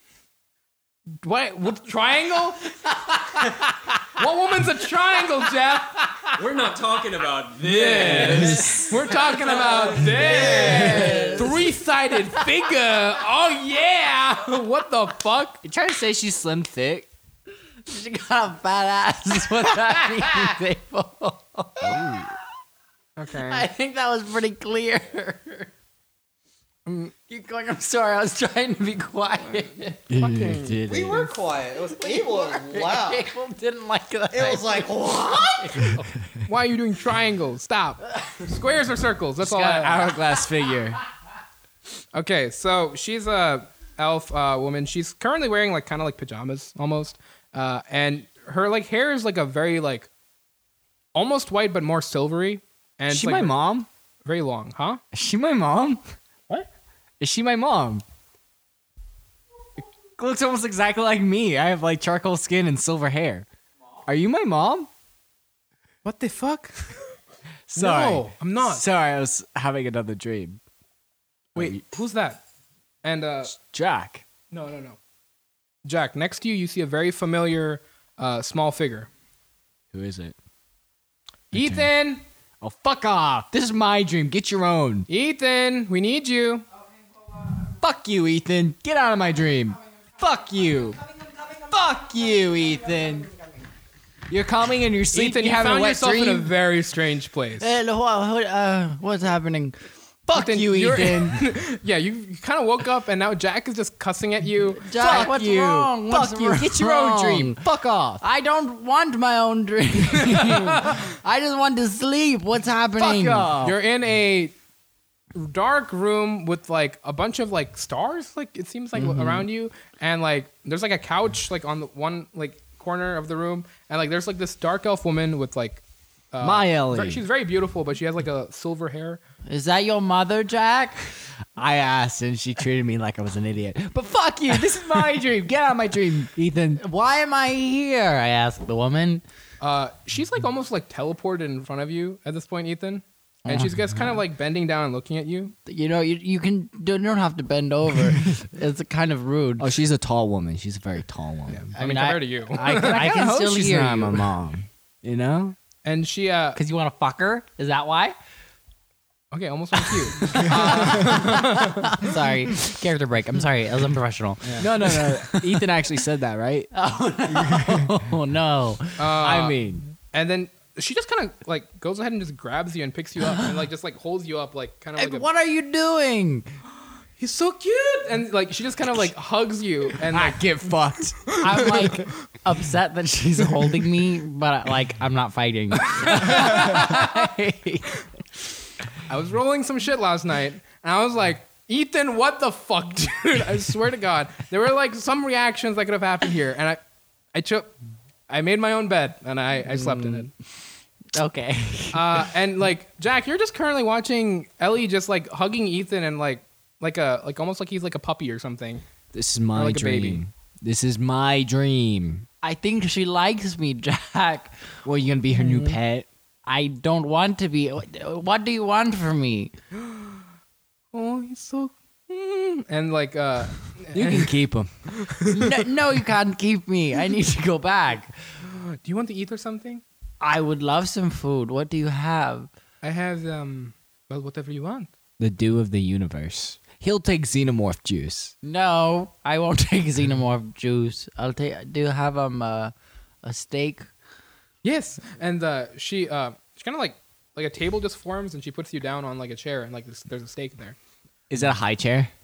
what what triangle what woman's a triangle jeff We're not talking about this. we're talking about this three-sided figure oh yeah what the fuck You trying to say she's slim thick? She got a fat ass. Is what that means, Abel. okay I think that was pretty clear. Keep going. I'm sorry. I was trying to be quiet. We were quiet. It was Abel. It was loud. Abel didn't like that. It was like, what? Why are you doing triangles? Stop. Squares or circles? That's all. Got an I hourglass figure. okay, so she's a elf uh, woman. She's currently wearing like kind of like pajamas almost, uh, and her like hair is like a very like almost white but more silvery. And it's, Is she like, my mom? Very long, huh? Is she my mom? What? Is she my mom? Looks almost exactly like me. I have like charcoal skin and silver hair. Are you my mom? What the fuck? Sorry. No, I'm not. Sorry, I was having another dream. Wait, who's that? And uh, Jack. no, no, no. Jack, next to you, you see a very familiar uh, small figure. Who is it? Ethan, Oh, fuck off. This is my dream. Get your own. Ethan, we need you. Fuck you, Ethan. Get out of my dream. Fuck you. Fuck you, Ethan. You're coming in your sleep Ethan, and you you're having a found wet yourself in a dream. very strange place. Hey, wha- wha- uh, what's happening? Fuck Ethan, you, you're- Ethan. yeah, you, you kind of woke up and now Jack is just cussing at you. Jack, Fuck what's you. wrong? What's Fuck you. Get your own wrong? dream. Fuck off. I don't want my own dream. I just want to sleep. What's happening? You're in a dark room with like a bunch of like stars, like it seems like Mm-hmm. around you, and like there's like a couch like on the one like corner of the room, and like there's like this dark elf woman with like uh, My Ellie. ver- She's very beautiful, but she has like a silver hair. Is that your mother, Jack? I asked, and she treated me like I was an idiot. But fuck you! This is my dream. Get out of my dream, Ethan. Why am I here? I asked the woman. Uh, she's like almost like teleported in front of you at this point, Ethan. And she's just kind of like bending down and looking at you. You know, you, you can don't don't have to bend over. it's kind of rude. Oh, she's a tall woman. She's a very tall woman. I mean, mean, I- compared to you. I, I, I can hope still she's hear not you. my mom. You know? and she, uh, Cause you want to fuck her? Is that why? okay, almost like you. Sorry, character break. I'm sorry. I was unprofessional. No, no, no. Ethan actually said that, right? Uh, Oh no. I mean, And then she just kind of like goes ahead and just grabs you and picks you up and like just like holds you up like kind of like a, What are you doing? he's so cute and like she just kind of like hugs you and like, get fucked. I'm like upset that she's holding me, but like I'm not fighting. I was rolling some shit last night and I was like Ethan what the fuck dude I swear to God there were like some reactions that could have happened here and I I took I made my own bed and I I slept in it okay. uh, and like Jack you're just currently watching Ellie just like hugging Ethan and like like a like almost like he's like a puppy or something This is my like a dream. baby. This is my dream. I think she likes me, Jack. Well, you gonna be her Mm-hmm. new pet? I don't want to be. What do you want from me? oh he's so mm. and like uh You can keep him. No, no, you can't keep me. I need to go back. Do you want to eat or something? I would love some food. What do you have? I have um well whatever you want. The dew of the universe. He'll take xenomorph juice. No, I won't take xenomorph juice. I'll take. Do you have um uh, a steak? Yes. And uh she uh she kinda like like a table just forms and she puts you down on like a chair and like there's, there's a steak there. Is that a high chair?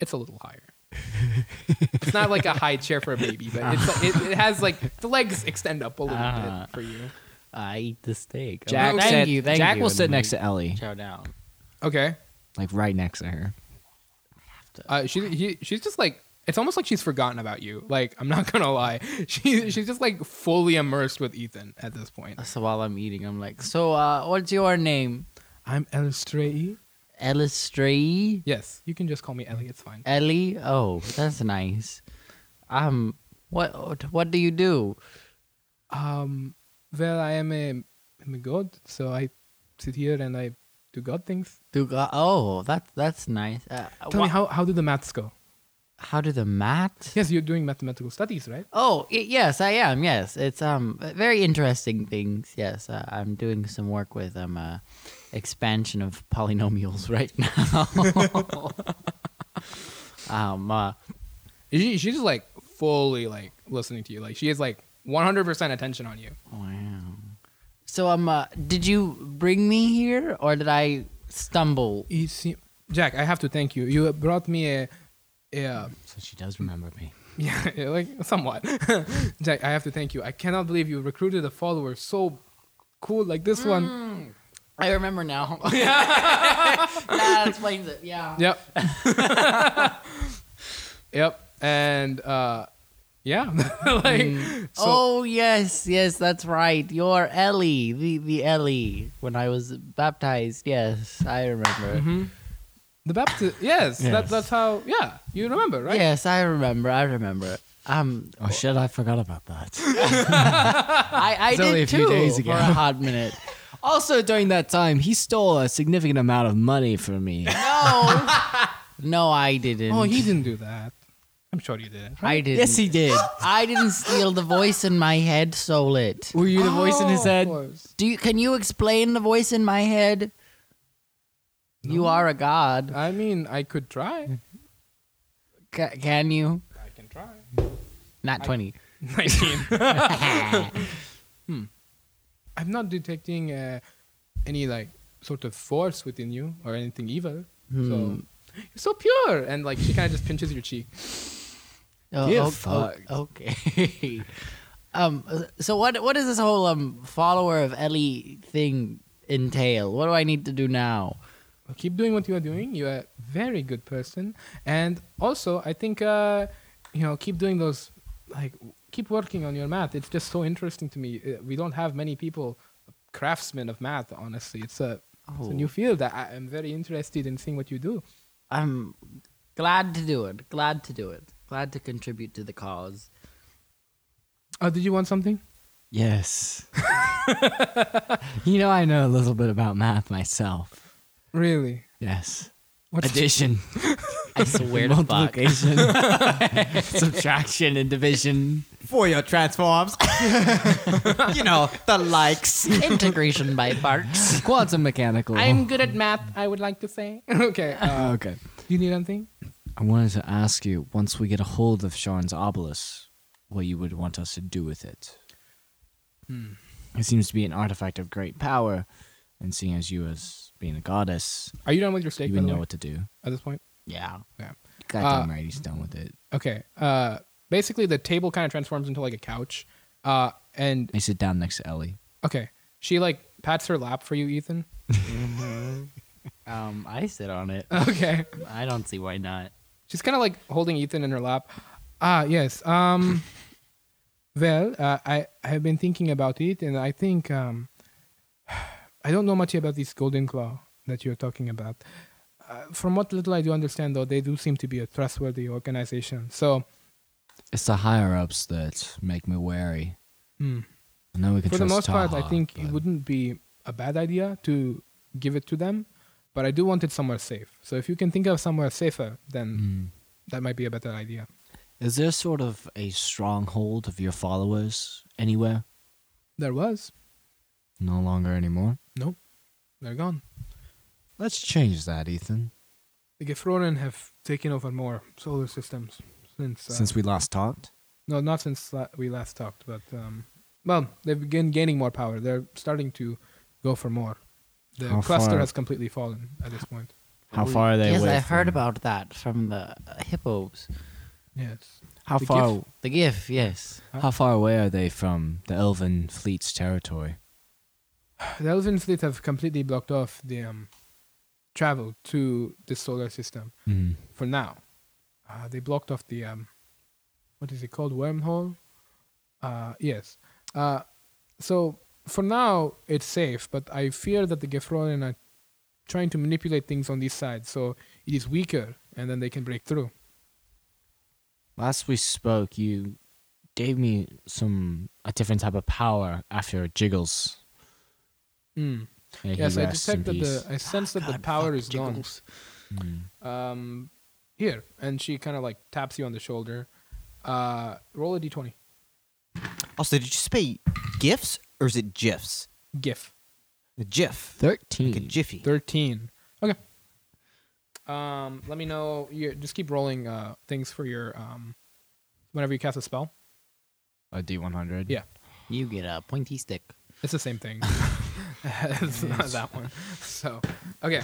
It's a little higher. it's not like a high chair for a baby, but it's, it, it has like the legs extend up a little Ah. bit for you. I eat the steak. Oh, Jack thank said- you. Thank Jack you. will sit next to Ellie, Chow down. Okay. like right next to her. Uh, she he, she's just like it's almost like she's forgotten about you. Like I'm not gonna lie, she she's just like fully immersed with Ethan at this point. So while I'm eating, I'm like, so uh, what's your name? I'm Elstree. Elistray? Yes, you can just call me Ellie. It's fine. Ellie? Oh, that's nice. Um, what what- what do you do? Um, well, I am a, I'm a god, so I sit here and I do god things. Do go- oh, that's that's nice. Uh, Tell wha- me, how, how do the maths go? how do the math? Yes, you're doing mathematical studies, right? Oh, y- yes, I am. Yes, it's um very interesting things. Yes, uh, I'm doing some work with um uh, expansion of polynomials right now. um, uh, She, she's just like fully like listening to you. Like she is like 100% attention on you. wow. So um, uh, did you bring me here, or did I stumble? It seem- Jack, I have to thank you. You brought me a, a uh, So she does remember me. yeah, yeah, like somewhat. Jack, I have to thank you. I cannot believe you recruited a follower so cool like this one. I remember now. that explains it. Yeah. Yep. yep. And uh yeah. like so oh yes, yes, that's right. You're Ellie, the the Ellie. When I was baptized, yes, I remember. the Baptist yes, That, Yes. that's how yeah, you remember, right? Yes, I remember. I remember. Um, Oh shit! I forgot about that. I, I It's only did a too few days ago. for a hot minute. Also, during that time, he stole a significant amount of money from me. No, no, I didn't. Oh, he didn't do that. I'm sure you did. I didn't. yes, he did. I didn't steal the voice in my head. Stole it. Were Oh, you the voice in his head? Do you? Can you explain the voice in my head? You are a god. I mean, I could try. Ca can you? I can try. Not twenty. 19. hmm. I'm not detecting uh, any like sort of force within you or anything evil. So you're so pure, and like she kind of just pinches your cheek. Oh, Get o- o- fucked. okay. um. So what what does this whole um follower of Ellie thing entail? What do I need to do now? Well, keep doing what you are doing. You are a very good person, and also I think uh, you know keep doing those like w- keep working on your math. It's just so interesting to me. Uh, We don't have many people craftsmen of math. Honestly, it's a it's a new Oh. field. I I am very interested in seeing what you do. I'm glad to do it. Glad to do it. Glad to contribute to the cause. Oh, did you want something? Yes. you know, I know a little bit about math myself. Really? Yes. What's- Addition, I swear to fuck. multiplication, subtraction, and division. For your transforms. you know, the likes. Integration by parts. Quantum mechanical. Oh, I'm good at math. I would like to say. okay. Uh, okay. do you need anything? I wanted to ask you once we get a hold of Sean's obelisk, what you would want us to do with it. Hmm. It seems to be an artifact of great power, and seeing as you as being a goddess, Are you done with your steak? you by would the know way, what to do. at this point. Yeah. Yeah. Goddamn Uh, right, he's done with it. Okay. Uh, basically, the table kind of transforms into like a couch. Uh, and I sit down next to Ellie. okay, she like pats her lap for you, Ethan. Um, I sit on it. Okay. I don't see why not. She's kind of like holding Ethan in her lap. Ah, yes. Um, well, uh, I I have been thinking about it, and I think um, I don't know much about this golden claw that you're talking about. Uh, from what little I do understand, though, they do seem to be a trustworthy organization. So, It's the higher ups that make me wary. hmm. I know we could for the trust most part, I Taha, think it but- wouldn't be a bad idea to give it to them, but I do want it somewhere safe. So if you can think of somewhere safer, then that might be a better idea. Is there sort of a stronghold of your followers anywhere? There was. No longer anymore. Nope. They're gone. Let's change that, Ethan. The Gefroren have taken over more solar systems since. Uh, Since we last talked, no, not since la- we last talked, but. Um, well, they've been gaining more power. They're starting to go for more. The How cluster far- has completely fallen at this point. how far are they? yes, away I've heard from- about that from the uh, hippos. Yes. How the far? gift. The GIF, yes. How far away are they from the Elven fleet's territory? The Elven fleet have completely blocked off the um, travel to the solar system for now. Uh, they blocked off the um, what is it called wormhole? Uh, yes. Uh, so for now it's safe, but I fear that the Gefroren are trying to manipulate things on this side, so it is weaker, and then they can break through. Last we spoke, you gave me some a different type of power after jiggles. Hmm. Mm. May he Yes, I rest in detect that peace. the I sense that the power is gone. Um, here, and she kind of like taps you on the shoulder. Uh, roll a d20. Also, did you say gifts or is it gifs? GIF. A gif. Thirteen. Like a jiffy. Thirteen. Okay. Um, let me know. You just keep rolling uh things for your um, whenever you cast a spell. A D one hundred. Yeah, You get a pointy stick. it's the same thing. it's not that one. So, okay.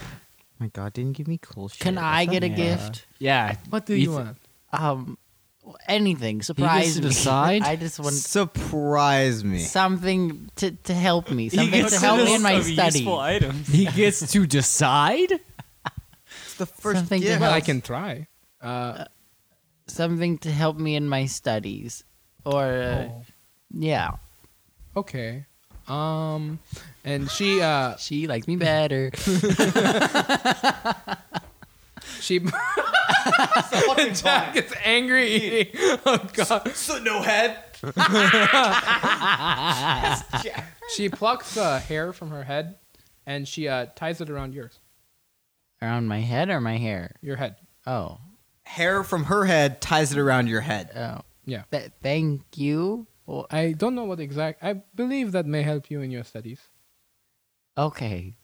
my god, didn't give me cool shit. Can I get a gift? Yeah. What do you you Ethan- want? Um, anything. to Surprise me. decide? I just want Surprise me. something to, to help me. Something to List help me in my of study. Useful items. He gets to decide. It's the first Something to gift. Well, I else? can try. Uh, Something to help me in my studies. Or, uh, yeah. okay. Um, and she uh She likes me better. she. Jack gets angry eating. Oh god. So no head. She plucks uh, hair from her head, and she uh, ties it around yours, Around my head or my hair? your head. Oh. Hair from her head ties it around your head. Oh. Yeah. Th- thank you. Or- I don't know what exact. I believe that may help you in your studies. Okay.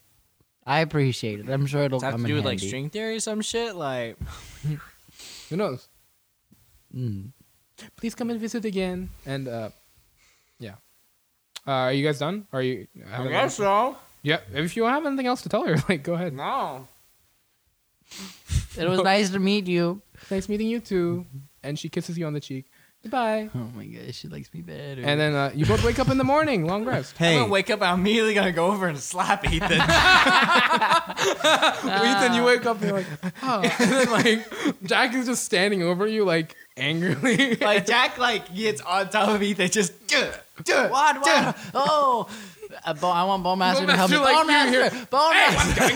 I appreciate it. I'm sure it'll come in handy. theory or some shit? Like Who knows? Mm. Please come and visit again. And uh, yeah. Uh, are you guys done? Are you? I guess so. Yeah. If you have anything else to tell her, like, go ahead. No. It was nice to meet you. Nice meeting you too. Mm-hmm. And she kisses you on the cheek. Goodbye. Oh my gosh, she likes me better. And then uh, you both wake up in the morning. Long rest. I'm Hey, gonna wake up. I'm immediately gonna go over and slap Ethan. Ethan, you wake up and you're like, oh. and then like Jack is just standing over you like angrily. like Jack, like gets on top of Ethan, just what, what? oh, uh, Bo- I want Bone Master to help me. Master, like, bone, you Master, bone Master,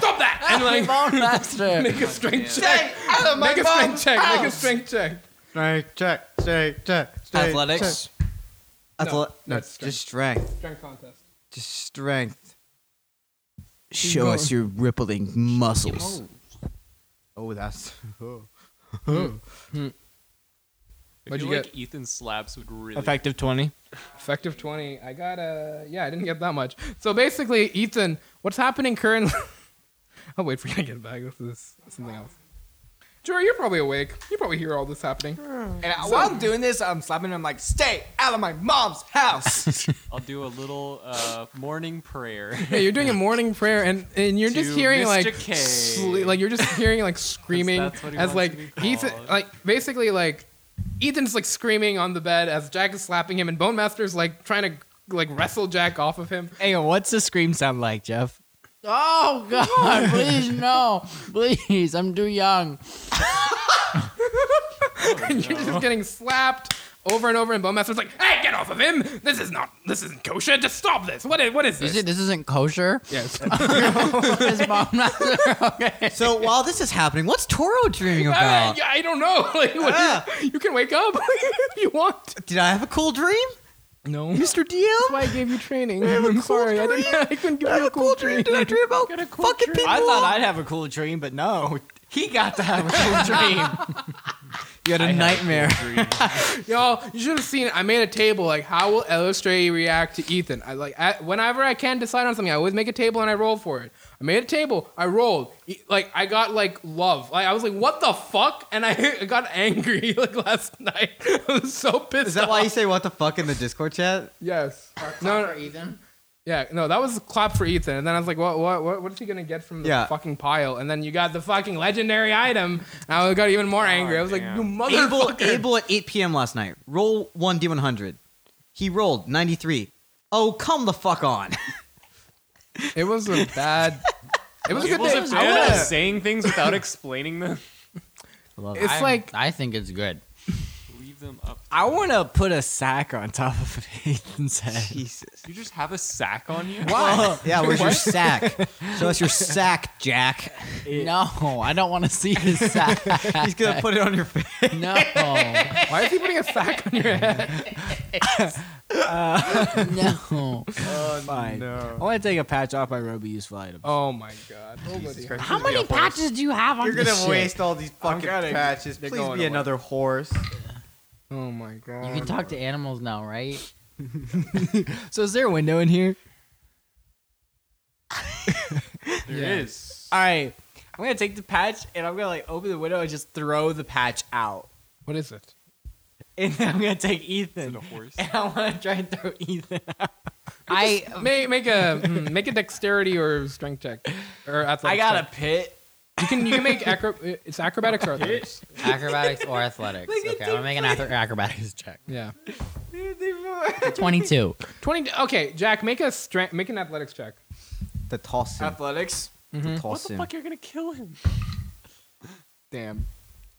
Stop that! And like Bone Master, make a strength check. Make a strength check. Make a strength check. Straight check. Straight check. Straight Athletics. athle- no, no, it's strength. just strength. Strength contest. Just strength. Show us your rippling muscles. Oh, that's. Oh. I What'd feel you like get? Oh, Ethan slaps would really Effective twenty. Effective 20. I got a. Yeah, I didn't get that much. So basically, Ethan, what's happening currently? I'll wait for you to get back. This is something else. Jory, you're probably awake. You probably hear all this happening. And while I'm doing this, I'm slapping him like, "Stay out of my mom's house." I'll do a little uh, morning prayer. Yeah, you're doing a morning prayer, and, and you're just To hearing Mr. like, K. sli- like you're just hearing like screaming That's what he as wants like to be Ethan, called. like basically like Ethan's like screaming on the bed as Jack is slapping him, and Bone Master's like trying to like wrestle Jack off of him. Hang on, what's the scream sound like, Jeff? Oh God! Please no! Please, I'm too young. and you're Oh. just getting slapped over and over, and Bone Master's like, "Hey, get off of him! This is not, this isn't kosher. Just stop this. What is, what is You this?" see, this isn't kosher. yes. This Bone Master. Okay. So while this is happening, what's Toro dreaming I, about? yeah, I don't know. Like, what Ah. do you, you can wake up if you want. Did I have a cool dream, No. That's Mr. DM? why I gave you training. I'm sorry. I, didn't, I couldn't give you a cool dream. Did I dream about Got a cool fucking dream. people? I thought I'd have a cool dream, but no, he got to have a cool dream. you had a nightmare. Y'all, you should have seen it. I made a table like how will Illustray react to Ethan? I like I, whenever I can decide on something, I always make a table and I roll for it. I made a table, I rolled, E- like I got like love. Like I was like, what the fuck? And I, I got angry like last night. I was so pissed. Is that why you say what the fuck in the Discord chat? Yes. No, no, Ethan. yeah, no, that was a clap for Ethan. And then I was like, what, what, what, what is he gonna get from the Yeah. fucking pile? And then you got the fucking legendary item. And I got even more angry. I was like, you Abel, motherfucker. Abel at 8 p.m. last night. Roll 1d100. He rolled 93. Oh, come the fuck on. It was a bad. It was a good Abel's day. a I fan wanna- of saying things without explaining them. Love It's I- like- I think it's good. Leave them up. I want to put a sack on top of Ethan's head. Jesus. You just have a sack on you. Yeah, where's your sack? Show us your sack, Jack. No, I don't want to see his sack. He's gonna put it on your face. No, Why is he putting a sack on your head? no. Fine. I want to take a patch off my robe of useful item. Oh my god. How many patches do you have on You're this gonna shit? waste all these fucking gonna- patches. they're Please going be away. another horse. Oh my god. You can talk to animals now, right? So is there a window in here? There is. All right. I'm gonna take the patch and I'm gonna like open the window and just throw the patch out. What is it? And then I'm gonna take Ethan. Is it a horse? And I want to try and throw Ethan. Out. I Make make a mm, make a dexterity or strength check or athletics. I got check. a pit. You can you can make acro- it's acrobatics or athletics. acrobatics or athletics. Okay, I'm gonna make an ath- acrobatics check. Yeah. Twenty-two. Twenty. Okay, Jack, make a strength make an athletics check. The toss him. Athletics. Mm-hmm. The toss him. You're gonna kill him. Damn.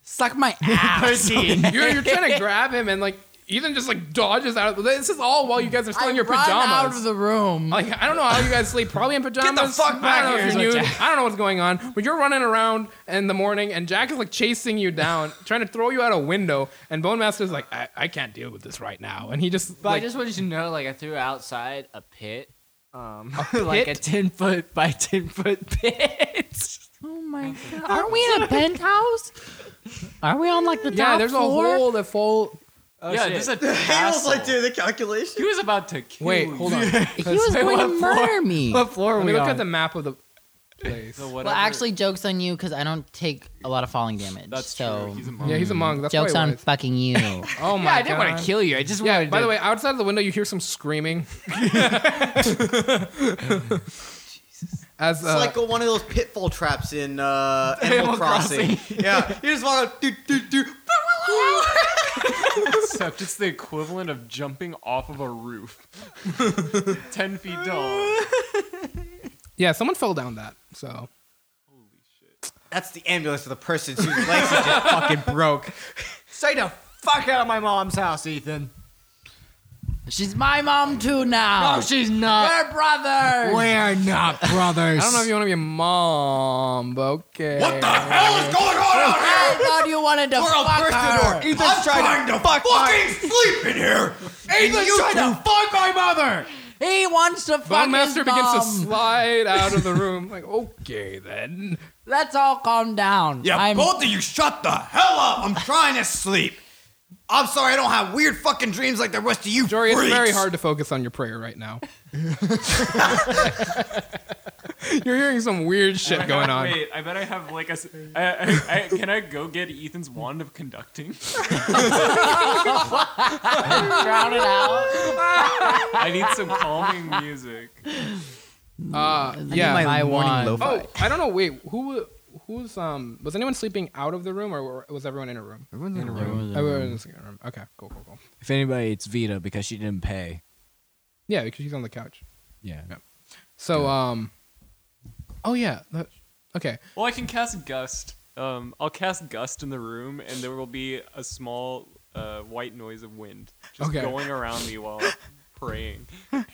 Suck my ass. You're you're trying to grab him and like Ethan just like dodges out. Of, this is all while you guys are still I in your run pajamas. out of the room. Like I don't know how you guys sleep. Probably in pajamas. fuck back I don't know here if is you're what nude. I don't know what's going on. But you're running around in the morning, and Jack is like chasing you down, trying to throw you out a window. And Bone Master's like, I, I can't deal with this right now. And he just But I like just wanted you to know, like, I threw outside a pit, um, like a ten foot by ten foot pit. oh my god! Aren't we in a penthouse? Are we on like the yeah, top there's floor? a hole that full. Oh, yeah, shit. this is a castle. the calculation. he was about to kill. Wait, hold on. He was going to murder me. What floor are Let we me look on? at the map of the. place. So Well, whatever- actually, jokes on you because I don't take a lot of falling damage. that's so true. He's a monk. yeah, he's a monk. That's jokes why on he was. fucking you. Oh my yeah, I didn't god. want to kill you. I just Yeah. wanted. By to, the way, outside of the window, you hear some screaming. As It's uh, like one of those pitfall traps in uh, Animal Crossing. yeah, you just walk out, do do do. except it's the equivalent of jumping off of a roof, ten feet tall. yeah, someone fell down that. So That's the ambulance for the person whose legs are just fucking broke. stay the fuck out of my mom's house, Ethan. She's my mom too now. No, she's not. We're brothers. We're not brothers. I don't know if you want to be a mom, but okay. What the? What is going on out here? I thought you wanted to fuck her. I'm trying to fuck fucking sleep in here. Ethan's trying to fuck my mother. He wants to fuck Bone his master begins to mom. slide out of the room. Like okay then. Let's all calm down. Yeah, I'm, both of you shut the hell up. I'm trying to sleep. I'm sorry I don't have weird fucking dreams like the rest of you Jory, it's freaks. very hard to focus on your prayer right now. You're hearing some weird shit going on. Wait, I bet I have like a. s- I- I- I- can I go get Ethan's wand of conducting? drown it out. I need some calming music. Uh, yeah. my wand. oh, I don't know. Wait, who who's um was anyone sleeping out of the room or were- was everyone in a room? Everyone's in a room. Everyone in the second room. Okay, cool, cool, cool. If anybody, it's Vita because she didn't pay. Yeah, because she's on the couch. Yeah. So um, oh yeah. that- okay. Well, I can cast gust. Um, I'll cast gust in the room, and there will be a small uh, white noise of wind just Okay. going around me while praying.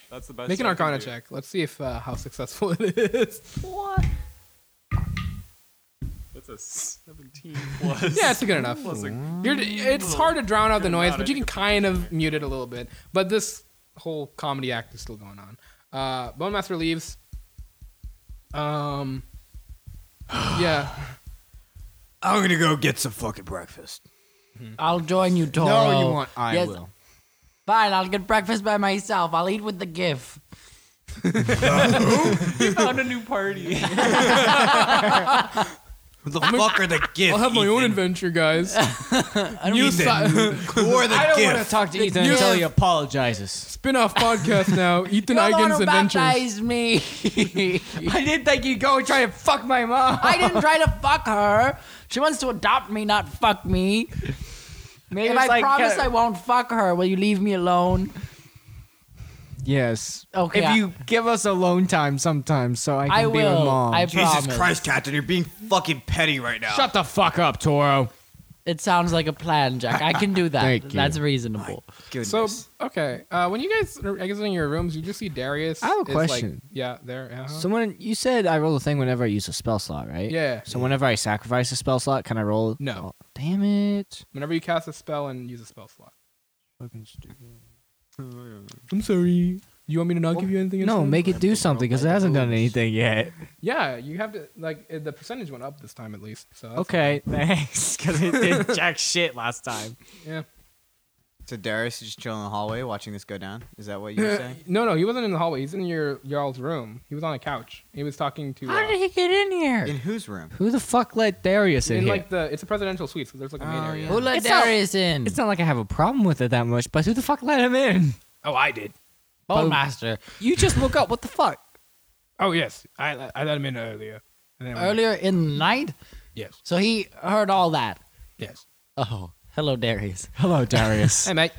That's the best. Make an I can Arcana do. check. Let's see if uh, how successful it is. That's a seventeen plus. Yeah, it's good enough. Plus a, You're, it's hard to drown out the noise, out but you any can kind of mute it a little bit. But this whole comedy act is still going on. Uh, Bone Master leaves. Um. Yeah. I'm gonna go get some fucking breakfast. I'll join you, Toro. No, you want. I Yes. will. Fine, I'll get breakfast by myself. I'll eat with the GIF. we found a new party. Who the fuck are the gifts? I'll have my own adventure, guys. New si- Who are I the don't want to gifts? talk to Ethan you- until he apologizes. spin-off podcast now. You're the Ethan one Eigen's who Adventures. baptized me. I didn't think you'd go and try to fuck my mom. I didn't try to fuck her. She wants to adopt me, not fuck me. Maybe If it's I like uh, promise kinda- I won't fuck her, will you leave me alone? Yes. Okay, If I- you give us alone time sometimes, so I can I be with will. mom. I Jesus promise. Christ, Captain, you're being fucking petty right now. Shut the fuck up, Toro. It sounds like a plan, Jack. I can do that. Thank you. That's reasonable. Goodness. So okay, uh, when you guys are exiting your rooms, you just see Darius. I have a is like- question. yeah, there. Uh-huh. Someone, you said I roll a thing whenever I use a spell slot, right? Yeah. So whenever I sacrifice a spell slot, can I roll? No. Oh, damn it. Whenever you cast a spell and use a spell slot. Fucking stupid. I'm sorry. You want me to not give you anything? No, instead? make it do something because it hasn't done anything yet. Yeah, you have to like uh, the percentage went up this time at least. So that's, Okay, thanks. Because it did jack shit last time. Yeah. So Darius is just chilling in the hallway watching this go down. Is that what you were saying? No, no, he wasn't in the hallway. He's in your y'all's room. He was on a couch. He was talking to. How uh, did he get in here? In whose room? Who the fuck let Darius in, in here? like the it's a presidential suite, so there's like a main area. Who let It's not- Darius in? it's not like I have a problem with it that much, but who the fuck let him in? Bone master. You just woke up. What the fuck? Oh yes, I I let him in earlier. And then Uh-huh. Earlier in the night, Yes. so he heard all that. Yes. Oh, hello, Darius. Hello, Darius. Hey mate.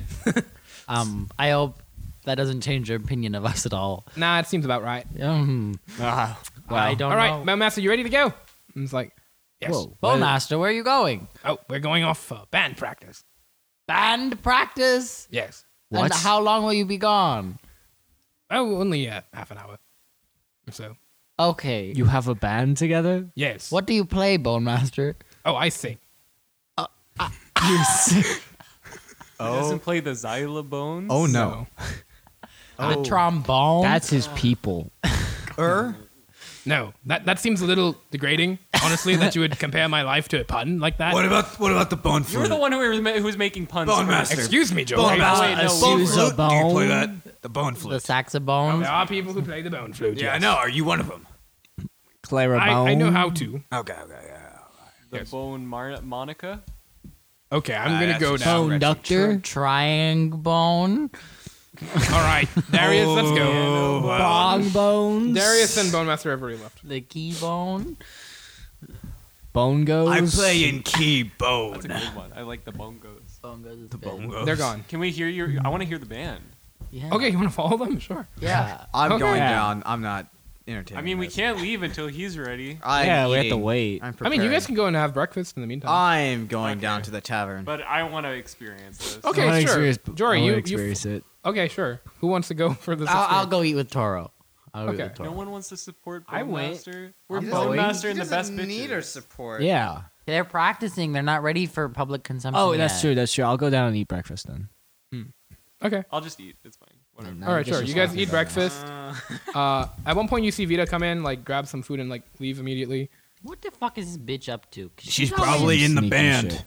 Um, I hope that doesn't change your opinion of us at all. nah, it seems about right. Um, Ah, I don't All right, know. Mount Master, you ready to go? And it's like, yes. Bone master, where are you going? Oh, we're going off for band practice. Band practice. Yes. And how long will you be gone? Oh, only uh, half an hour. or So, Okay. You have a band together? yes. what do you play, Bone Master? Oh, I see. He doesn't play the xylobones. Oh no. Oh. A trombone. That's his people. Er? No, that, that seems a little degrading, honestly, that you would compare my life to a pun like that. What about what about the bone flute? You're the one who was, ma- who was making puns. Bone first. master. Excuse me, Joel. Bone master. wait, no, Uh, bone use a flute. Do you play bone. that? The bone the flute. There saxophone. are people who play the bone flute. yeah, I yes. know. Are you one of them? Clara I, I know how to. Okay, okay, okay. The bone mar- Monica. Okay, I'm Ah, gonna go now. Oh, Bone ductor, triangle bone, All right, Darius, let's go. bong bones, Darius and Bone Master have already left. the key bone. bone goes. I'm playing key That's a bone. good one. I like the bongos. Bone goes the They're gone. Can we hear your? I want to hear the band. Yeah. Okay, you want to follow them? Sure. Yeah. I'm Okay. going Yeah. down. I'm not entertaining. I mean, we this. can't leave until he's ready. I'm yeah, we have to eating. wait. I'm I mean, you guys preparing. can go and have breakfast in the meantime. I'm going down to the tavern. But I want to experience this. Okay, Uh, I wanna sure. experience- Jory, I wanna you- you- experience it. okay, sure. Who wants to go for this? I'll, I'll experience? go eat with Toro. I'll eat Okay. with Toro. No one wants to support I Bone went. Master. We're I'm Bone going. Master and the He best doesn't bitches. need our support. Yeah. They're practicing. They're not ready for public consumption. Oh, that's yet. true. That's true. I'll go down and eat breakfast then. Okay. I'll just eat. It's fine. Whatever. No, All right, this sure. is You guys fine. eat breakfast. Uh, at one point, you see Vita come in, like grab some food and like leave immediately. What the fuck is this bitch up to? 'Cause She's always- probably in the Sneaky band. shit.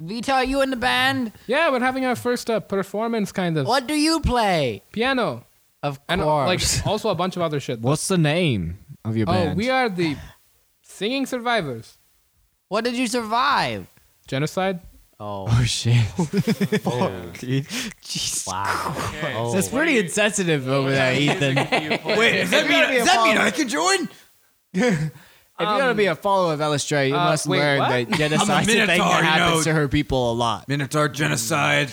Vita, are you in the band? Yeah, we're having our first uh, performance, kind of What do you play? piano Of course. and uh, like also a bunch of other shit. What's the name of your Oh, band? we are the singing survivors. what did you survive? Genocide. Oh, Oh shit! wow. Okay. Oh. That's pretty insensitive over there, Ethan. if Wait, Does that mean, does that mean I can join? you're gonna be a follower of Elestra, you uh, must wait, learn what? that genocide thing that Minotaur, you happens know. to her people a lot. Minotaur genocide.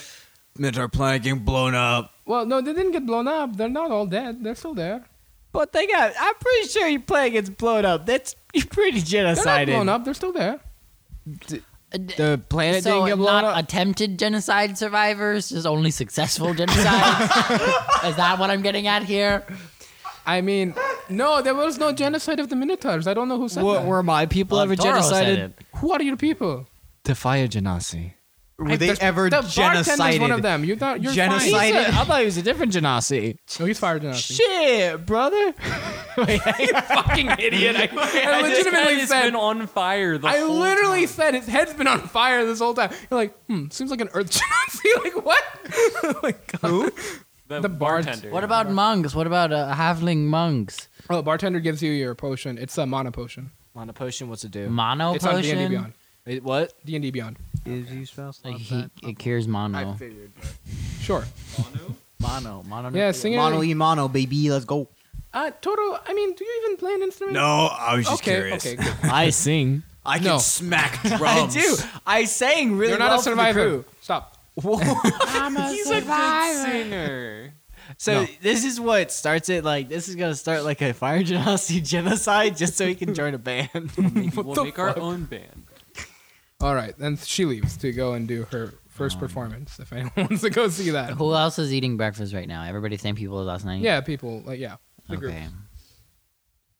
Minotaur planet getting blown up. Well, no, they didn't get blown up. They're not all dead. They're still there. But they got. I'm pretty sure your plane gets blown up. That's you're pretty They're not genocided. blown up. They're still there. The planet so didn't get blown not up. attempted genocide survivors, just only successful genocide. is that what I'm getting at here? I mean, no, there was no genocide of the Minotaurs. I don't know who said Were, that. were my people Well, ever Toro said genocided? it. who are your people? The fire genasi. Were they There's- ever the genocided? bartender's one of them. You're not. You're Genocide- Fine. I Fight it. thought it was a different genasi. No, he's fired. Genocide. Shit, brother. fucking idiot. I, I legitimately has said. been on fire the I whole literally time. said his head's been on fire this whole time. You're like, hmm, seems like an earth genocide. like what? the, the bart- bartender. What about monks? What about uh, halfling monks? Oh, the bartender gives you your potion. It's a mana potion. On a potion, what's it do? Mono it's on D and D potion. Beyond. It, what? D and D Beyond. Like he, it cures mono. Sure. Mono, mono. Yeah, sing Mono it. e mono, baby. Let's go. Uh, Toto. I mean, do you even play an instrument? No, I was just Okay. curious. Okay. Good. I sing. I can No. smack drums. I sang really You're not a survivor. Stop. He's a good singer. So this is what starts it. Like this is gonna start like a fire genasi genocide, just so he can join a band. We'll make our own band. All right. Then she leaves to go and do her first performance. If anyone wants to go see that. Who else is eating breakfast right now? Everybody, same people as last night. Yeah. People. Like yeah. The group. Okay.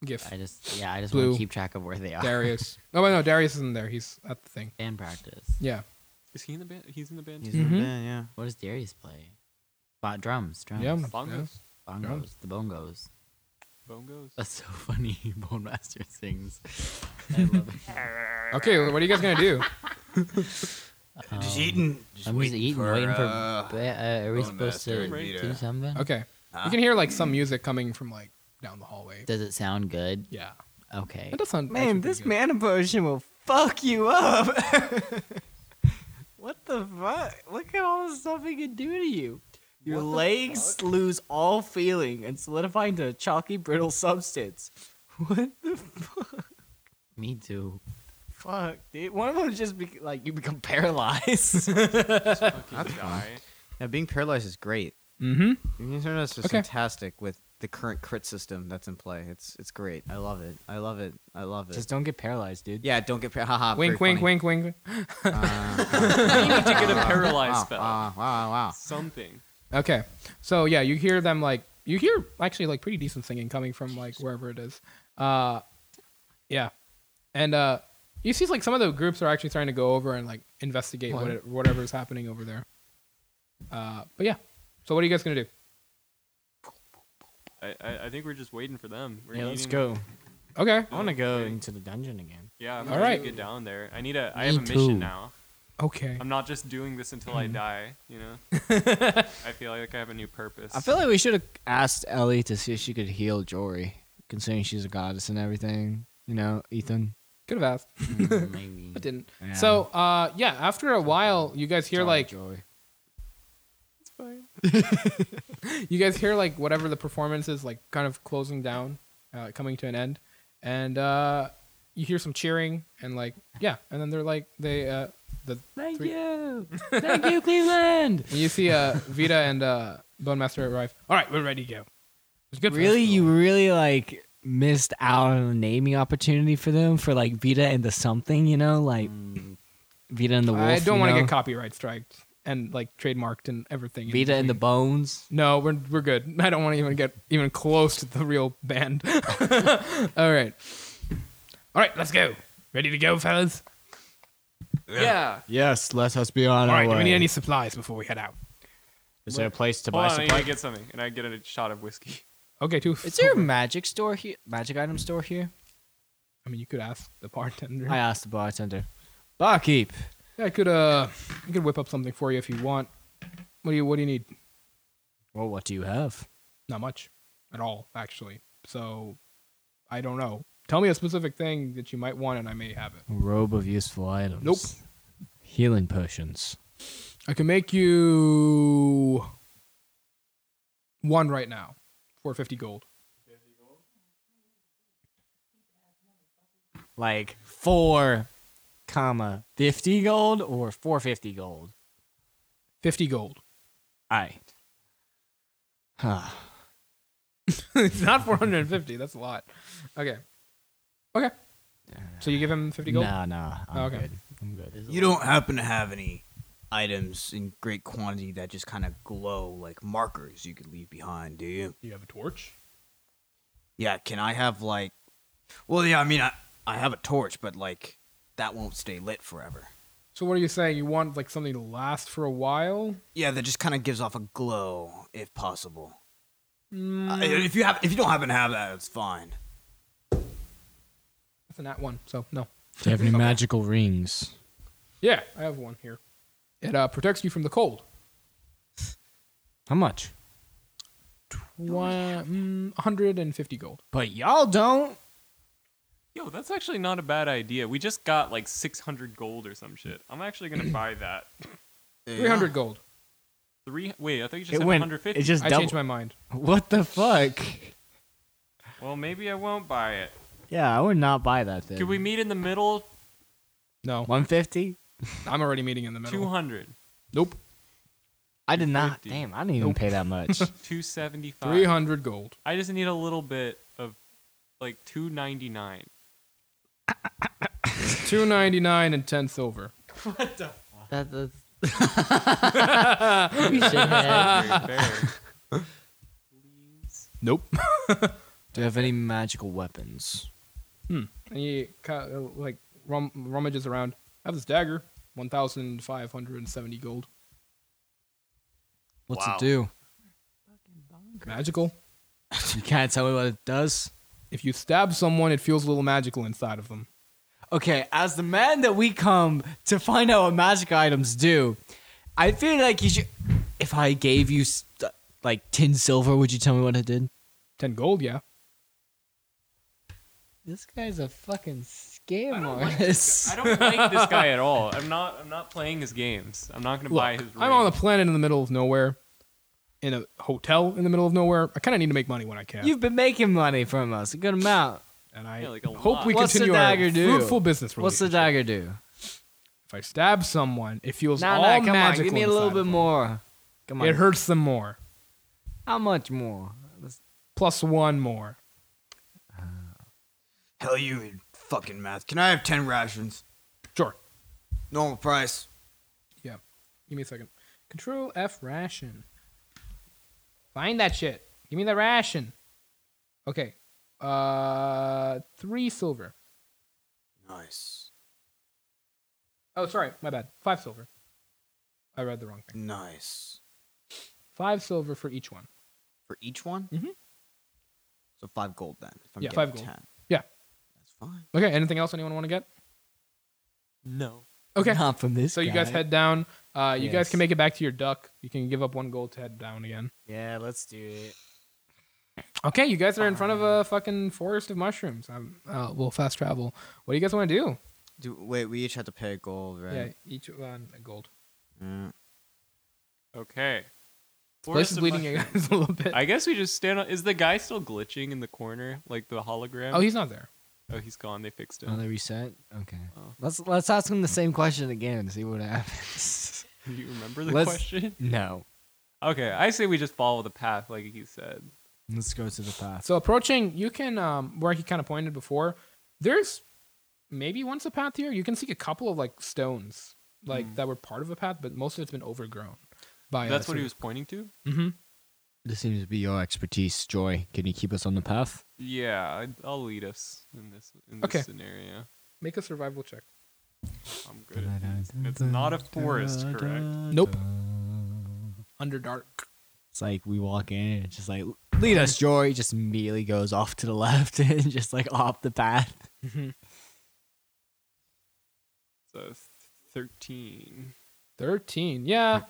Gif. I just, yeah, I just Blue. want to keep track of where they are. Darius. Oh wait, no. Darius isn't there. He's at the thing. Band practice. Yeah. Is he in the band? He's in the band. He's too? in the Mhm. band, yeah. What does Darius play? Bo- drums, drums. Yeah. yeah. Bongos. Bongos, the bongos. Bongos. That's so funny. Bone Master sings. I love it. Okay, well, what are you guys gonna do? Just eating. Just Um, I'm just waiting eating, for, waiting for. uh, ba- uh, are we Bone supposed to Master and do Vita. something? Okay, you can hear like some music coming from like down the hallway. Does it sound good? Yeah, Okay. that does sound. actually Man, this pretty mana potion will fuck you up. what the fuck? Look at all the stuff it can do to you. Your legs lose all feeling and solidify into a chalky, brittle substance. What the Me too. fuck, dude? One of them just be- like you become paralyzed. Fucking die. Yeah, being paralyzed is great. good. Mhm. Being paralyzed is Okay. fantastic with the current crit system that's in play. It's it's great. I love it. I love it. I love it. don't get paralyzed, dude. yeah, don't get par- haha. Wink, very wink, funny. wink, wink. You need to get a paralyzed Wow, Ah, spell. wow, wow, wow. Something. Okay, so yeah, you hear them like you hear actually like pretty decent singing coming from like wherever it is. Uh, yeah, and uh, you see like some of the groups are actually starting to go over and like investigate what it, whatever's happening over there. Uh, but yeah, so what are you guys gonna do? I, I, I think we're just waiting for them. We're Yeah, let's eating- go. Okay, I want to go into the dungeon again. Yeah, I'm All ready right. to get down there. I need a. I Me have a too. mission now. okay. I'm not just doing this until Hmm. I die. You know. I feel like I have a new purpose. I feel like we should have asked Ellie to see if she could heal Jory, considering she's a goddess and everything. You know, Ethan. Could have asked, Mm, maybe. but didn't. Yeah. So, uh, yeah, after a while, you guys hear Sorry, like Joey. you guys hear like whatever the performance is like kind of closing down uh, coming to an end and uh, you hear some cheering and like yeah and then they're like they uh, the Thank Three- you. Thank you, Cleveland. and you see uh, vita and uh, bone master arrive all right we're ready to go it's good Really, festival. you really like missed out on a naming opportunity for them for like Vita and the something. You know, like Mm. Vita and the wolf. i don't you want to know? get copyright striked and like trademarked and everything Vita and the bones. no we're, we're good i don't want to even get even close to the real band all right all right let's go ready to go fellas Yeah. Yes, let us be on all our right do we way. need any supplies before we head out Is there a place to buy Hold on, I need to supplies? get something, and I get a shot of whiskey. Okay, two. Is there a magic store here? Magic item store here? I mean, you could ask the bartender. I asked the bartender. Barkeep. Yeah, I could. Uh, I could whip up something for you if you want. What do you What do you need? Well, what do you have? Not much, at all, actually. So, I don't know. Tell me a specific thing that you might want, and I may have it. A robe of useful items. Nope. Healing potions. I can make you one right now for fifty gold. Like four, comma fifty gold or four fifty gold. Fifty gold. Aye. Huh. it's not four hundred and fifty. That's a lot. Okay. Okay. So you give him fifty gold. Nah, nah. I'm Ah, Okay. good. I'm good. You don't happen to have any items in great quantity that just kind of glow like markers you could leave behind, do you? You have a torch. Yeah, can I have like. Well, yeah, I mean, I, I have a torch, but like, that won't stay lit forever. So what are you saying? You want like something to last for a while? Yeah, that just kind of gives off a glow, if possible. Mm. Uh, if you have, if you don't happen to have that, it's fine. That's a nat one, so no. Do you have any magical rings? Yeah, I have one here. It uh, protects you from the cold. How much? mm, One hundred and fifty gold. But y'all don't. Yo, that's actually not a bad idea. We just got like 600 gold or some shit. I'm actually gonna buy that. Three hundred gold. Three. Wait, I thought you just It said went. 150. It just I doubled. changed my mind. what the fuck? Well, maybe I won't buy it. Yeah, I would not buy that thing. Could we meet in the middle? No, One fifty? I'm already meeting in the middle. 200, Nope. I did not. 250. Damn, I didn't even Nope. pay that much. 275. Three hundred gold. I just need a little bit of like 299. Two ninety nine and ten silver. That, that's. we should have. Very fair. Nope. Do you have any magical weapons? And he kind of, like rum- rummages around. I have this dagger. One thousand five hundred and seventy gold. What's it do? Magical. You can't tell me what it does. If you stab someone, it feels a little magical inside of them. Okay, as the man that we come to find out what magic items do, I feel like you should. If I gave you st- like tin silver, would you tell me what it did? Ten gold, yeah. This guy's a fucking scam I don't like this guy at all. I'm not. I'm not playing his games. I'm not gonna buy his. I'm on a ring. planet in the middle of nowhere, in a hotel in the middle of nowhere. I kind of need to make money when I can, You've been making money from us, a good amount. and I Yeah, like a hope lot. we What's the continue dagger our do? fruitful business What's the relationship. dagger do? If I stab someone, it feels Nah, all nah, come on, magical. give me a little inside bit of them. more. Come on, It hurts them more. How much more? Plus one more. Hell, you in fucking math. Can I have ten rations? Sure. Normal price. Yeah. Give me a second. Control F ration. Find that shit. Give me the ration. Okay. Uh, three silver. Nice, Oh, sorry, my bad. Five silver. I read the wrong thing. nice. Five silver for each one. For each one. Mhm. So five gold then. If I'm Yeah, getting five gold. 10. Yeah. That's fine. Okay. Anything else anyone want to get? No. Okay. Not from this. So you guys guy. head down. Uh, you guys Yes. can make it back to your duck. You can give up one gold to head down again. Yeah, let's do it. Okay, you guys are in front of a fucking forest of mushrooms. I'm, uh, we'll fast travel. What do you guys want to do? Do, wait, we each have to pay gold, Yeah, right? each one a gold. Yeah. Okay. This place is bleeding you guys a little bit. I guess we just stand on. Is the guy still glitching in the corner, like the hologram? Oh, Uh, he's not there. oh, he's gone. They fixed him. Another reset. Okay. Oh. Let's let's ask him the same question again and see what happens. Do you remember the Let's- question? no. Okay, I say we just follow the path, like he Oh, said. Let's go to the path. So approaching, you can um, where he kind of pointed before. There's maybe once a path here. You can see a couple of like stones, like that were part of a path, but most of it's been overgrown. By Hmm. uh, That's what he was pointing to. hmm This seems to be your expertise, Joy. Can you keep us on the path? Yeah, I- I'll lead us in this in this Okay. scenario. Make a survival check. I'm good. At these. It's not a forest, correct? Nope. Underdark. It's like we walk in and it's just like lead us, Joy. Just immediately goes off to the left and just like off the path. So thirteen. Thirteen. Yeah,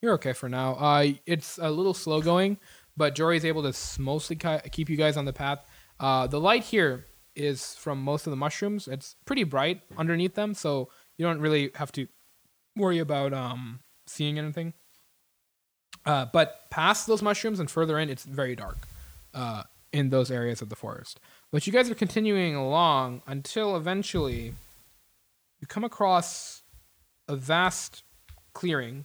you're okay for now. Uh, it's a little slow going, but Jory's able to s- mostly ki- keep you guys on the path. Uh, the light here is from most of the mushrooms. It's pretty bright underneath them, so you don't really have to worry about um seeing anything. Uh, but past those mushrooms and further in, it's very dark uh, in those areas of the forest. But you guys are continuing along until eventually you come across a vast clearing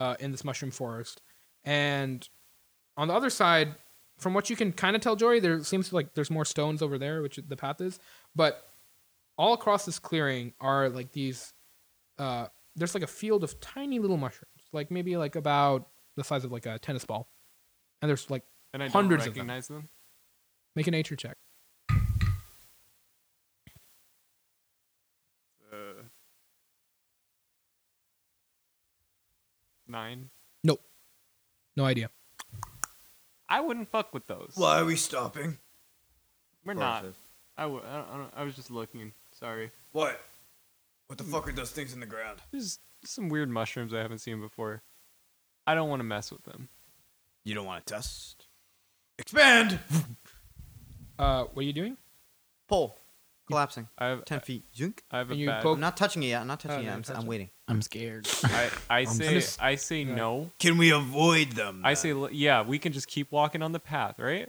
uh, in this mushroom forest. And on the other side, from what you can kind of tell, Jory, there seems like there's more stones over there, which the path is. But all across this clearing are like these. Uh, there's like a field of tiny little mushrooms, like maybe like about the size of like a tennis ball. And there's like And I don't Hundreds of them. recognize them. make a nature check. Uh, nine. No idea. I wouldn't fuck with those. are we stopping? We're not. I, w- I, don't, I, don't, I was just looking. Sorry. What? What the fuck are those things in the ground? There's some weird mushrooms I haven't seen before. I don't want to mess with them. You don't want to test? Expand! Uh, what are you doing? Pole. Collapsing. I have, 10 feet. Junk. I have a And you bad. poke- I'm not touching it yet. I'm not touching Oh, it no, yet. I'm, touch I'm it. waiting. I'm scared. I, I say just- I say no. Can we avoid them? I say l- yeah. We can just keep walking on the path, right?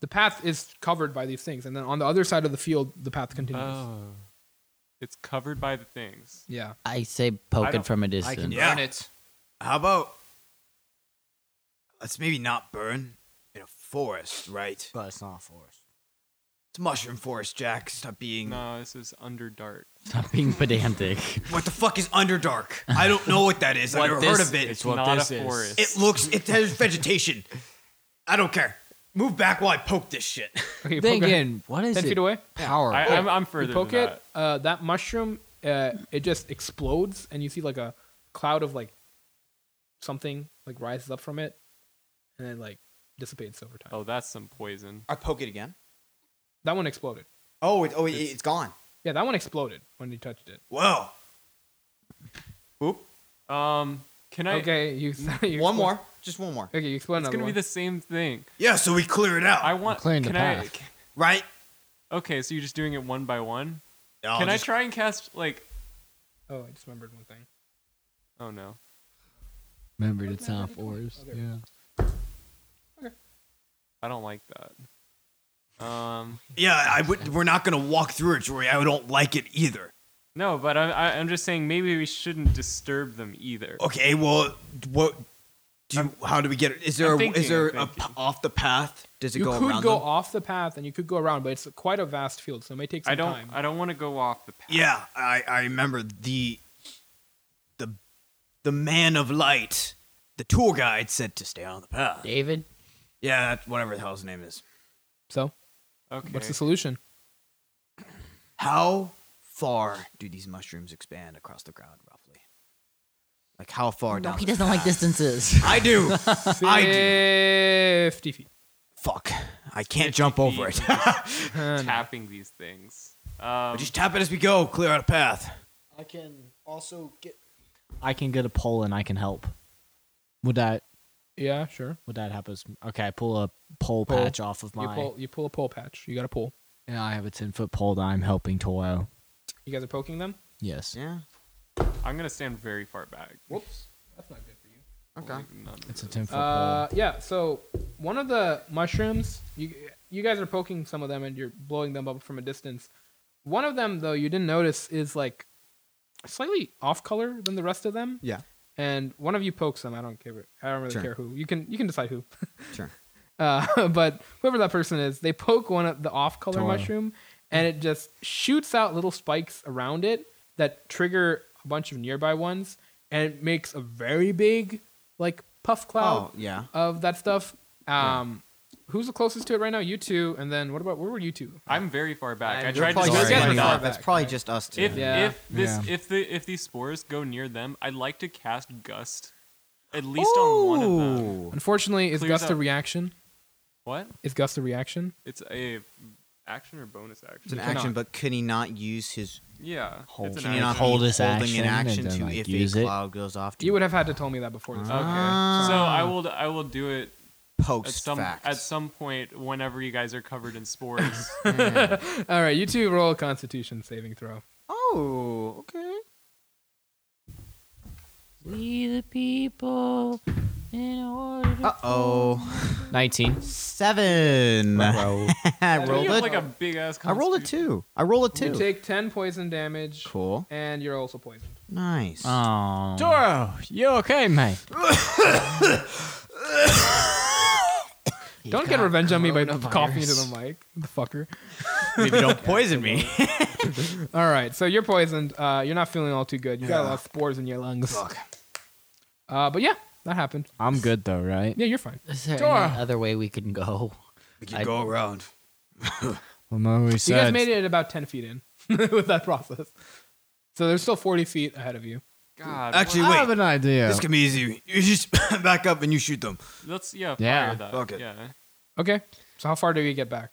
The path is covered by these things, and then on the other side of the field, the path continues. Oh, it's covered by the things. Yeah. I say poke don't- it from a distance. then? yeah. it. How about let's maybe not burn in a forest, right? But it's not a forest. It's mushroom forest, Jack. Stop being. No, this is Underdark. Stop being pedantic. What the fuck is Underdark? I don't know what that is. I've never heard of it. It's not a forest. It looks. It has vegetation. I don't care. Move back while I poke this shit. Okay, you Then poke it. again, what is 10 it? feet away? Power. I, I'm, I'm further You poke than it. Uh, that mushroom, uh, it just explodes, and you see like a cloud of like something like rises up from it, and then like dissipates over that. time. Oh, that's some poison. I poke it again. That one exploded. Oh, it, oh, it, it's gone. Yeah, that one exploded when you touched it. Whoa. Um, can I? okay, you, you One explode- more. Just one more. Okay, you explode It's another gonna be one. the same thing. Yeah. So we clear it out, I want. clearing Can the I? path. right? Okay, so you're just doing it one by one. I'll can I just- try and cast like? oh, I just remembered one thing. Oh no. Remember, it's not a forest. Yeah. I don't like that. Um, Yeah, I would. We're not gonna walk through it, Jory. I don't like it either. no, but I, I, I'm just saying maybe we shouldn't disturb them either. Okay. Well, what? Do you, how do we get it? Is there I'm a, thinking, is there I'm a thinking. p- off the path? Does it You go could around go them? off the path, and you could go around, but it's quite a vast field, so it may take some I don't. time. I don't want to go off the path. Yeah, I, I remember the the the man of light, the tour guide said to stay on the path. David? Yeah, that, whatever the hell his name is. so, Okay. what's the solution? How far do these mushrooms expand across the ground, roughly? Like how far No, down? he this doesn't like path? distances. I do. I do. Fifty feet. Fuck! I can't jump over it. tapping these things. Um, Just tap it as we go. Clear out a path. I can also get. I can get a pole and I can help. Would that Yeah, sure. would that help us? Okay, I pull a pole, Pole. patch off of You my. pull, you pull a pole patch. You got a pole. And I have a ten foot pole that I'm helping Toyo. You guys are poking them. Yes. Yeah. I'm gonna stand very far back. Whoops, that's not good for you. Okay. Oh, None. It's a ten foot Uh, yeah. So one of the mushrooms, you you guys are poking some of them and you're blowing them up from a distance. One of them, though, you didn't notice is like slightly off color than the rest of them. Yeah. And one of you pokes them. I don't care. I don't really Sure. care who. You can you can decide who. Sure. Uh, but whoever that person is, they poke one of the off color Tomorrow. mushroom and it just shoots out little spikes around it that trigger a bunch of nearby ones and it makes a very big like puff cloud Oh, yeah. of that stuff. Um who's the closest to it right now? You two and then what about where were you two? I'm very far back. I You're tried to probably swing just guys far are my far knot. back. That's back, probably right? just us two. If Yeah. if this if the if these spores go near them, I'd like to cast gust, at least on one of them. Unfortunately, is Clears Gust a up. reaction? What? Is Gust a reaction? It's a action or bonus action? It's an action, but could he not use his? Yeah. Hold. It's Can an he not action. hold Hold his holding action an and action then, to like, if use a it? cloud goes off? You would have had to tell me that before this. Okay. So I will I will do it at post some Um, fact. at some point whenever you guys are covered in spores. All right, you two roll a Constitution saving throw. oh, okay. We the people in order. to- Uh oh. 19. Seven. I You rolled have, it. like a big ass. I rolled a two. I rolled a You two. take ten poison damage, Cool. and you're also poisoned. Nice. Oh. Toro, you okay, mate? he Don't get got revenge on me by coronavirus. coughing into the mic, the fucker. Maybe don't poison me. All right, so you're poisoned. Uh, you're not feeling all too good. You got a lot of spores in your lungs. Uh, but yeah, that happened. I'm good though, right? Yeah, you're fine. Is there Dora. any other way we can go? We I- could go around. Remember we You guys said made it about ten feet in with that process. So there's still forty feet ahead of you. God. Actually, I have wait. an idea. This can be easy. You just back up and you shoot them. what- Let's yeah. Fire Yeah. That. Fuck it. Yeah. Okay, so how far do you get back?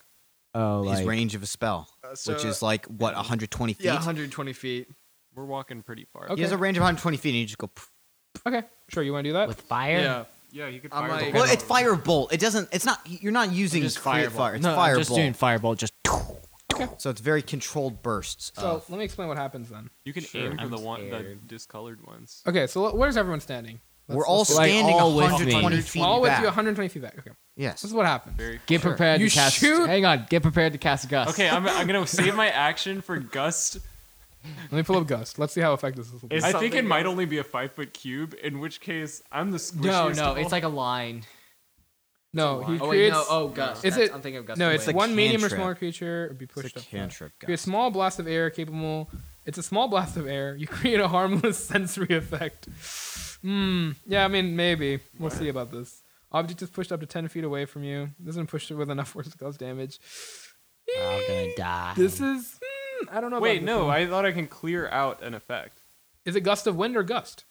oh, His like, range of a spell, which is like what 120 feet. Yeah, 120 feet. We're walking pretty far. Okay. He has a range of 120 feet, and you just go. pff. Okay, sure. You want to do that? With fire? Yeah. Yeah. You could I'm fire. like- the Well, Okay. it's firebolt. It doesn't. It's not. You're not using Just clear fireball. fire. It's no, I'm firebolt. just doing fireball. Just So it's very controlled bursts. So of- let me explain what happens then. You can aim for I'm the one the scared. discolored ones. Okay, so where's everyone standing? Let's- we're all let's- like, standing all with me. 120 feet all with back. you 120 feet back. Okay, this yes. is what happened. Very. get prepared You to cast. shoot- Hang on, get prepared to cast Gus. Okay, I'm, I'm gonna save my action for gust. Let me pull up Gust. Let's see how effective this will be. Is- I think it something- might only be a five foot cube, in which case I'm the squishiest. No, of no, all. it's like a line. no, he Oh, wait, creates. no. Oh, Gus. Is That's- it- I'm thinking of Gus. no, the it's Wait. Whale. one medium or Cantrip. smaller creature. It'd be It's a pushed up. cantrip, Create a guys. small blast of air capable. It's a small blast of air. You create a harmless sensory effect. Hmm. Yeah, I mean, maybe. We'll see about this. Object is pushed up to 10 feet away from you. Doesn't push it with enough force to cause damage. We're all gonna die. This is. hmm, I don't know. Wait, about no, This one. I thought I can clear out an effect. Is it gust of wind or gust?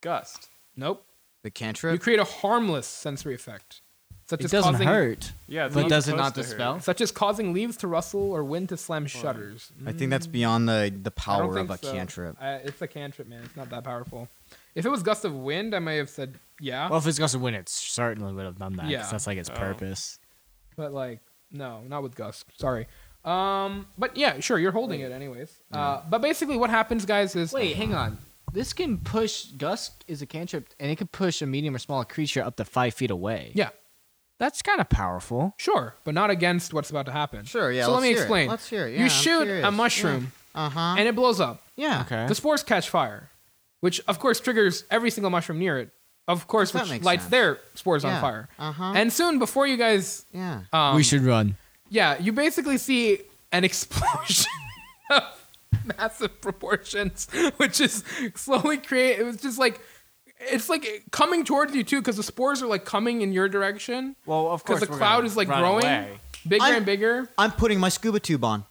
Gust. Nope. The You cantrip. create a harmless sensory effect, such It as doesn't causing hurt. Yeah, it's But not does it supposed not to hurt. dispel? such as causing leaves to rustle or wind to slam shutters. I think that's beyond the the I don't power of think Oh, a so. cantrip. I, it's a cantrip, man. It's not that powerful. If it was gust of wind, I may have said yeah, Well, if it's Gus would win, it certainly would have done that. 'cause Yeah. that's like its Oh. purpose. but like no, not with gust. Sorry. Um, but yeah, sure, you're holding it anyways. Uh, but basically, what happens, guys, is Wait, hang on. This can push. Gus is a cantrip, and it can push a medium or small creature up to five feet away. yeah, That's kind of powerful. sure, but not against what's about to happen. Sure, yeah, So let let's me hear it. explain. Let's hear it. Yeah, you I'm shoot a curious. mushroom Uh huh. and it blows up. Yeah. Okay. The spores catch fire, which of course triggers every single mushroom near it. Of course, That which makes lights sense. their spores on Yeah. fire. Uh-huh. And soon, before you guys, Yeah. um, we should run. Yeah, you basically see an explosion of massive proportions, which is slowly create. It was just like. It's like coming towards you too, because the spores are like coming in your direction. Well, of because course the we're cloud gonna is like run growing away. bigger I'm- and bigger. I'm putting my scuba tube on.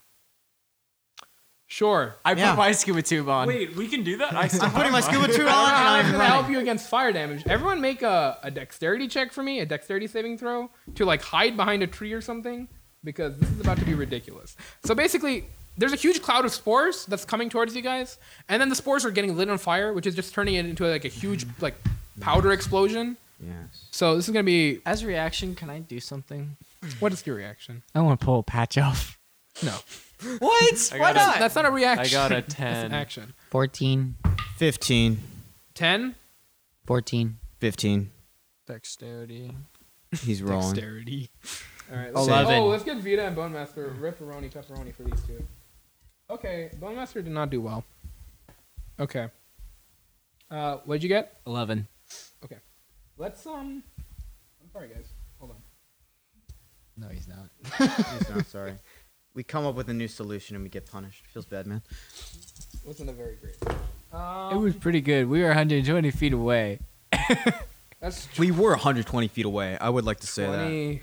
Sure, I Yeah. put my scuba tube on. Wait, we can do that? I still I'm putting my scuba tube on. And I'm I'm gonna running. help you against fire damage. Everyone make a, a dexterity check for me, a dexterity saving throw to like hide behind a tree or something because this is about to be ridiculous. So basically, there's a huge cloud of spores that's coming towards you guys, and then the spores are getting lit on fire, which is just turning it into like a huge like powder explosion. Yes. So this is gonna be. As a reaction, can I do something? What is your reaction? I want to pull a patch off. No, What? I Why got a- not? that's not a I reaction. got a That's 10. an action. 14, 15. Ten. 14. 15. Dexterity. He's rolling. Dexterity. All right. Eleven. Oh, let's get Vita and Bone Master Ripperoni Pepperoni for these two. Okay, Bone Master did not do well. Okay. Uh, what'd you get? 11. Okay. Let's um. I'm sorry, guys. Hold on. No, he's not. He's not Oh, sorry. We come up with a new solution and we get punished. Feels bad, man. Wasn't a very great. it Um, was pretty good. We were 120 feet away. That's tw- We were 120 feet away. I would like to say 20,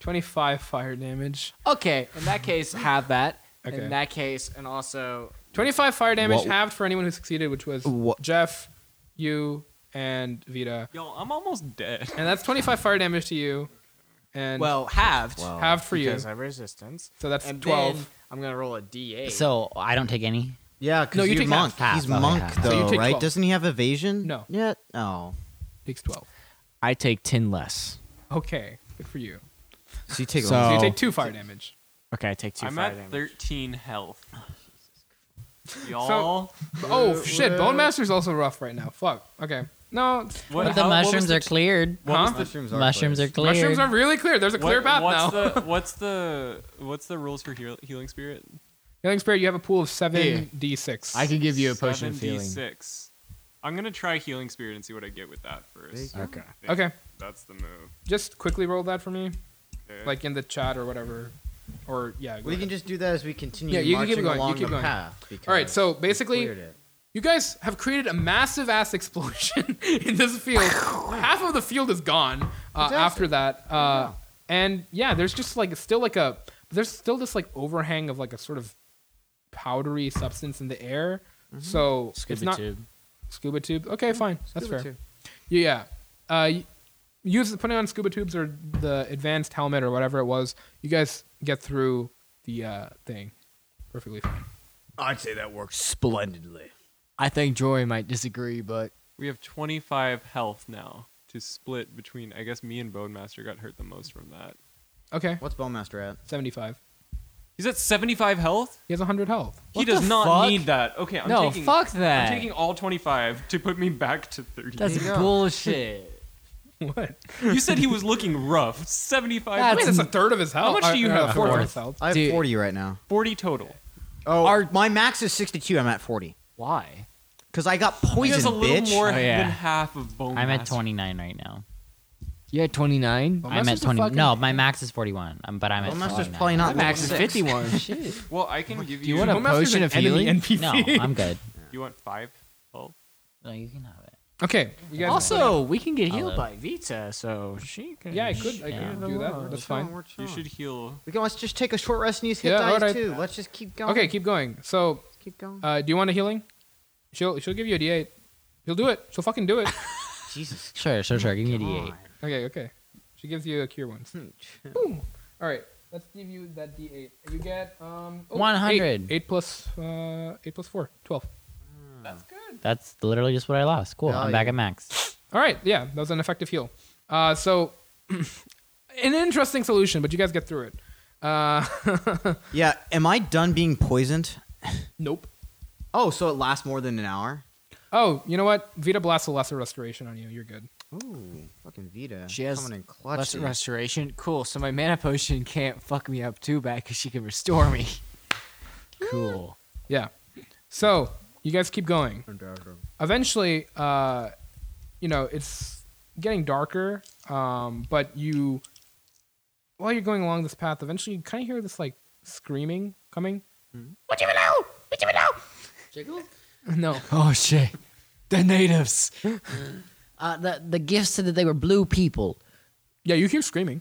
25 fire damage. Oh. Okay, in that case, have that. Okay. In that case, and also Mm. 25 fire damage What- halved for anyone who succeeded, which was What- Jeff, you, and Vita. Yo, I'm almost dead. And that's 25 fire damage to you. And well halved halved for you. because I have resistance. So that's And 12. then I'm gonna roll a d8. So I don't take any. Yeah, because No, you you're take Oh, monk. half. He's Half, okay, monk, half. So you though, take right? 12. Doesn't he have evasion? No. Yeah. Oh. takes 12. I take 10 less. Okay. Good for you. So you take So- So you Oh. take two fire damage. Okay, I take 2 I'm fire at damage. 13 health. Y'all, Oh, shit. Bone Master's also rough right now. Fuck. Okay. No. it's- what, but the Oh, how- what was mushrooms the are cleared. huh? mushrooms mushrooms are cleared. Mushrooms are really clear. There's a What- clear path what's now. the what's the what's the rules for heal, healing spirit? Healing Spirit, you have a pool of Here. 7d6. I could give you a potion of healing. 7d6. I'm gonna try healing spirit and see what I get with that first. Okay. Okay. That's the move. Just quickly roll that for me. Okay. Like in the chat or whatever. Or, yeah. go We ahead. can just do that as we continue Yeah, you can marching keep going, you along keep the going. path. All right, because so we basically- cleared it. You guys have created a massive ass explosion in this field. Half of the field is gone uh, after that, uh, and yeah, there's just like still like a there's still this like overhang of like a sort of powdery substance in the air. So it's not scuba tube. Okay, fine, that's fair. Yeah, uh, y- use putting on scuba tubes or the advanced helmet or whatever it was. You guys get through the uh, thing perfectly fine. I'd say that works splendidly. I think Jory might disagree, but we have 25 health now to split between. I guess me and Bone Master got hurt the most from that. Okay, What's Bowmaster at? seventy five. He's at 75 health. He has hundred health. he does the not fuck? need that. Okay, I'm no, taking. fuck I'm that. taking all 25 to put me back to 30. That's bullshit. What? you said he was looking rough. Oh, 75. I That's mean, Wait, that's a third of his health. much do you Uh, have? a fourth of Fourth. his health. I have Dude. 40 right now. 40 total. Oh, my max is 62. I'm at 40. Why? Because I got He poisoned, has a little bitch. more Oh, yeah. than half of Bone I'm at Master. 29 right now. You had 29. Well, I'm at Master's a 20. fucking- No, my max is 41, um, but I'm at Bowmaster's 29. probably not. My max is six. 51. Shit. Well, I can give you. you wanna- Bone Master's potion an of enemy healing? NPC. No, I'm good. You want five health? No, you can have it. okay. You guys Also, we can get healed Olive. by Vita, so she can. yeah, I could. I Yeah. could do that. That's fine. You should heal. We can let's just take a short rest and use hit Yeah, dice alright. too. Let's just keep going. Okay, keep going. So, keep going. uh, do you want a healing? She'll she'll give you a D8. She'll do it. She'll fucking do it. Jesus. Sure, sure, sure. Give Oh me a D8. okay, okay. She gives you a cure one. Boom. All right. Let's give you that D8. You get um oh, 100. Eight, eight plus uh eight plus four. Twelve. That's literally just what I lost. Oh, Cool. I'm back Value. at max. All right. Yeah, that was an effective heal. Uh, so an interesting solution, but you guys get through it. Uh, Yeah, am I done being poisoned? nope. Oh, so it lasts more than an hour? Oh, you know what? Vita blasts a lesser restoration on you. You're good. Ooh, fucking Vita. She has coming in clutch. Lesser dude. restoration. Cool. So my mana potion can't fuck me up too bad because she can restore me. cool. Yeah. So you guys keep going. Eventually, uh, you know, it's getting darker, um, but you, while you're going along this path, eventually you kind of hear this like screaming coming. What you know? What you know? Oh shit. The natives. Uh, the, the gift said that they were blue people. No. Yeah, you hear screaming,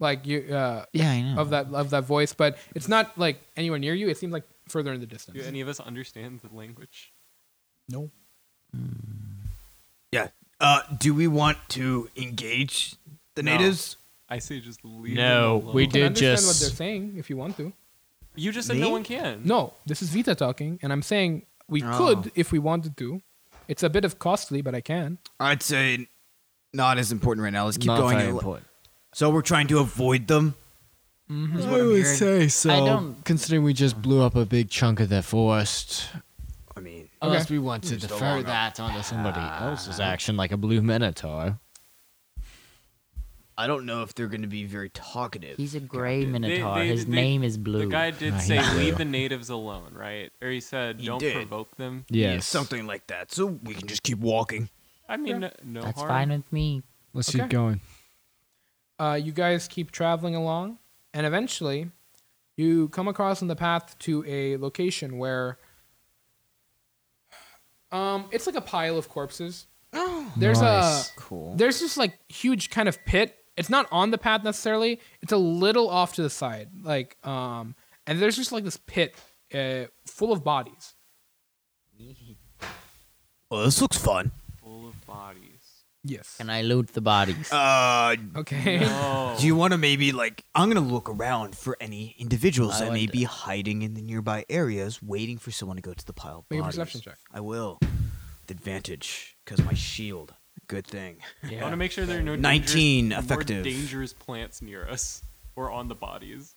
like you uh, Yeah, I know. of that of that voice, but it's not like anywhere near you. It seems like further in the distance. Do any of us understand the language? no. Yeah. Uh, do we want to engage the natives? I say just leave. No, them alone. we You can did understand what just. they're saying if you want to. You just said no one can. No, this is Vita talking, and I'm saying we Oh. could if we wanted to. It's a bit of costly, but I can. I'd say not as important right now. Let's keep Not going. very and- important. So we're trying to avoid them. I would say so. don't- Considering we just blew up a big chunk of their forest. I mean, Unless we want to long defer up. that onto somebody else's action, like a blue minotaur. I don't know if they're going to be very talkative. He's a gray They- minotaur. they- His they- name is Blue. The guy did Ah, say yeah. leave the natives alone, right? Or he said He don't did. provoke them. Yeah, Yes. something like that. So we can just keep walking. I mean, no That's harm. fine with me. Let's keep keep going. uh, you guys keep traveling along, and eventually, you come across on the path to a location where, um, it's like a pile of corpses. There's Nice. a There's this like huge kind of pit. It's not on the path necessarily. It's a little off to the side, like um, and there's just like this pit uh, full of bodies. Well, this looks fun. Full of bodies. Yes. Can I loot the bodies? Uh, Okay. Oh, do you want to maybe like? I'm going to look around for any individuals that may would- be hiding in the nearby areas, waiting for someone to go to the pile. Of Make a bodies. perception check. I will. With advantage, because my shield. Good thing. I want to make sure there are no 19 dangerous, effective. More dangerous plants near us or on the bodies.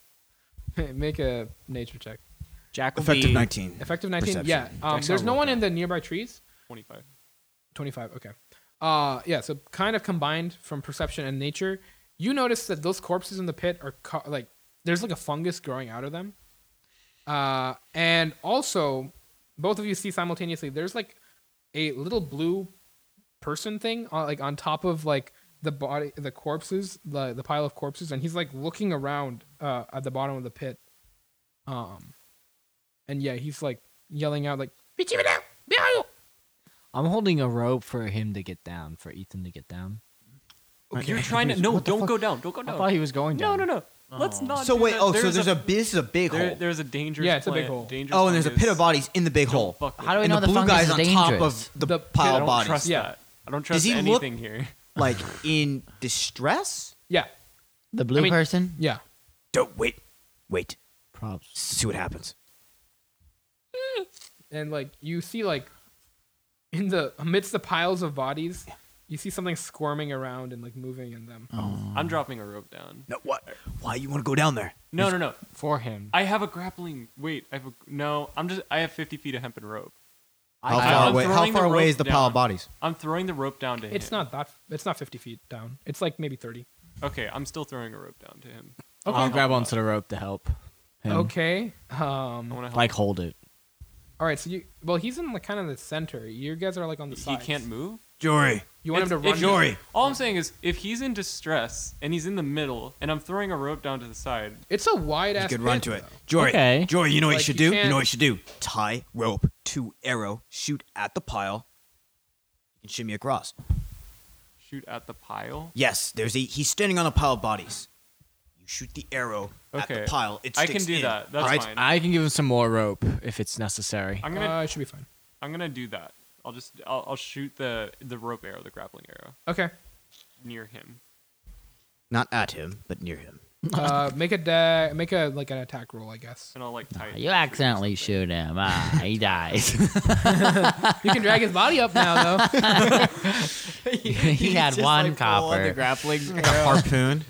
Make a nature check. Jack will Effective be 19. Effective 19. Perception. Yeah. Um, Dex there's are no rolled one in the nearby trees. 25. 25. Okay. Uh, yeah. So kind of combined from perception and nature, you notice that those corpses in the pit are co- like there's like a fungus growing out of them. Uh, and also, both of you see simultaneously there's like a little blue person thing on like on top of like the body, the corpses, the the pile of corpses, and he's like looking around uh, at the bottom of the pit. Um, and yeah, he's like yelling out like "Bichibidou! Bichibidou!" I'm holding a rope for him to get down, for Ethan to get down. You're trying to. No, don't go down. Don't go down. I thought he was going no, down. no, no. Let's not. So do wait. that. Oh, so there's a. This is a big there, hole. there's a dangerous. Yeah, it's a big plant, hole. dangerous Oh, and there's a pit fungus. of bodies in the big Don't hole. fuck with How do I it. and Oh, know the the blue fungus guy's is on top dangerous? of the, The pit- pile I of don't bodies. trust Yeah. that. I don't trust he look- anything here. Like in distress? Yeah, The blue I mean- person? yeah. Don't wait. Wait. Props. See what happens. And like you see like in the amidst the piles of bodies, you see something squirming around and like moving in them. Oh. I'm dropping a rope down. No, what? Why you want to go down there? No, no, no. For him. I have a grappling. Wait, I have a. No, I'm just. I have 50 feet of hempen rope. How I- far I'm away? How throwing the far away rope is the pile down. of bodies? I'm throwing the rope down to him. It's not that it's not 50 feet down. It's like maybe 30. Okay, I'm still throwing a rope down to him. I'll grab onto the rope to help him. Okay. I Um want to help. Like hold it. all right, so you well he's in like kind of the center. You guys are like on the he side. can't move. Jory. You want him to run. If- Jory. All I'm saying is, if he's in distress and he's in the middle, and I'm throwing a rope down to the side, It's a wide ass You could run to it. Jory. Okay. Jory, you know what Like, you should you do? You can't- know what you should do? Tie rope to arrow, shoot at the pile, and shimmy across. shoot at the pile. Yes, there's a he's standing on a pile of bodies. You shoot the arrow at Okay. the pile. It I sticks can do in. that. That's I, fine. I can give him some more rope if it's necessary. I'm gonna. Uh, it should be fine. I'm gonna do that. I'll just. I'll, I'll shoot the the rope arrow, the grappling arrow, Okay. near him. Not at him, but near him. Uh, make a da- make a like an attack roll, I guess. And I'll like tie. it You to the tree or accidentally something. shoot him. Ah, he dies. You can drag his body up now though. he had oh, one copper. grappling. Harpoon.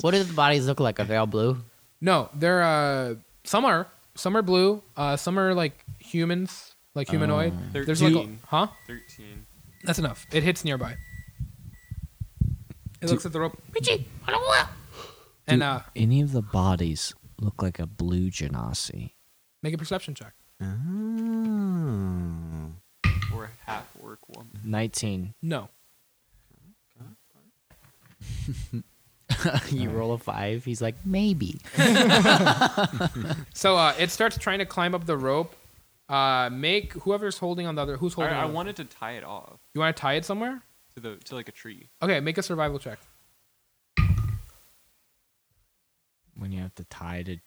What do the bodies look like? Are they all blue? No, they're uh some are some are blue, uh some are like humans, like humanoid. There's like a, Thirteen. huh? Thirteen. That's enough. It hits nearby. It looks at the rope. Pichi, hello. And uh Any of the bodies look like a blue genasi. make a perception check. or a half orc woman. 19. No. you roll a five. He's like, maybe. So uh it starts trying to climb up the rope. Uh make whoever's holding on the other who's I, holding I on the- wanted to tie it off You want to tie it somewhere? to the to like a tree. Okay, make a survival check. When you have to tie to.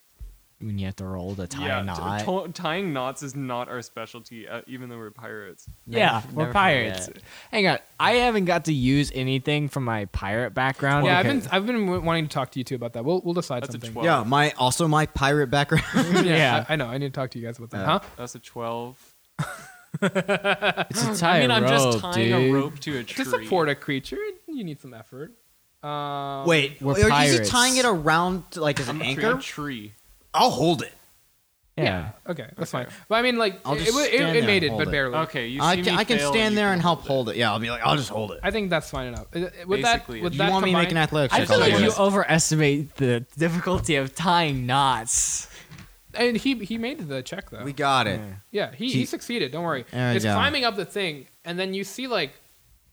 When you have to roll to tie yeah, a t- knot. to- tying knots is not our specialty, uh, even though we're pirates. yeah, Never- we're never pirates. forget. Hang on. I haven't got to use anything from my pirate background. yeah, I've because- been I've been w- wanting to talk to you two about that. We'll we'll decide That's a something. twelve. Yeah, my also my pirate background. yeah, Yeah. Uh, I, I know. I need to talk to you guys about that. Yeah. Huh? That's a twelve. It's a I tie mean, I'm rope, just tying dude. a rope to a tree. To support a creature, you need some effort. Um, Wait, We're are you pirates. just tying it around like as an I'm anchor? A tree. I'll hold it. Yeah. Okay, that's fine. But I mean, like, I'll it, just it, stand it, there it made and it, hold but it. barely. Okay, you see I me can, I can fail stand and you there and can help it. hold it. Yeah, I'll be like, I'll just hold it. I think that's fine enough. Uh, With Basically, that, if with You that want me to make an combined- athletics I check? feel I'll like do you it. overestimate the difficulty of tying knots. And he he made the check though. We got it. yeah, he, he succeeded. Don't worry. There we it's go. climbing up the thing, and then you see like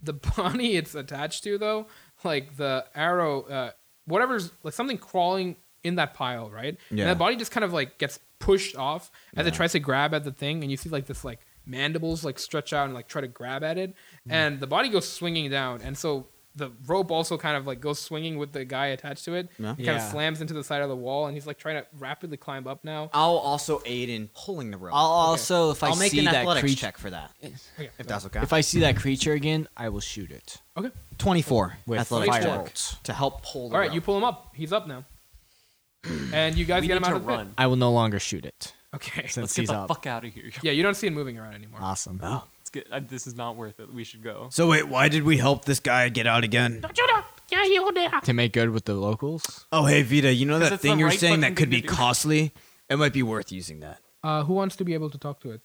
the body it's attached to though, like the arrow, uh, whatever's like something crawling in that pile, right? Yeah. And the body just kind of like gets pushed off as it tries to grab at the thing, and you see like this like mandibles like stretch out and like try to grab at it, Mm. and the body goes swinging down, and so. The rope also kind of like goes swinging with the guy attached to it. Yeah. It kind of Yeah. slams into the side of the wall, and he's like trying to rapidly climb up now. I'll also aid in pulling the rope. I'll also, if I I'll make see an that athletics creature, check for that, Okay. if that's okay. if I see that creature again, I will shoot it Okay. 24 with athletics fire check. bolts. to help pull. The All right, rope. you pull him up. He's up now. And you guys We get need him out to of the pit. run. I will no longer shoot it. Okay. Since Let's get he's the up. fuck out of here. Yeah, you don't see him moving around anymore. awesome. Let's get, uh, this is not worth it. We should go. So wait, why did we help this guy get out again? To make good with the locals? Oh hey Vita, you know 'Cause that it's the thing you're right saying that fucking could thing be to do. costly? It might be worth using that. Uh, who wants to be able to talk to it?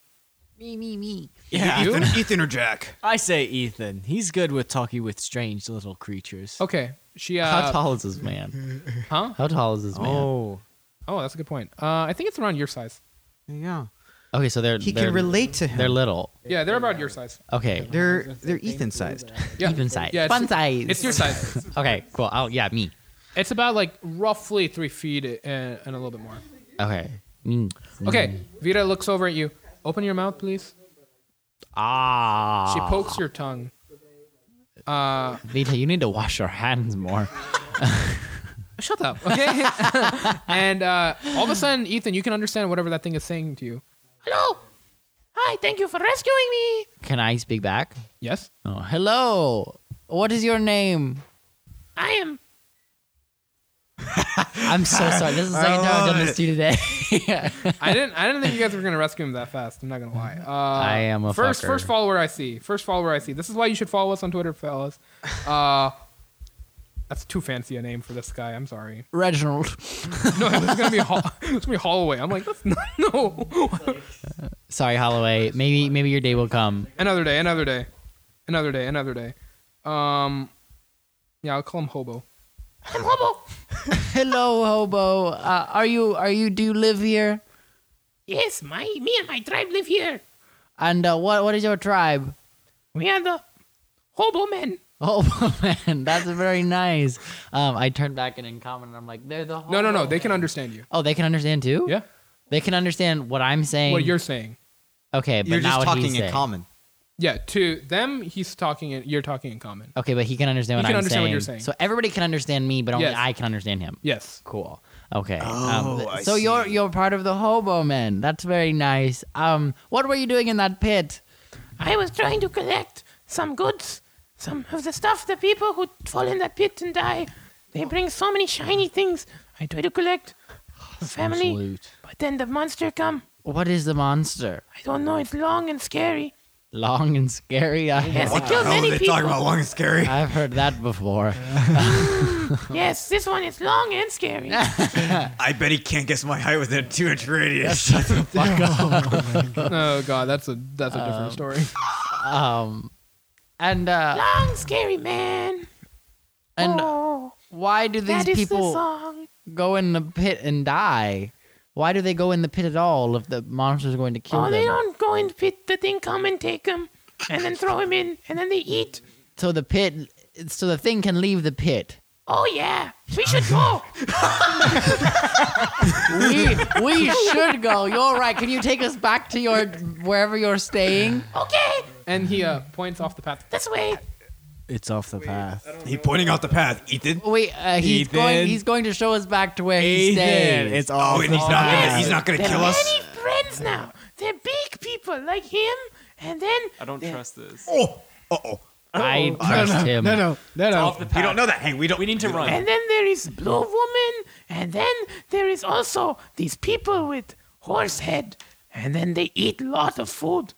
Yeah, You? Ethan, Ethan or Jack? I say Ethan. He's good with talking with strange little creatures. Okay. She. How Uh, tall is this man? Huh? How tall is this man? Oh. oh, that's a good point. Uh, I think it's around your size. yeah. Okay, so they're He they're, can relate to They're him. little. Yeah, they're about your size. Okay, They're they're Ethan sized. Yeah. even size. Yeah, it's- Fun size. It's your size. Okay, cool. Oh yeah, me. it's about like roughly three feet and, and a little bit more. Okay. Mm. Okay. Vita looks over at you. Open your mouth, please. Ah. She pokes your tongue. Uh, Vita, you need to wash your hands more. shut up, okay? and uh, all of a sudden, Ethan, you can understand whatever that thing is saying to you. Hello. Hi. Thank you for rescuing me. Can I speak back? Yes. Oh, hello. What is your name? I am. I'm so sorry. This is the second time I've done this to you today. I didn't. I didn't think you guys were gonna rescue him that fast. I'm not gonna lie. Uh, I am a first fucker. first follower I see. First follower I see. This is why you should follow us on Twitter, fellas. Uh, that's too fancy a name for this guy. I'm sorry. Reginald. No, it's gonna be Hol- it's gonna be Holloway. I'm like, that's not, no. Sorry, Holloway. Maybe maybe your day will come. another day. Another day. Another day. Another day. Um, yeah, I'll call him Hobo. Hello, hobo. Uh, are you are you do you live here? Yes, my me and my tribe live here. And uh, what what is your tribe? We are the hobo men. Oh man, that's very nice. Um, I turned back and in common, and I'm like, they're the No, no, no. hobo They can man. understand you. Oh, they can understand too. Yeah. they can understand what I'm saying. What you're saying. okay, but You're not just what he's talking in saying. common. Yeah. To them, he's talking. In, you're talking in common. Okay, but he can understand He what can I'm understand saying. what you're saying. So everybody can understand me, but only Yes. I can understand him. Yes. Cool. Okay. Oh, um, th- I so you're see. you're part of the hobo men. That's very nice. Um, what were you doing in that pit? I was trying to collect some goods, some of the stuff the people who fall in that pit and die. They bring so many shiny things. I try to collect family, but then the monster come. What is the monster? I don't know. It's long and scary. Long and scary. I Yes, it killed Oh, many they people. talk about long and scary. I've heard that before. yes, this one is long and scary. I bet he can't guess my height within a two inch radius. Oh God, that's a that's a different story. Um, and uh, long scary man. uh, and oh, why do these that is the people song. go in the pit and die? Why do they go in the pit at all if the monster's going to kill Oh, them? they don't go and pit the thing. Come and take him, and then throw him in, and then they eat. So the pit, so the thing can leave the pit. Oh yeah, we should go. we, we should go. You're right. Can you take us back to your wherever you're staying? okay, And he uh, points off the path. this way. It's off the path. he pointing out the path. Ethan. Wait, uh, he's Ethan. going. He's going to show us back to where he stayed. It's off Oh, and he's not gonna, yes. he's not gonna They're kill us. many friends now. They're big people like him, and then I don't trust this. Oh, uh oh. I trust him. No, no. Off the We path. don't know that. Hey, we don't. We need to run. and then there is blue woman, and then there is also these people with horse head, and then they eat lot of food.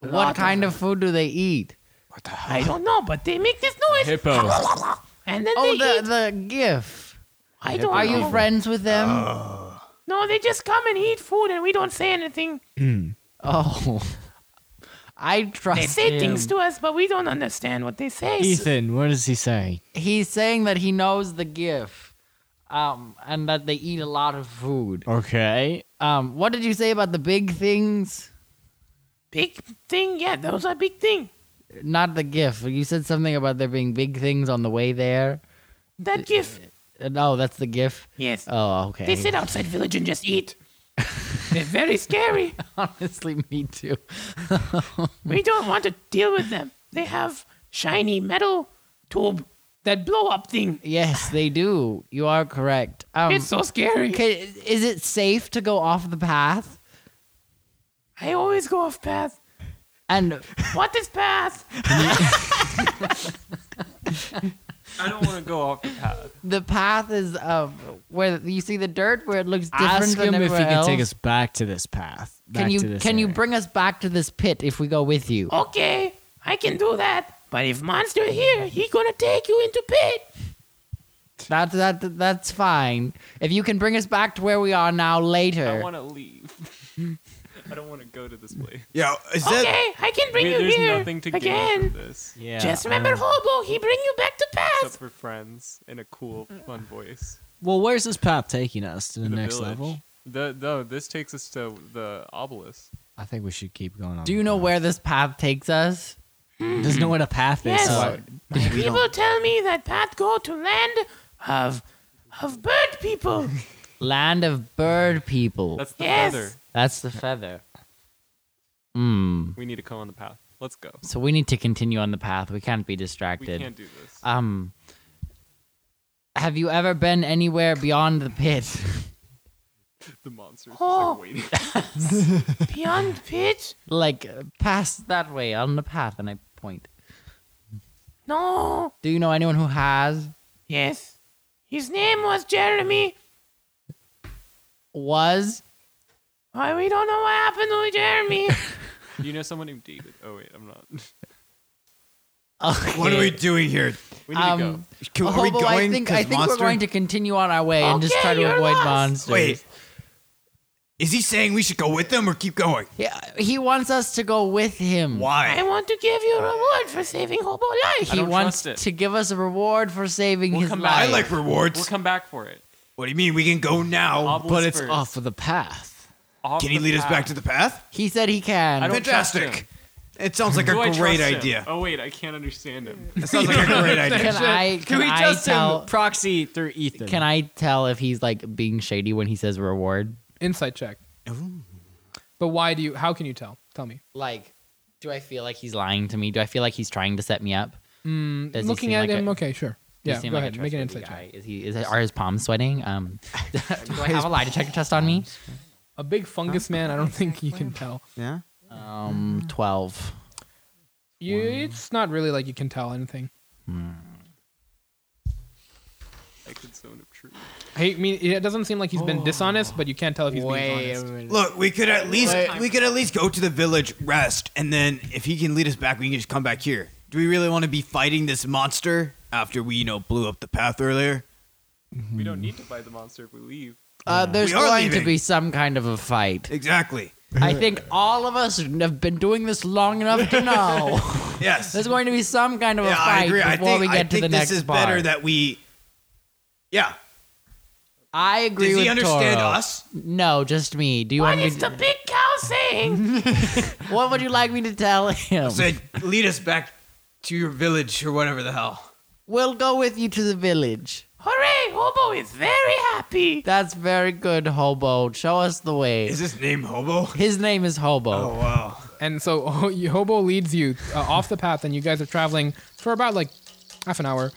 What kind of food do they eat? I don't know, but they make this noise. Hippo. And then Oh, they eat. the the GIF. I don't Are know. you friends with them? No, they just come and eat food and we don't say anything. oh, I trust They say him. things to us, but we don't understand what they say. Ethan, what does he say? He's saying that he knows the GIF, um, and that they eat a lot of food. Okay. Um, what did you say about the big things? Big thing, yeah, that was a big thing. Not the GIF. You said something about there being big things on the way there. That gift. Uh, No, that's the GIF. Yes. Oh, okay. They sit outside village and just eat. They're very scary. Honestly, me too. We don't want to deal with them. They have shiny metal tube that blow up thing. Yes, they do. You are correct. Um, It's so scary. okay, is it safe to go off the path? I always go off path. And What is path? I don't want to go off the path. the path is uh, where you see the dirt where it looks different Ask than him if he everywhere can take else. us back to this path. Can back you to this can you area. bring us back to this pit if we go with you? Okay, I can do that. But if monster here, he gonna take you into pit. That that that's fine. If you can bring us back to where we are now I later. want to leave. I don't want to go to this place. Yeah, is that Okay, I can bring Wait, you there's here nothing to gain from again. this Yeah. Just remember, Hobo, he bring you back to except path. for friends and a cool, fun voice. Well, where's this path taking us to the, The next village. level? The, no, this takes us to the obelisk. I think we should keep going on. Do you know where this path takes us? There's no way to path this. Hmm. Yes. so- My people tell me that path go to land of of bird people. Land of bird people. That's the Yes. feather. That's the feather. Hmm. We need to come on the path. Let's go. So we need to continue on the path. We can't be We distracted. can't do this. Um. Have you ever been anywhere beyond the pit? the monsters just, Oh. like waiting. Beyond pit? like uh, past that way on the path, and I point. No. Do you know anyone who has? Yes. His name was Jeremy. Was Why we don't know what happened to Jeremy. You know someone named David. Oh wait, I'm not. okay. what are we doing here? We need to go. Can, are we Hobo, going? Um, I think, I 'Cause think we're monster- going to continue on our way and just Okay, try to you're avoid lost. monsters. Wait, is he saying we should go with them or keep going? Yeah, he wants us to go with him. I Why? want to give you a reward for saving Hobo life. He don't wants trust it. to give us a reward for saving We'll his come life. back. I like rewards. We'll come back for it. what do you mean? We can go now. Obelisk but it's first. off of the path. Off Can he the lead us path. back to the path? he said he can. I don't trust Fantastic. him. It sounds like a Do I great trust him? idea. Oh wait, I can't understand him. That sounds like a great idea. can I? Can, I tell? proxy through Ethan? Can I tell if he's like being shady when he says reward? Insight check. But why do you? How can you tell? Tell me. Like, do I feel like he's lying to me? Do I feel like he's trying to set me up? Does he Looking seem at like him. a- okay, sure. Does Yeah, he seem go like a ahead. Make an trustworthy insight check. guy? Is he? Is are his palms sweating? Um, do I have a lie detector test on me? A big fungus man. I don't think you can tell. Yeah. Um, twelve. You, it's not really like you can tell anything. I could zone of truth. I mean, it doesn't seem like he's been dishonest, but you can't tell if he's being honest. Look, we could at least we could at least go to the village, rest, and then if he can lead us back, we can just come back here. Do we really want to be fighting this monster after we, you know, blew up the path earlier? We don't need to fight the monster if we leave. Uh, there's We are going to leaving. be some kind of a fight. Exactly. I think all of us have been doing this long enough to know Yes. there's going to be some kind of a yeah, fight I agree. before I think, we get I to think the this next is bar. better that we. Yeah. I agree Does with he understand Toro. us? No, just me. Do you What want me? is the To, big cow saying? what would you like me to tell him? Said, lead us back to your village or whatever the hell. We'll go with you to the village. Hooray, Hobo is very happy. That's very good, Hobo. Show us the way. Is his name Hobo? His name is Hobo. Oh wow. And so Hobo leads you uh, off the path, and you guys are traveling for about like half an hour.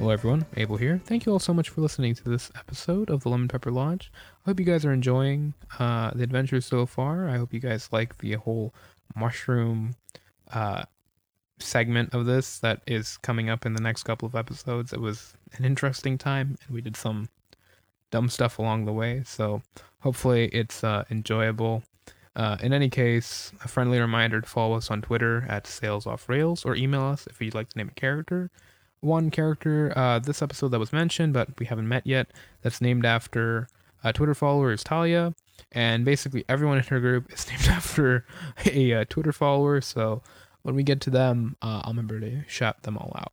Well, everyone, Abel here. Thank you all so much for listening to this episode of the Lemon Pepper Lodge. I hope you guys are enjoying uh, the adventure so far. I hope you guys like the whole mushroom uh, segment of this that is coming up in the next couple of episodes. It was an interesting time, and we did some dumb stuff along the way. So hopefully, it's uh, enjoyable. Uh, in any case, a friendly reminder to follow us on Twitter at Sales Off Rails or email us if you'd like to name a character. One character uh, this episode that was mentioned, but we haven't met yet, that's named after a Twitter follower is Talia. And basically, everyone in her group is named after a uh, Twitter follower. So when we get to them, uh, I'll remember to shout them all out.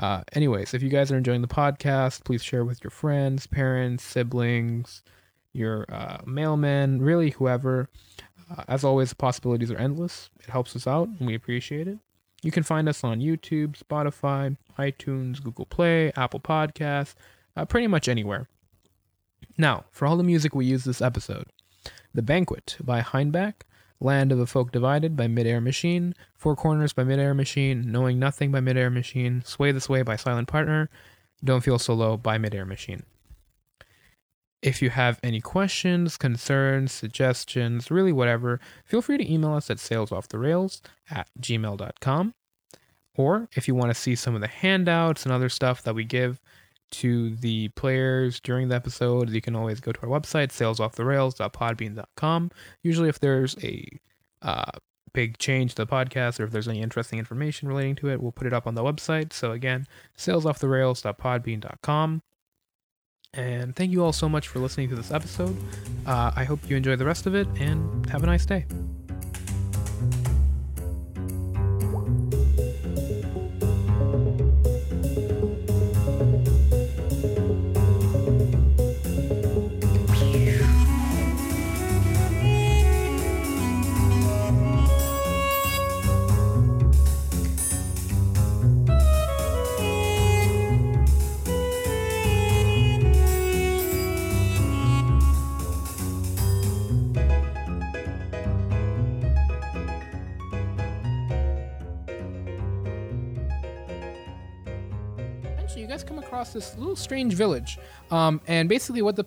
Uh, anyways, if you guys are enjoying the podcast, please share with your friends, parents, siblings, your uh, mailman, really whoever. Uh, as always, the possibilities are endless. It helps us out, and we appreciate it. You can find us on YouTube, Spotify, iTunes, Google Play, Apple Podcasts, uh, pretty much anywhere. Now, for all the music we use this episode The Banquet by Heinbach, Land of the Folk Divided by Midair Machine, Four Corners by Midair Machine, Knowing Nothing by Midair Machine, Sway This Way by Silent Partner, Don't Feel So Low by Midair Machine. If you have any questions, concerns, suggestions, really whatever, feel free to email us at salesofftherails at gmail.com. Or if you want to see some of the handouts and other stuff that we give to the players during the episode, you can always go to our website, salesofftherails.podbean.com. Usually, if there's a uh, big change to the podcast or if there's any interesting information relating to it, we'll put it up on the website. So, again, salesofftherails.podbean.com. And thank you all so much for listening to this episode. Uh, I hope you enjoy the rest of it and have a nice day. Eventually, you guys come across this little strange village, um, and basically, what the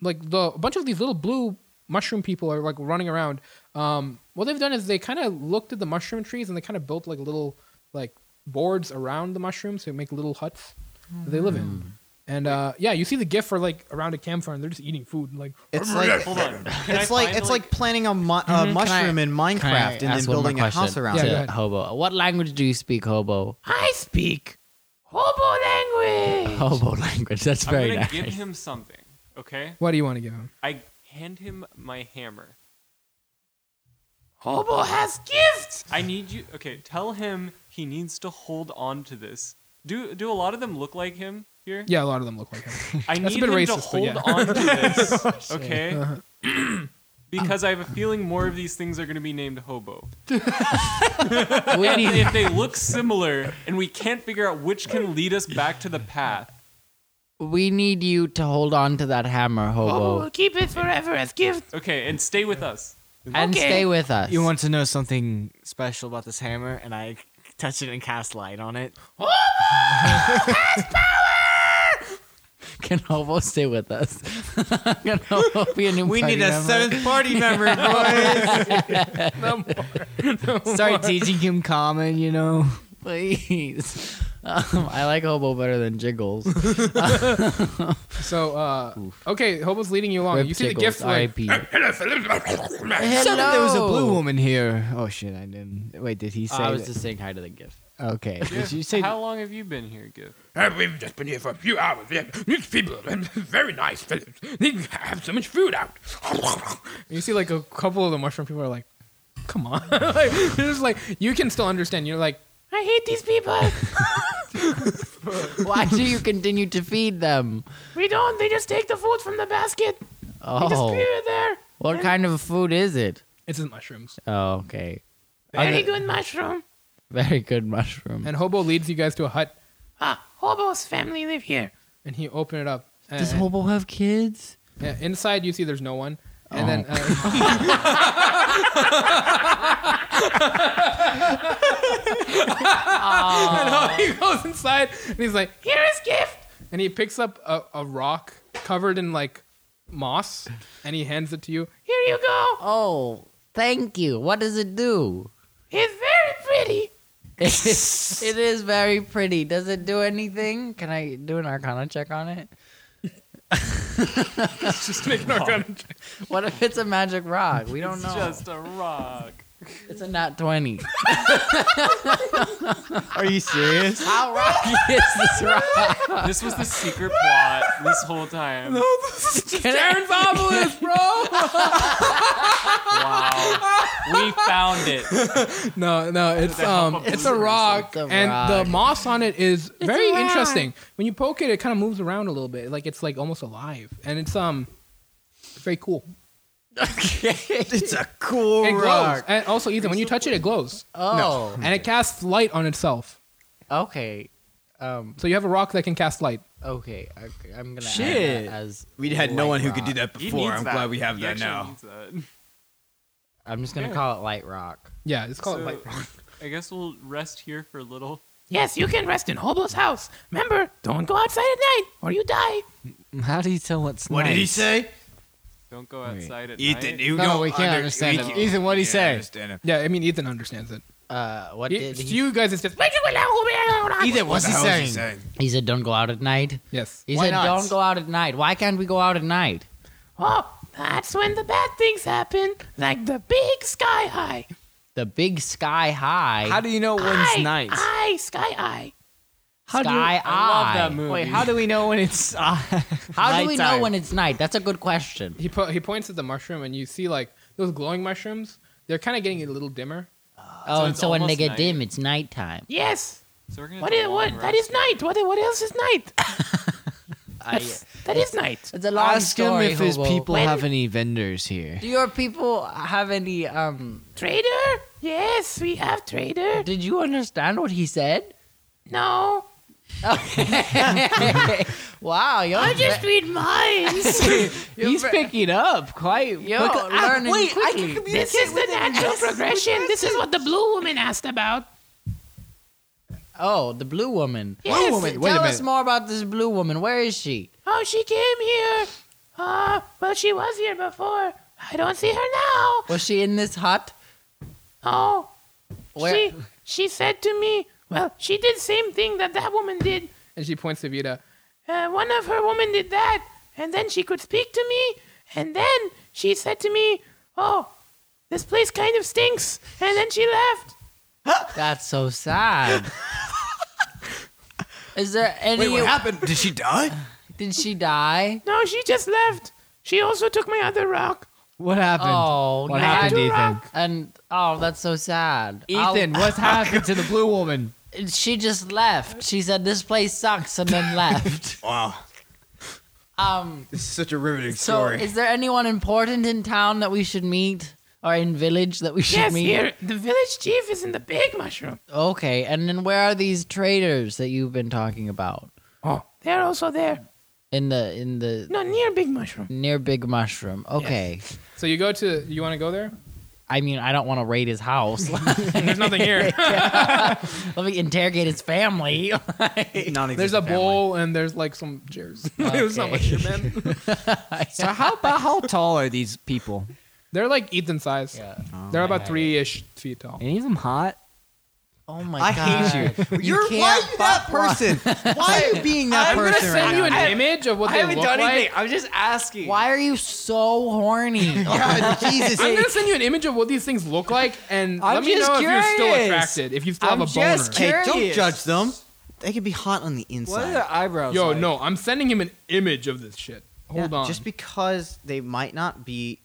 like the a bunch of these little blue mushroom people are like running around. Um, what they've done is they kind of looked at the mushroom trees and they kind of built like little like boards around the mushrooms to make little huts that they live in. And uh, yeah, you see the gif for like around a campfire and they're just eating food. Like It's like Hold on. Can I it's like find, it's like planting a, mu- a mushroom in Can I Minecraft and then ask one more building a house question around Yeah, it. go to ahead. Hobo. What language do you speak, Hobo? I speak hobo language. Hobo language. That's I'm very gonna nice. give him something. Okay. what do you want to give them? I hand him my hammer. Hobo has gift. I need you. Okay, tell him he needs to hold on to this. Do do a lot of them look like him here? Yeah, a lot of them look like him. I That's a need bit him to racist, but hold yeah. on to this. Okay. because I have a feeling more of these things are going to be named hobo. we And need, if they look similar and we can't figure out which can lead us back to the path, we need you to hold on to that hammer, Hobo Oh, Hobo, will keep it forever as gift. okay, and stay with us. and okay. stay with us. You want to know something special about this hammer? And I touch it and cast light on it. Can Hobo stay with us? Can Hobo be a new We party need a member? seventh party member, boys. Start teaching him common, you know. Please. Um, I like Hobo better than Jiggles. So uh, okay, Hobo's leading you along. Rip you see the Jiggles, gift like R.I.P. Shut up, there was a blue Hello. woman here. Oh shit, I didn't. Wait, did he say? I was that- just saying hi to the gift. Okay. Did you say? How long have you been here, Gif? we've just been here for a few hours. Yeah, These people are very nice. They they have so much food out. You see, like a couple of the mushroom people are like, "Come on!" like, they're just like you can still understand. You're like, I hate these people. Why do you continue to feed them? we don't. They just take the food from the basket. They just Oh, clear it there. what kind of food is it? "It's just mushrooms." Oh, okay. Very good mushroom. Very good mushroom. And Hobo leads you guys to a hut, Ah, Hobo's family live here. and he opened it up. And, Does Hobo have kids? yeah, Oh. inside, you see there's no one. And then uh, and he goes inside and he's like, "Here is gift." And he picks up a, a rock covered in like moss and he hands it to you. Here you go. Oh, thank you. What does it do? It's very pretty. it is very pretty. Does it do anything? Can I do an arcana check on it? Just make an arcana check. What if it's a magic rock? We don't know. Just a rock. It's a nat 20. Are you serious? How rocky is this rock? This was the secret plot this whole time. Aaron's obelisk, bro. Wow. We found it. No, no, it's um, it's a rock, It's a and rock. the moss on it is very interesting. When you poke it, it kind of moves around a little bit, like it's like almost alive, and it's um, very cool. it's a cool It glows, rock. and also Ethan, when you touch it, it glows, Oh, and it casts light on itself. okay. Um, So you have a rock that can cast light. okay. okay. I'm going to Shit. as We Oh had no light one who could rock. do that He before. needs I'm that. glad we have He that actually now. needs that. I'm just going to call it light rock. Yeah, it's called So- light rock. I guess we'll rest here for a little. Yes, you can rest in Hobo's house. Remember, don't go outside at night or you die. How do you tell what's What did he say? Don't go outside at Ethan, night. you No, don't we can't understand we him. can't- Ethan, what'd he yeah, I say? understand him. Yeah, I mean Ethan understands it. Uh, what It- did to he? you guys, it's just Either What what's the he hell is saying? he saying? He said, "Don't go out at night." yes. He Why said, not? "Don't go out at night." Why can't we go out at night? Oh, that's when the bad things happen, like the big sky high. The big sky high. How do you know when's High, night? High, sky high. How do you- sky I eye. love that movie. Wait, how do we know when it's uh, How do we know when it's night? That's a good question. He po- he points at the mushroom, and you see like those glowing mushrooms. They're kind of getting a little dimmer. oh, So and it's so when they almost get night. dim, it's nighttime. Yes. So we're gonna What do a is long what? That rest. is night. What what else is night? I, That is night. it's a long Ask him story. if his Hobo. people When- have any vendors here. Do your people have any? Um, Trader? Yes, we have trader. did you understand what he said? No, Wow, you're I just read minds. He's picking up quite. you're quick- Ah, learning wait, I quickly. this is the natural progression. This is what the blue woman asked about. oh, the blue woman. Yes. woman. Wait a Tell us minute. more about this blue woman. Where is she? Oh, she came here. Uh, well, she was here before. I don't see her now. Was she in this hut? Oh, Where? she she said to me. Well, she did same thing that that woman did. And she points to Vita. Uh, one of her women did that, and then she could speak to me, and then she said to me, "Oh, this place kind of stinks," and then she left. That's so sad. Is there any? Wait, what happened? Did she die? Did she die? No, she just left. She also took my other rock. What happened? Oh, what no. happened, Two Ethan? And oh, that's so sad. I'll- Ethan, what's happened to the blue woman? she just left. She said this place sucks and then left. Wow, Um. this is such a riveting So, story. is there anyone important in town that we should meet? Or in village that we should yes, meet? here the village chief is in the big mushroom. Okay, and then where are these traders that you've been talking about? They're also there. In the in the No, near big mushroom. near Big Mushroom. Okay. So you go to. You want to go there? I mean, I don't want to raid his house. There's nothing here. Let me interrogate his family. there's a bowl and there's like some chairs. there's not much here, man. So how about how tall are these people? Oh, They're like Ethan size. They're about three ish feet tall. Any of them hot? Oh my I god. hate you. You're why can't are you that person? Why are you being that I'm gonna person? send right you an now? image of what they look like. I'm just asking. Why are you so horny? God, Jesus. I'm gonna send you an image of what these things look like, and I'm let me just know if you're still curious. attracted. If you still I'm have a boner. just Hey, don't Curious. judge them. They could be hot on the What are inside. their eyebrows? Yo, like? no, I'm sending him an image of this shit. Hold Yeah, on. Just because they might not be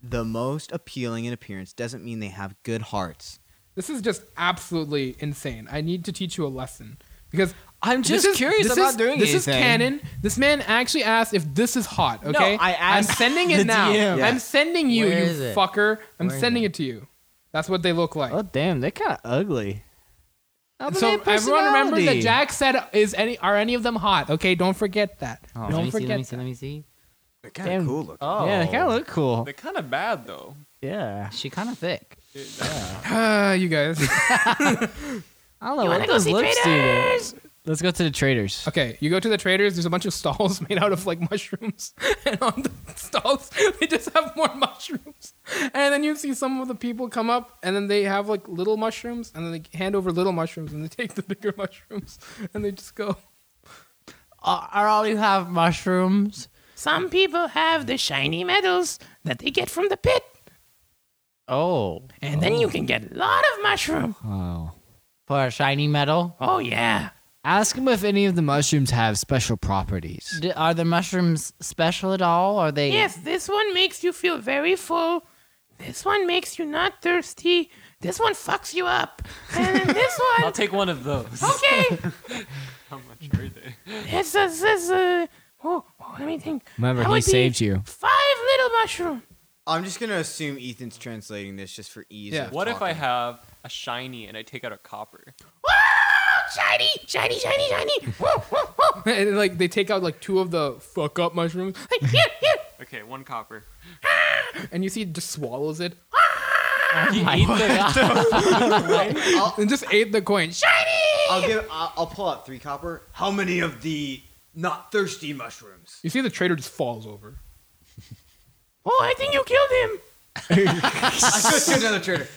the most appealing in appearance doesn't mean they have good hearts. This is just absolutely insane. I need to teach you a lesson because I'm this just is- curious this about is, doing this is anything. canon. This man actually asked if this is hot. Okay, I am asked sending it the now. DM. I'm sending you, Where is you it? fucker. I'm sending it? to you. That's what they look like. Oh damn, they're kind of ugly. And so everyone remember that Jack said, "Is any are any of them hot?" Okay, don't forget that. Oh, let don't me see, let me forget. see, let me see. They're kind of cool looking. Oh. Yeah, they kind of look cool. They're kind of bad though. Yeah. She kind of thick. Ah, you guys. I don't know. What You wanna go does see lips do? traders? Let's go to the traders. Okay, you go to the traders. There's a bunch of stalls made out of like mushrooms, and on the stalls they just have more mushrooms. And then you see some of the people come up, and then they have like little mushrooms, and then they hand over little mushrooms, and they take the bigger mushrooms, and they just go. Are, are all you have mushrooms? Some people have the shiny metals that they get from the pit, Oh, and then you can get a lot of mushroom. Wow. for a shiny metal. Oh yeah. Ask him if any of the mushrooms have special properties. D- are the mushrooms special at all? Are they? Yes, this one makes you feel very full. This one makes you not thirsty. This one fucks you up. And then this one. I'll take one of those. okay. How much are they? It's a. It's a oh, oh, let me think. Remember, That he would be saved you. Five little mushroom. I'm just gonna assume Ethan's translating this just for ease. Yeah. of What if I talking. have a shiny and I take out a copper? Whoa! Shiny, shiny, shiny, shiny. Whoa, whoa, whoa. And like they take out like two of the fuck up mushrooms, Hey, here, here. Okay, one copper. and you see it just swallows it, I'll, and just ate the coin. I'll give. I'll, I'll pull out three copper. How many of the not thirsty mushrooms? You see the trader just falls over. Oh, I think you killed him. I go to another trader.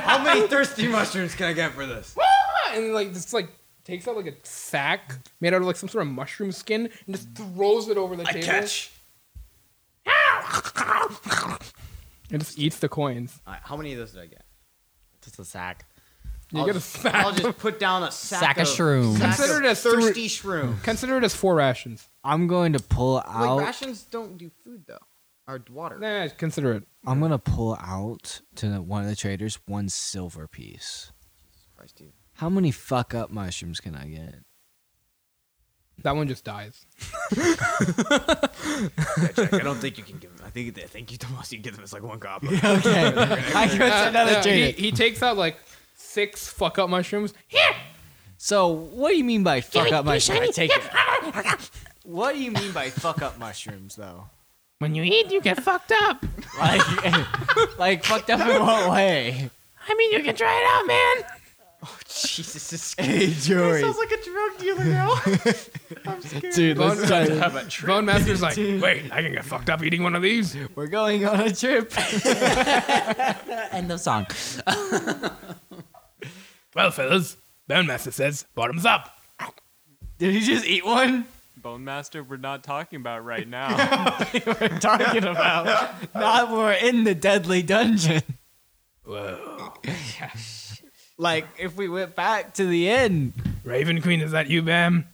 How many thirsty mushrooms can I get for this? Ah! and like just like takes out like a sack made out of like some sort of mushroom skin and just throws it over the table. Catch. And just eats the coins. All right, how many of those did I get? Just a sack. You I'll get a just- sack. I'll just put down a sack, Sack of shrooms. sack Consider it of as three- thirsty shroom. Consider it as four rations. I'm going to pull Like out. rations don't do food though, or water. Nah, consider it. I'm gonna pull out to the- one of the traders one silver piece. Christ, dude. How many fuck up mushrooms can I get? That one just dies. Yeah, Jack, I don't think you can give him. I think I think you Tomas you can give him is like one copper. Okay, I go to another Uh, he, trader. he takes out like six fuck up mushrooms. Here. So what do you mean by Give fuck me up three mushrooms? shiny. I take Here. it. What do you mean by fuck up mushrooms though? When you eat, you get fucked up. Like, like fucked up in what way? I mean, you can try it out, man. Jesus, this Hey, Jory. like a drug dealer now. Dude, let's try this. Bone Master's like, Wait, I can get fucked up eating one of these. We're going on a trip. End of song. Well, fellas, Bone Master says, bottoms up. Did he just eat one? Bone Master, we're not talking about right now. Talking about not we're in the deadly dungeon. like if we went back to the end. Raven Queen, is that you, Bam?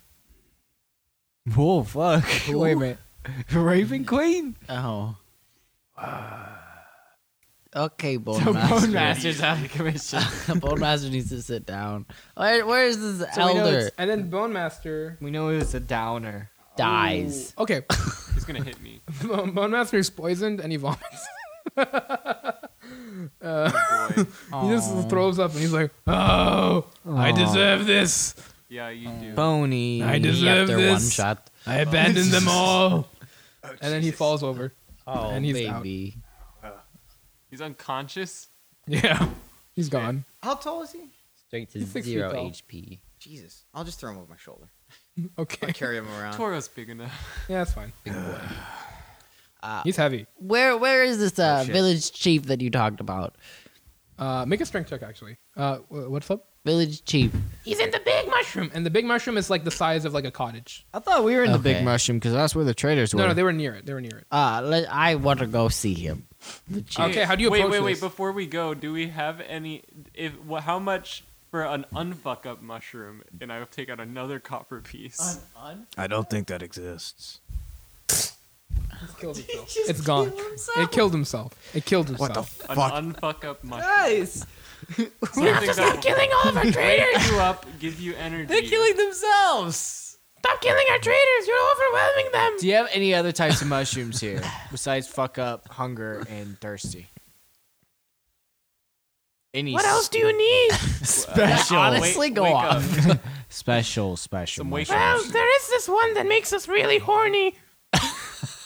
Whoa, fuck. Wait a minute. Raven Queen? Oh. Okay, Bone The Master. Bone Master's out of commission. Bone Master needs to sit down. Where, where is this we know elder? it's- and then Bone Master We know it was a downer. Dies. okay, He's gonna hit me. Bone Bone Master is poisoned and he vomits. Uh, Oh, boy. He just throws up and he's like, "Oh, I deserve this. Yeah, you do. Um, Bony. I deserve after one this. shot. I abandoned them all." and then he falls over. Oh, And he's out. baby. He's unconscious. Yeah, he's gone. How tall is he? Straight to He's six feet zero tall. HP. Jesus, I'll just throw him over my shoulder. Okay. I carry him around. Toro's big enough. Yeah, that's fine. He's heavy. Where where is this uh, village chief that you talked about? Uh, make a strength check, actually. Uh, wh- what's up? Village chief. He's in the big mushroom. And the big mushroom is like the size of like a cottage. I thought we were in the big Okay. mushroom because that's where the traders were. No, no, they were near it. They were near it. Uh, let, I want to go see him. The chief. Okay, how do you wait, approach wait, wait? this? Before we go, do we have any? If wha how much for an unfuck up mushroom? And I will take out another copper piece. I don't think that exists. It's killed itself. It's gone. It killed himself. It killed himself. What the f- An fuck? unfuck up mushroom. Guys, something Stop that killing all of our will traders. wake you up, give you energy. themselves. Stop killing our traders. You're overwhelming them. Do you have any other types of mushrooms here besides fuck up, hunger, and thirsty? Any What Oh, else do you need? special, Honestly, go wake off. special, special? Some wake mushrooms? Well, there is this one that makes us really horny.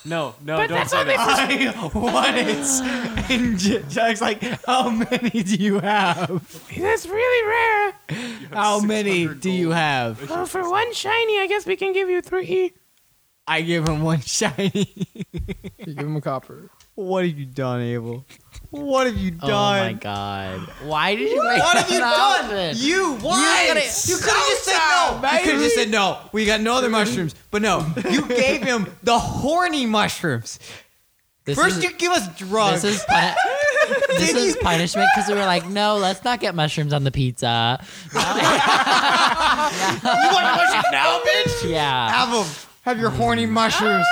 No, no, But don't that's say what that. they- I want it. And J- Jack's like, how many do you have? That's really rare. How many do you have? Oh, for one shiny, I guess we can give you three. I give him one shiny. You give him a copper. What have you done, Abel? What have you done? Oh my god. Why did you make What have you that done? option? You why? You, could have just said no. You could have just said no. We got no other mushrooms, but no. You gave him the horny mushrooms. This First, is- you give us drugs. This is pun- this Did is punishment because we were like, no, let's not get mushrooms on the pizza. you want mushrooms now, bitch? Yeah, Have 'em. Have your horny mushrooms.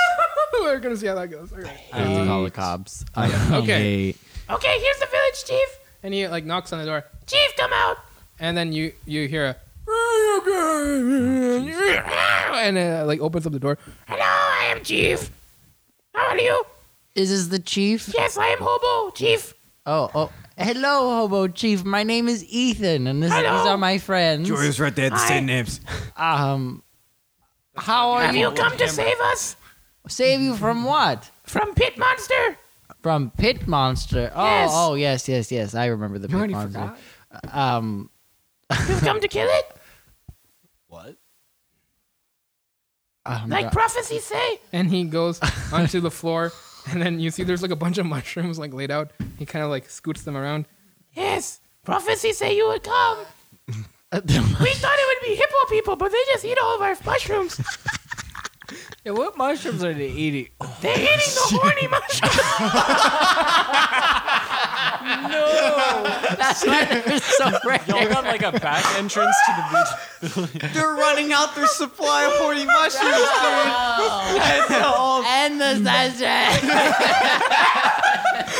We're gonna see how that goes. Okay. I have to call the cops. Okay. Okay, here's the village chief. And he like knocks on the door, Chief, come out. and then you you hear a and uh, like opens up the door. Hello, I am chief. How are you? Is this the chief? Yes, I am Hobo, chief. Oh, oh. Hello, Hobo Chief. My name is Ethan, and this, these Hello. are my friends. Joyous right there at the Hi. same names. Um, how are Have you? you come to save us Save you from what? from Pit Monster? From Pit Monster. Oh, Yes. oh, yes, yes, yes. I remember the Pit already Monster. Um, You've come to kill it, um, like prophecies say. Oh and he goes onto the floor and then you see there's like a bunch of mushrooms like laid out he kind of like scoots them around Yes, prophecies say you would come. We thought it would be hippo people, but they just eat all of our mushrooms. Yeah, what mushrooms are they eating? They're eating the horny mushrooms. so Y'all got like a back entrance to the beach. They're running out their supply of horny mushrooms, End the session.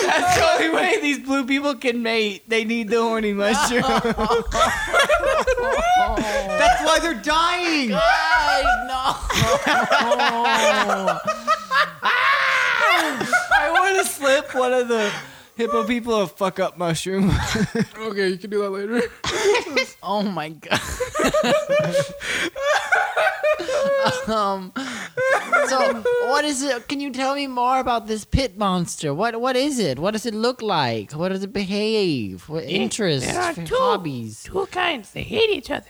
That's the only way these blue people can mate. They need the horny mushroom. dude. That's why they're dying. I want to slip one of the hippo people a fuck up mushroom. okay you can do that later Oh my god. um, so what is it? Can you tell me more about this pit monster? What what is it? What does it look like? What does it behave? What interests? there are f- two. hobbies? Two kinds. They hate each other.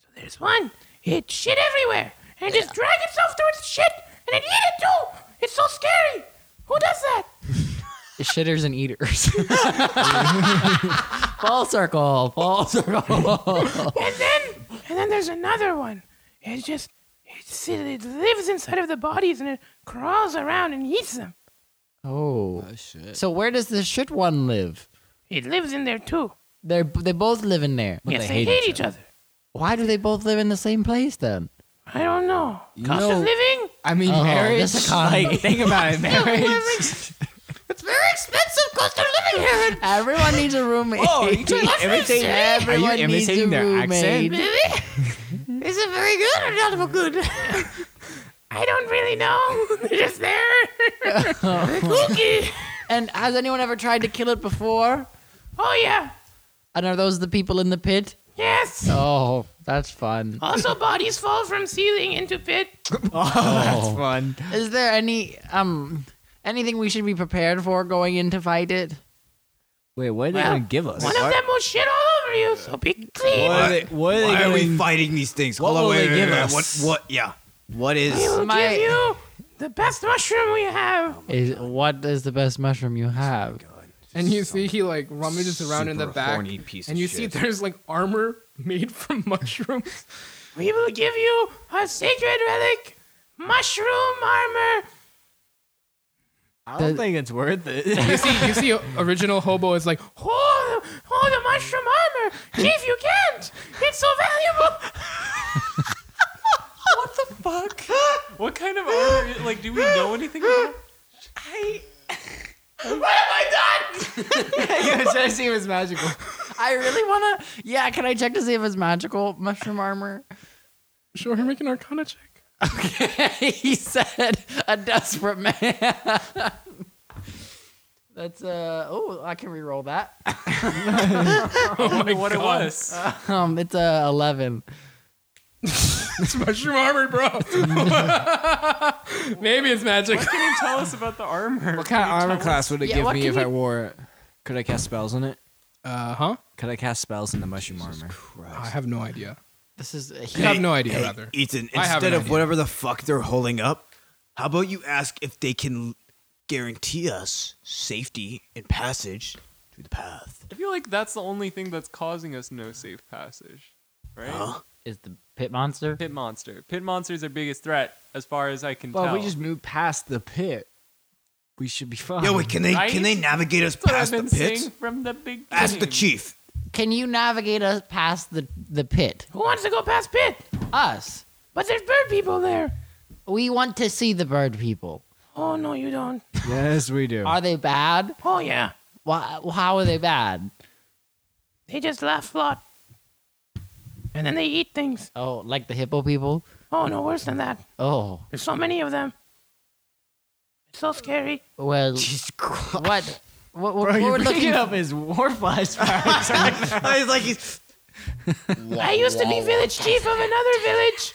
So there's one. It shit everywhere and just drag itself through its shit and then eat it too. It's so scary. Who does that? Shitters and eaters. full circle. Full circle. And then and then there's another one. It just it, sit- it lives inside of the bodies and it crawls around and eats them. oh. So where does the shit one live? It lives in there too. They they both live in there. yes, they, hate, each other. Why do they both live in the same place then? I don't know. Cost know- of living? I mean, Oh, marriage. this economy. Like, think about it, marriage. It's very expensive cost of living here. Everyone needs a roommate. Oh, you trying to imitate? Are you Everyone needs a imitating their accent? roommate. Is it very good or not so good? I don't really know. They're just there. Cookie. And has anyone ever tried to kill it before? Oh yeah. And are those the people in the pit? Yes. Oh, that's fun. Also, bodies fall from ceiling into pit. Oh, Fun. Is there any um anything we should be prepared for going in to fight it? Wait, what did Well, they give us? One of them will shit all over you, so be clean. What? What are they, what are they Why are gonna- we fighting these things? What Hold on, will wait, they wait, give wait, wait. us? What? What? Yeah. What We is? will My- give you the best mushroom we have. Is what is the best mushroom you have? and you see he like rummages around in the Super back horny piece of and you see shit. there's like armor made from mushrooms We will give you a sacred relic, mushroom armor. I don't think it's worth it. you see you see original hobo is like Oh, the- oh, the mushroom armor. Chief, you can't. It's so valuable. What kind of armor? is- Like, do we know anything about? I was trying to see if it's magical. I really wanna Yeah, can I check to see if it's magical mushroom armor? sure make an arcana check he said a desperate man. That's uh oh, I can re-roll that. Oh my what God. it was? Um, it's uh, eleven. it's mushroom armored, bro. Maybe it's magic. What can you tell us about the armor? What kind of armor class would it Yeah, give what me can if you- I wore it? Could I cast spells in it? Uh huh. Could I cast spells in the mushroom armor? I have no idea. This is a I huge have no idea, rather. Ethan, I have an instead of idea. whatever the fuck they're holding up, how about you ask if they can guarantee us safety and passage through the path? I feel like that's the only thing that's causing us no safe passage, right? Huh? is the pit monster. Pit monster. Pit monster is our biggest threat, as far as I can Well, if tell. we just move past the pit, we should be fine. Yo, wait, can they Right? can they navigate us that's what I've past the been pits? saying from the beginning. Ask the chief. Can you navigate us past the the pit? Who wants to go past pit? Us. But there's bird people there. We want to see the bird people. Oh no, you don't. Yes, we do. Are they bad? Oh yeah, Why, how are they bad? they just laugh a lot, and then they eat things. Oh, like the hippo people? Oh no, worse than that. Oh, There's so many of them. It's so scary. well. What? What, what, what we're looking up his war flash. It's like he's I used to be village chief of another village.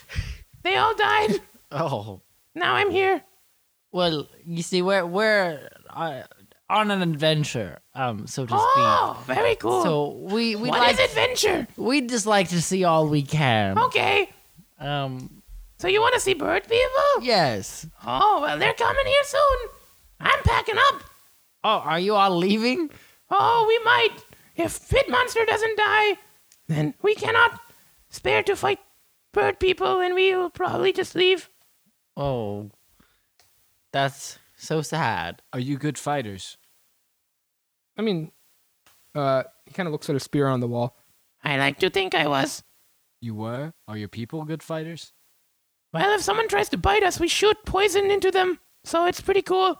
They all died. Oh, Now I'm here. well, you see, we're we're uh, on an adventure, um, so to speak. Oh, very cool. So we we What like is adventure? we just like to see all we can. Okay. Um, So you want to see bird people? yes. Oh, well, they're coming here soon. I'm packing up. Oh, are you all leaving? Oh, we might. If Pit Monster doesn't die, then we cannot spare to fight bird people, and we will probably just leave. Oh, that's so sad. Are you good fighters? I mean, uh, he kind of looks at a spear on the wall. I like to think I was. You were? Are your people good fighters? Well, if someone tries to bite us, we shoot poison into them, so it's pretty cool.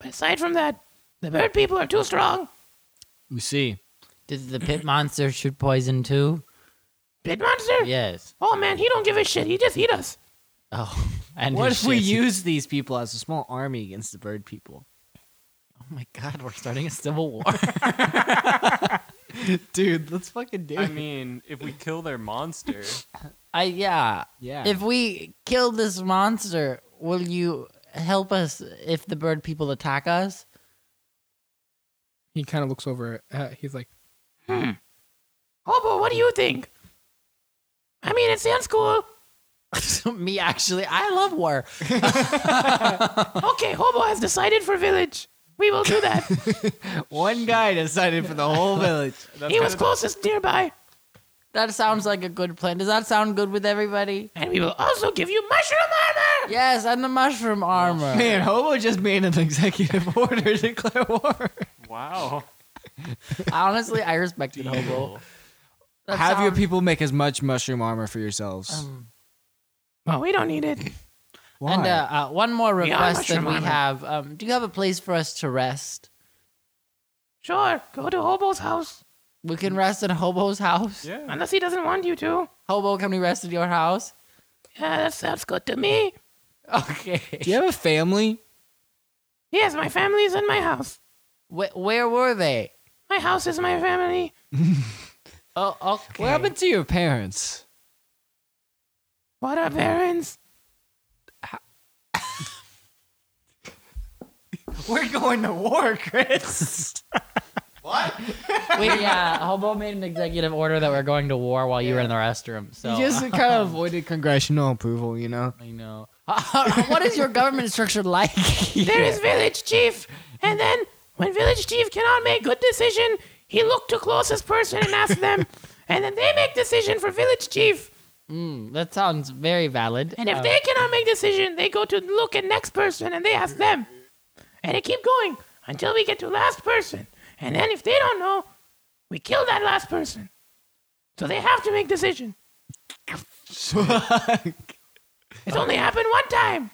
But aside from that, the bird people are too strong. We see. Did the pit monster shoot poison too? Pit Monster? Yes. Oh, man, he don't give a shit. He just eat us. Oh, and What his if we shit. use these people as a small army against the bird people? Oh my God, we're starting a civil war. Dude, let's fucking do I mean, if we kill their monster, I yeah. Yeah. If we kill this monster, will you help us if the bird people attack us? He kind of looks over. Uh, he's like, Hobo, what do you think? I mean, it sounds cool. Me actually, I love war. Okay, Hobo has decided for village. We will do that. One guy decided for the whole village. he was closest nearby. That sounds like a good plan. Does that sound good with everybody? And we will also give you mushroom armor! Yes, and the mushroom armor. Man, Hobo just made an executive order to declare war. wow. Honestly, I respect it, Hobo. That Have your sounds- people make as much mushroom armor for yourselves. Um, Oh, we don't need it. Why? and uh, uh, one more Yeah, request that mushroom we armor. have. Um, do you have a place for us to rest? Sure, go to Hobo's house. We can rest in Hobo's house. Yeah. Unless he doesn't want you to. Hobo, can we rest at your house? Yeah, that sounds good to me. Okay. Do you have a family? Yes, my family is in my house. Wh- where were they? My house is my family. Oh, okay. What happened to your parents? What are parents? We're going to war, Chris. We, uh, Hobo made an executive order that we're going to war while you were in the restroom. So He just kind "Ah." of avoided congressional approval, you know? I know. what is your government structure like? There is village chief. And then, when village chief cannot make good decision, he look to closest person and ask them. And then they make decision for village chief. Mm, that sounds very valid. And if Uh, they cannot make decision, they go to look at next person and they ask them. And they keep going until we get to last person. And then if they don't know, we kill that last person. So they have to make decision. it's only happened one time.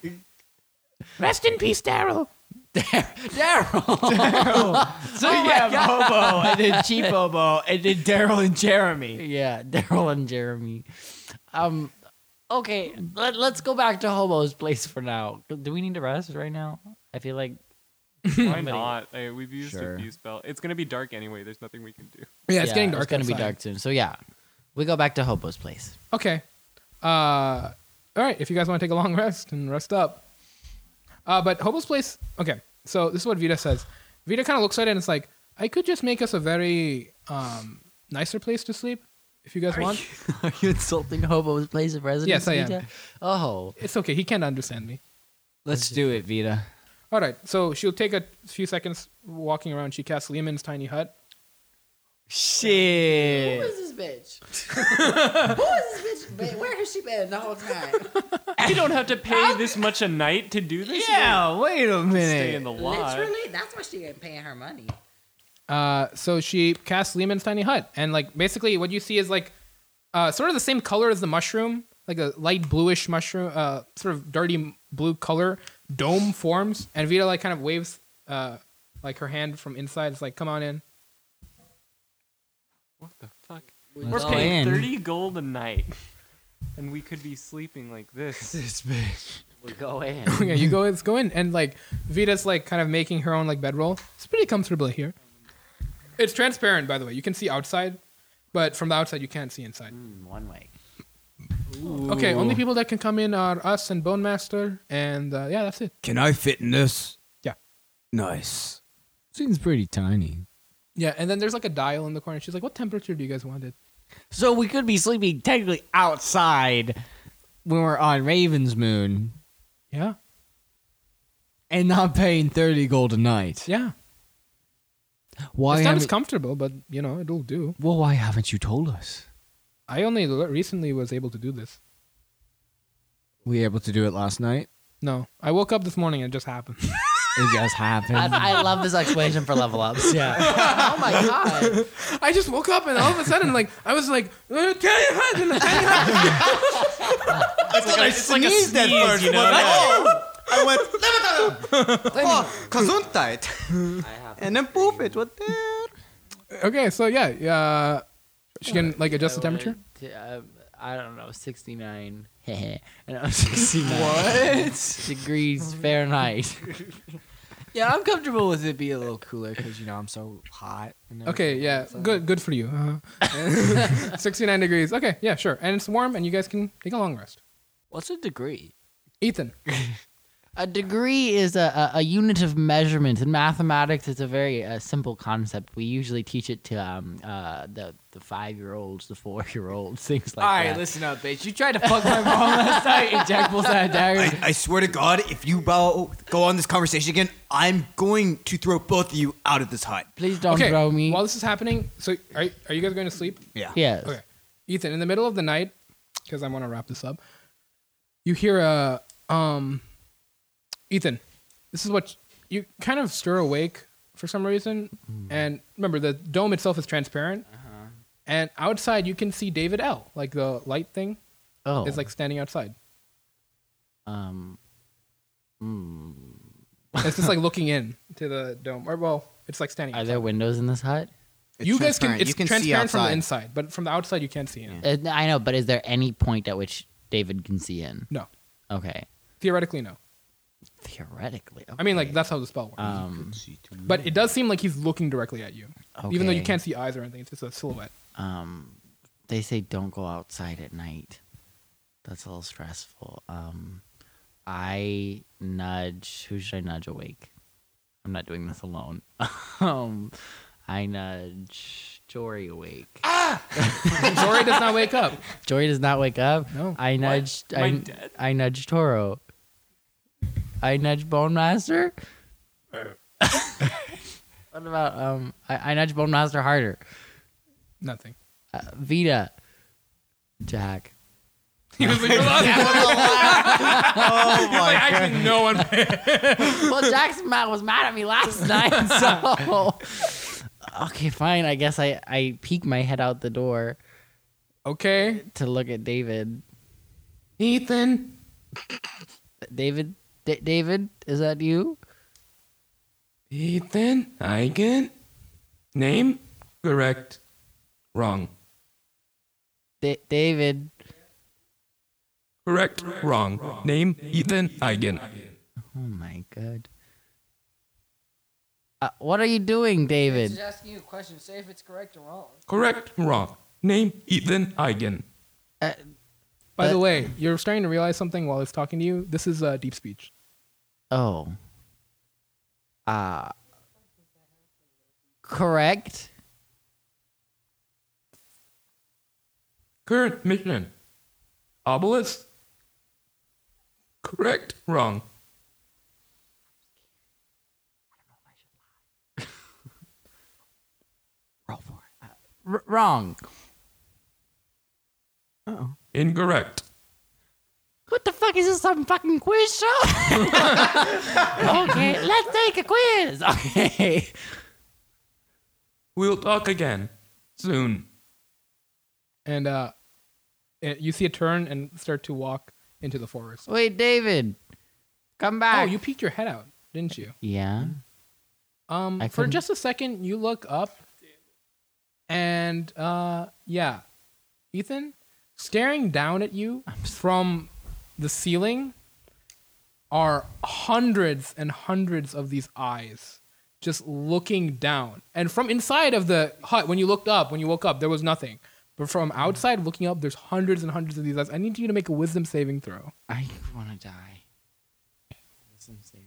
Rest in peace, Daryl. So you have Hobo, and then Cheap Hobo, and then Daryl and Jeremy. yeah, Daryl and Jeremy. Um, okay, let, let's go back to Hobo's place for now. Do we need to rest right now? I feel like Why not? Hey, we've used Sure. a few spell. It's gonna be dark anyway. There's nothing we can do. "Yeah, it's yeah, getting dark. It's gonna be outside." dark soon. So yeah, we go back to Hobo's place. Okay. Uh, all right, if you guys want to take a long rest and rest up. Uh, but Hobo's Place, okay, so this is what Vita says. Vita kind of looks at it and it's like, I could just make us a very um, nicer place to sleep if you guys want. Are you insulting Hobo's place of residence? Yes, I am. Vita? Oh, It's okay, he can't understand me. Let's do it, Vita. All right, so she'll take a few seconds walking around. She casts Lehman's tiny hut. who Shit. is this bitch? who is this bitch? Ba- Where has she been the whole time? You don't have to pay this much a night to do this. Yeah, wait a You can Stay in minute. the lot. Literally, that's why she ain't paying her money. Uh, so she casts Lehman's tiny hut, and like basically what you see is like uh, sort of the same color as the mushroom, like a light bluish mushroom, uh, sort of dirty m- blue color. Dome forms, and Vita like kind of waves uh, like her hand from inside. It's like, come on in. What the fuck? Let's We're go paying in. 30 gold a night. And we could be sleeping like this. We go in. yeah, you go. Let's go in, and like Vita's like kind of making her own like bedroll. It's pretty comfortable here. It's transparent, by the way. You can see outside, but from the outside you can't see inside. Mm, One way. Okay, only people that can come in are us and Bone Master, and uh, yeah, that's it. Can I fit in this? Yeah. Nice. Seems pretty tiny. Yeah, and then there's like a dial in the corner. She's like, "What temperature do you guys want it?" So we could be sleeping technically outside when we're on Raven's Moon Yeah, and not paying 30 gold a night. yeah. Why this time haven't, it's comfortable, but you know it'll do. well, why haven't you told us? I only l- recently was able to do this. We able to do it last night? No, I woke up this morning and it just happened. It just happened. I, I love this explanation for level ups. Yeah. oh my god. I just woke up and all of a sudden, like I was like, "Uh, tiny hut," and the tiny hut. That's what I, like a sneeze, you know? I went, Oh, Gesundheit. and then poof it. What the? Okay, so yeah, yeah. She can like adjust the temperature. Uh, I don't know, 69. and I'm 69. What? Degrees Fahrenheit. yeah, I'm comfortable with it being a little cooler because, you know, I'm so hot. and Okay, everything. yeah, So- good, good for you. Uh-huh. Sixty-nine degrees. Okay, yeah, sure, and it's warm, and you guys can take a long rest. What's a degree? Ethan, A degree is a, a, a unit of measurement. In mathematics, it's a very uh, simple concept. We usually teach it to um, uh, the, the five year olds, the four year olds, things like All that. right, listen up, bitch. You tried to fuck my mom last night and Jack pulls out a dagger. I, I swear to God, if you bow, go on this conversation again, I'm going to throw both of you out of this hut. Please don't okay, throw me. while this is happening, so are are you guys going to sleep? Yeah. yes. Okay, Ethan, in the middle of the night, because I want to wrap this up, you hear a um, Ethan, this is what you kind of stir awake for some reason, Mm. and remember the dome itself is transparent, Uh-huh. and outside you can see David L, like the light thing, Oh. is like standing outside. um, hmm. It's just like looking in to the dome. Or well, it's like standing. are there windows in this hut? It's you guys can transparent. it's You can see transparent from the outside. inside, but from the outside you can't see in. Uh, I know, but is there any point at which David can see in? No. Okay. Theoretically no. Theoretically. I mean like that's how the spell works. Um, but it does seem like he's looking directly at you. Even though you Okay. can't see eyes or anything, it's just a silhouette. um, they say don't go outside at night. That's a little stressful. Um, I nudge. Who should I nudge awake? I'm not doing this alone. um, I nudge Jory awake. Jory does not wake up. Jory does not wake up. No. I nudge. Am I I, dead? I nudge Toro. I nudge Bone Master. what about um? I, I nudge Bone Master harder. Nothing. Uh, Vita. Jack. Actually no one Well, Jack's mad was mad at me last night, so. Okay, fine. I guess I I peek my head out the door Okay. to look at David. Ethan. David, D- David, is that you? Ethan Eigen? Name? Correct. Wrong. D- David. Correct. Wrong. Name? Ethan Eigen. Oh my god. Uh, what are you doing, David? asking you a question. Say if it's correct or wrong. Correct. Wrong. Name? Ethan Eigen. Uh, By the But- way, you're starting to realize something while I was talking to you. This is uh, deep speech. Oh. Uh correct. Current mission. Obelisk. Correct. Wrong. Roll for it. Uh, r- wrong. Incorrect. What the fuck is this? Some fucking quiz show? okay, let's take a quiz. Okay. We'll talk again. Soon. And uh, it, you see it turn and start to walk into the forest. Wait, David. Come Oh, back. you peeked your head out, didn't you? yeah. Um, I for couldn't- just a second, you look up, and uh, yeah, Ethan, staring down at you from the ceiling are hundreds and hundreds of these eyes just looking down. And from inside of the hut, when you looked up, when you woke up, there was nothing. But from outside looking up, there's hundreds and hundreds of these eyes. I need you to make a wisdom saving throw. I want to die. Wisdom saving.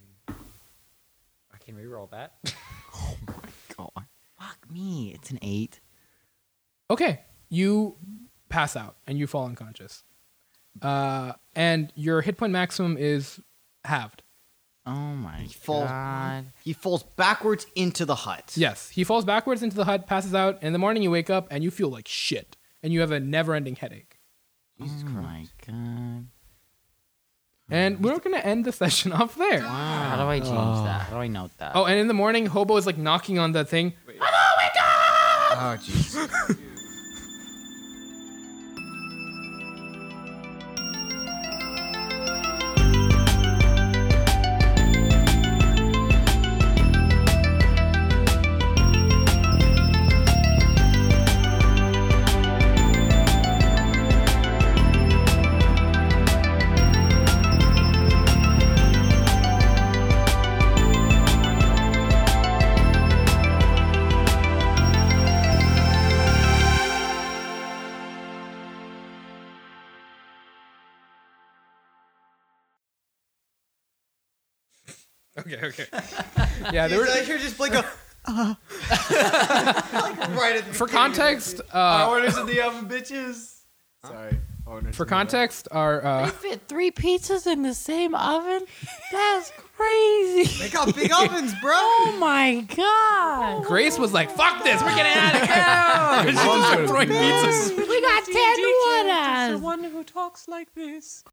I can reroll that. Oh my god. Fuck me. It's an eight. Okay, you pass out and you fall unconscious. Uh, and your hit point maximum is halved. Oh my falls- god. He falls backwards into the hut. Yes, he falls backwards into the hut, passes out. In the morning, you wake up and you feel like shit, and you have a never-ending headache. oh my god. And we're gonna end the session off there. How do I change that? How do I note that? Oh, and in the morning, Hobo is like knocking on the thing. Oh, jeez. Okay, okay. yeah, there were, I hear just like a. right at the for context. Uh, orders of the oven, bitches. Sorry. for context, our uh, fit three pizzas in the same oven? That's crazy. They got big ovens, bro. Oh my god. Grace was like, "Fuck this, we're getting out of here." She was like throwing pizzas. We got 10 to 1 one who talks like this.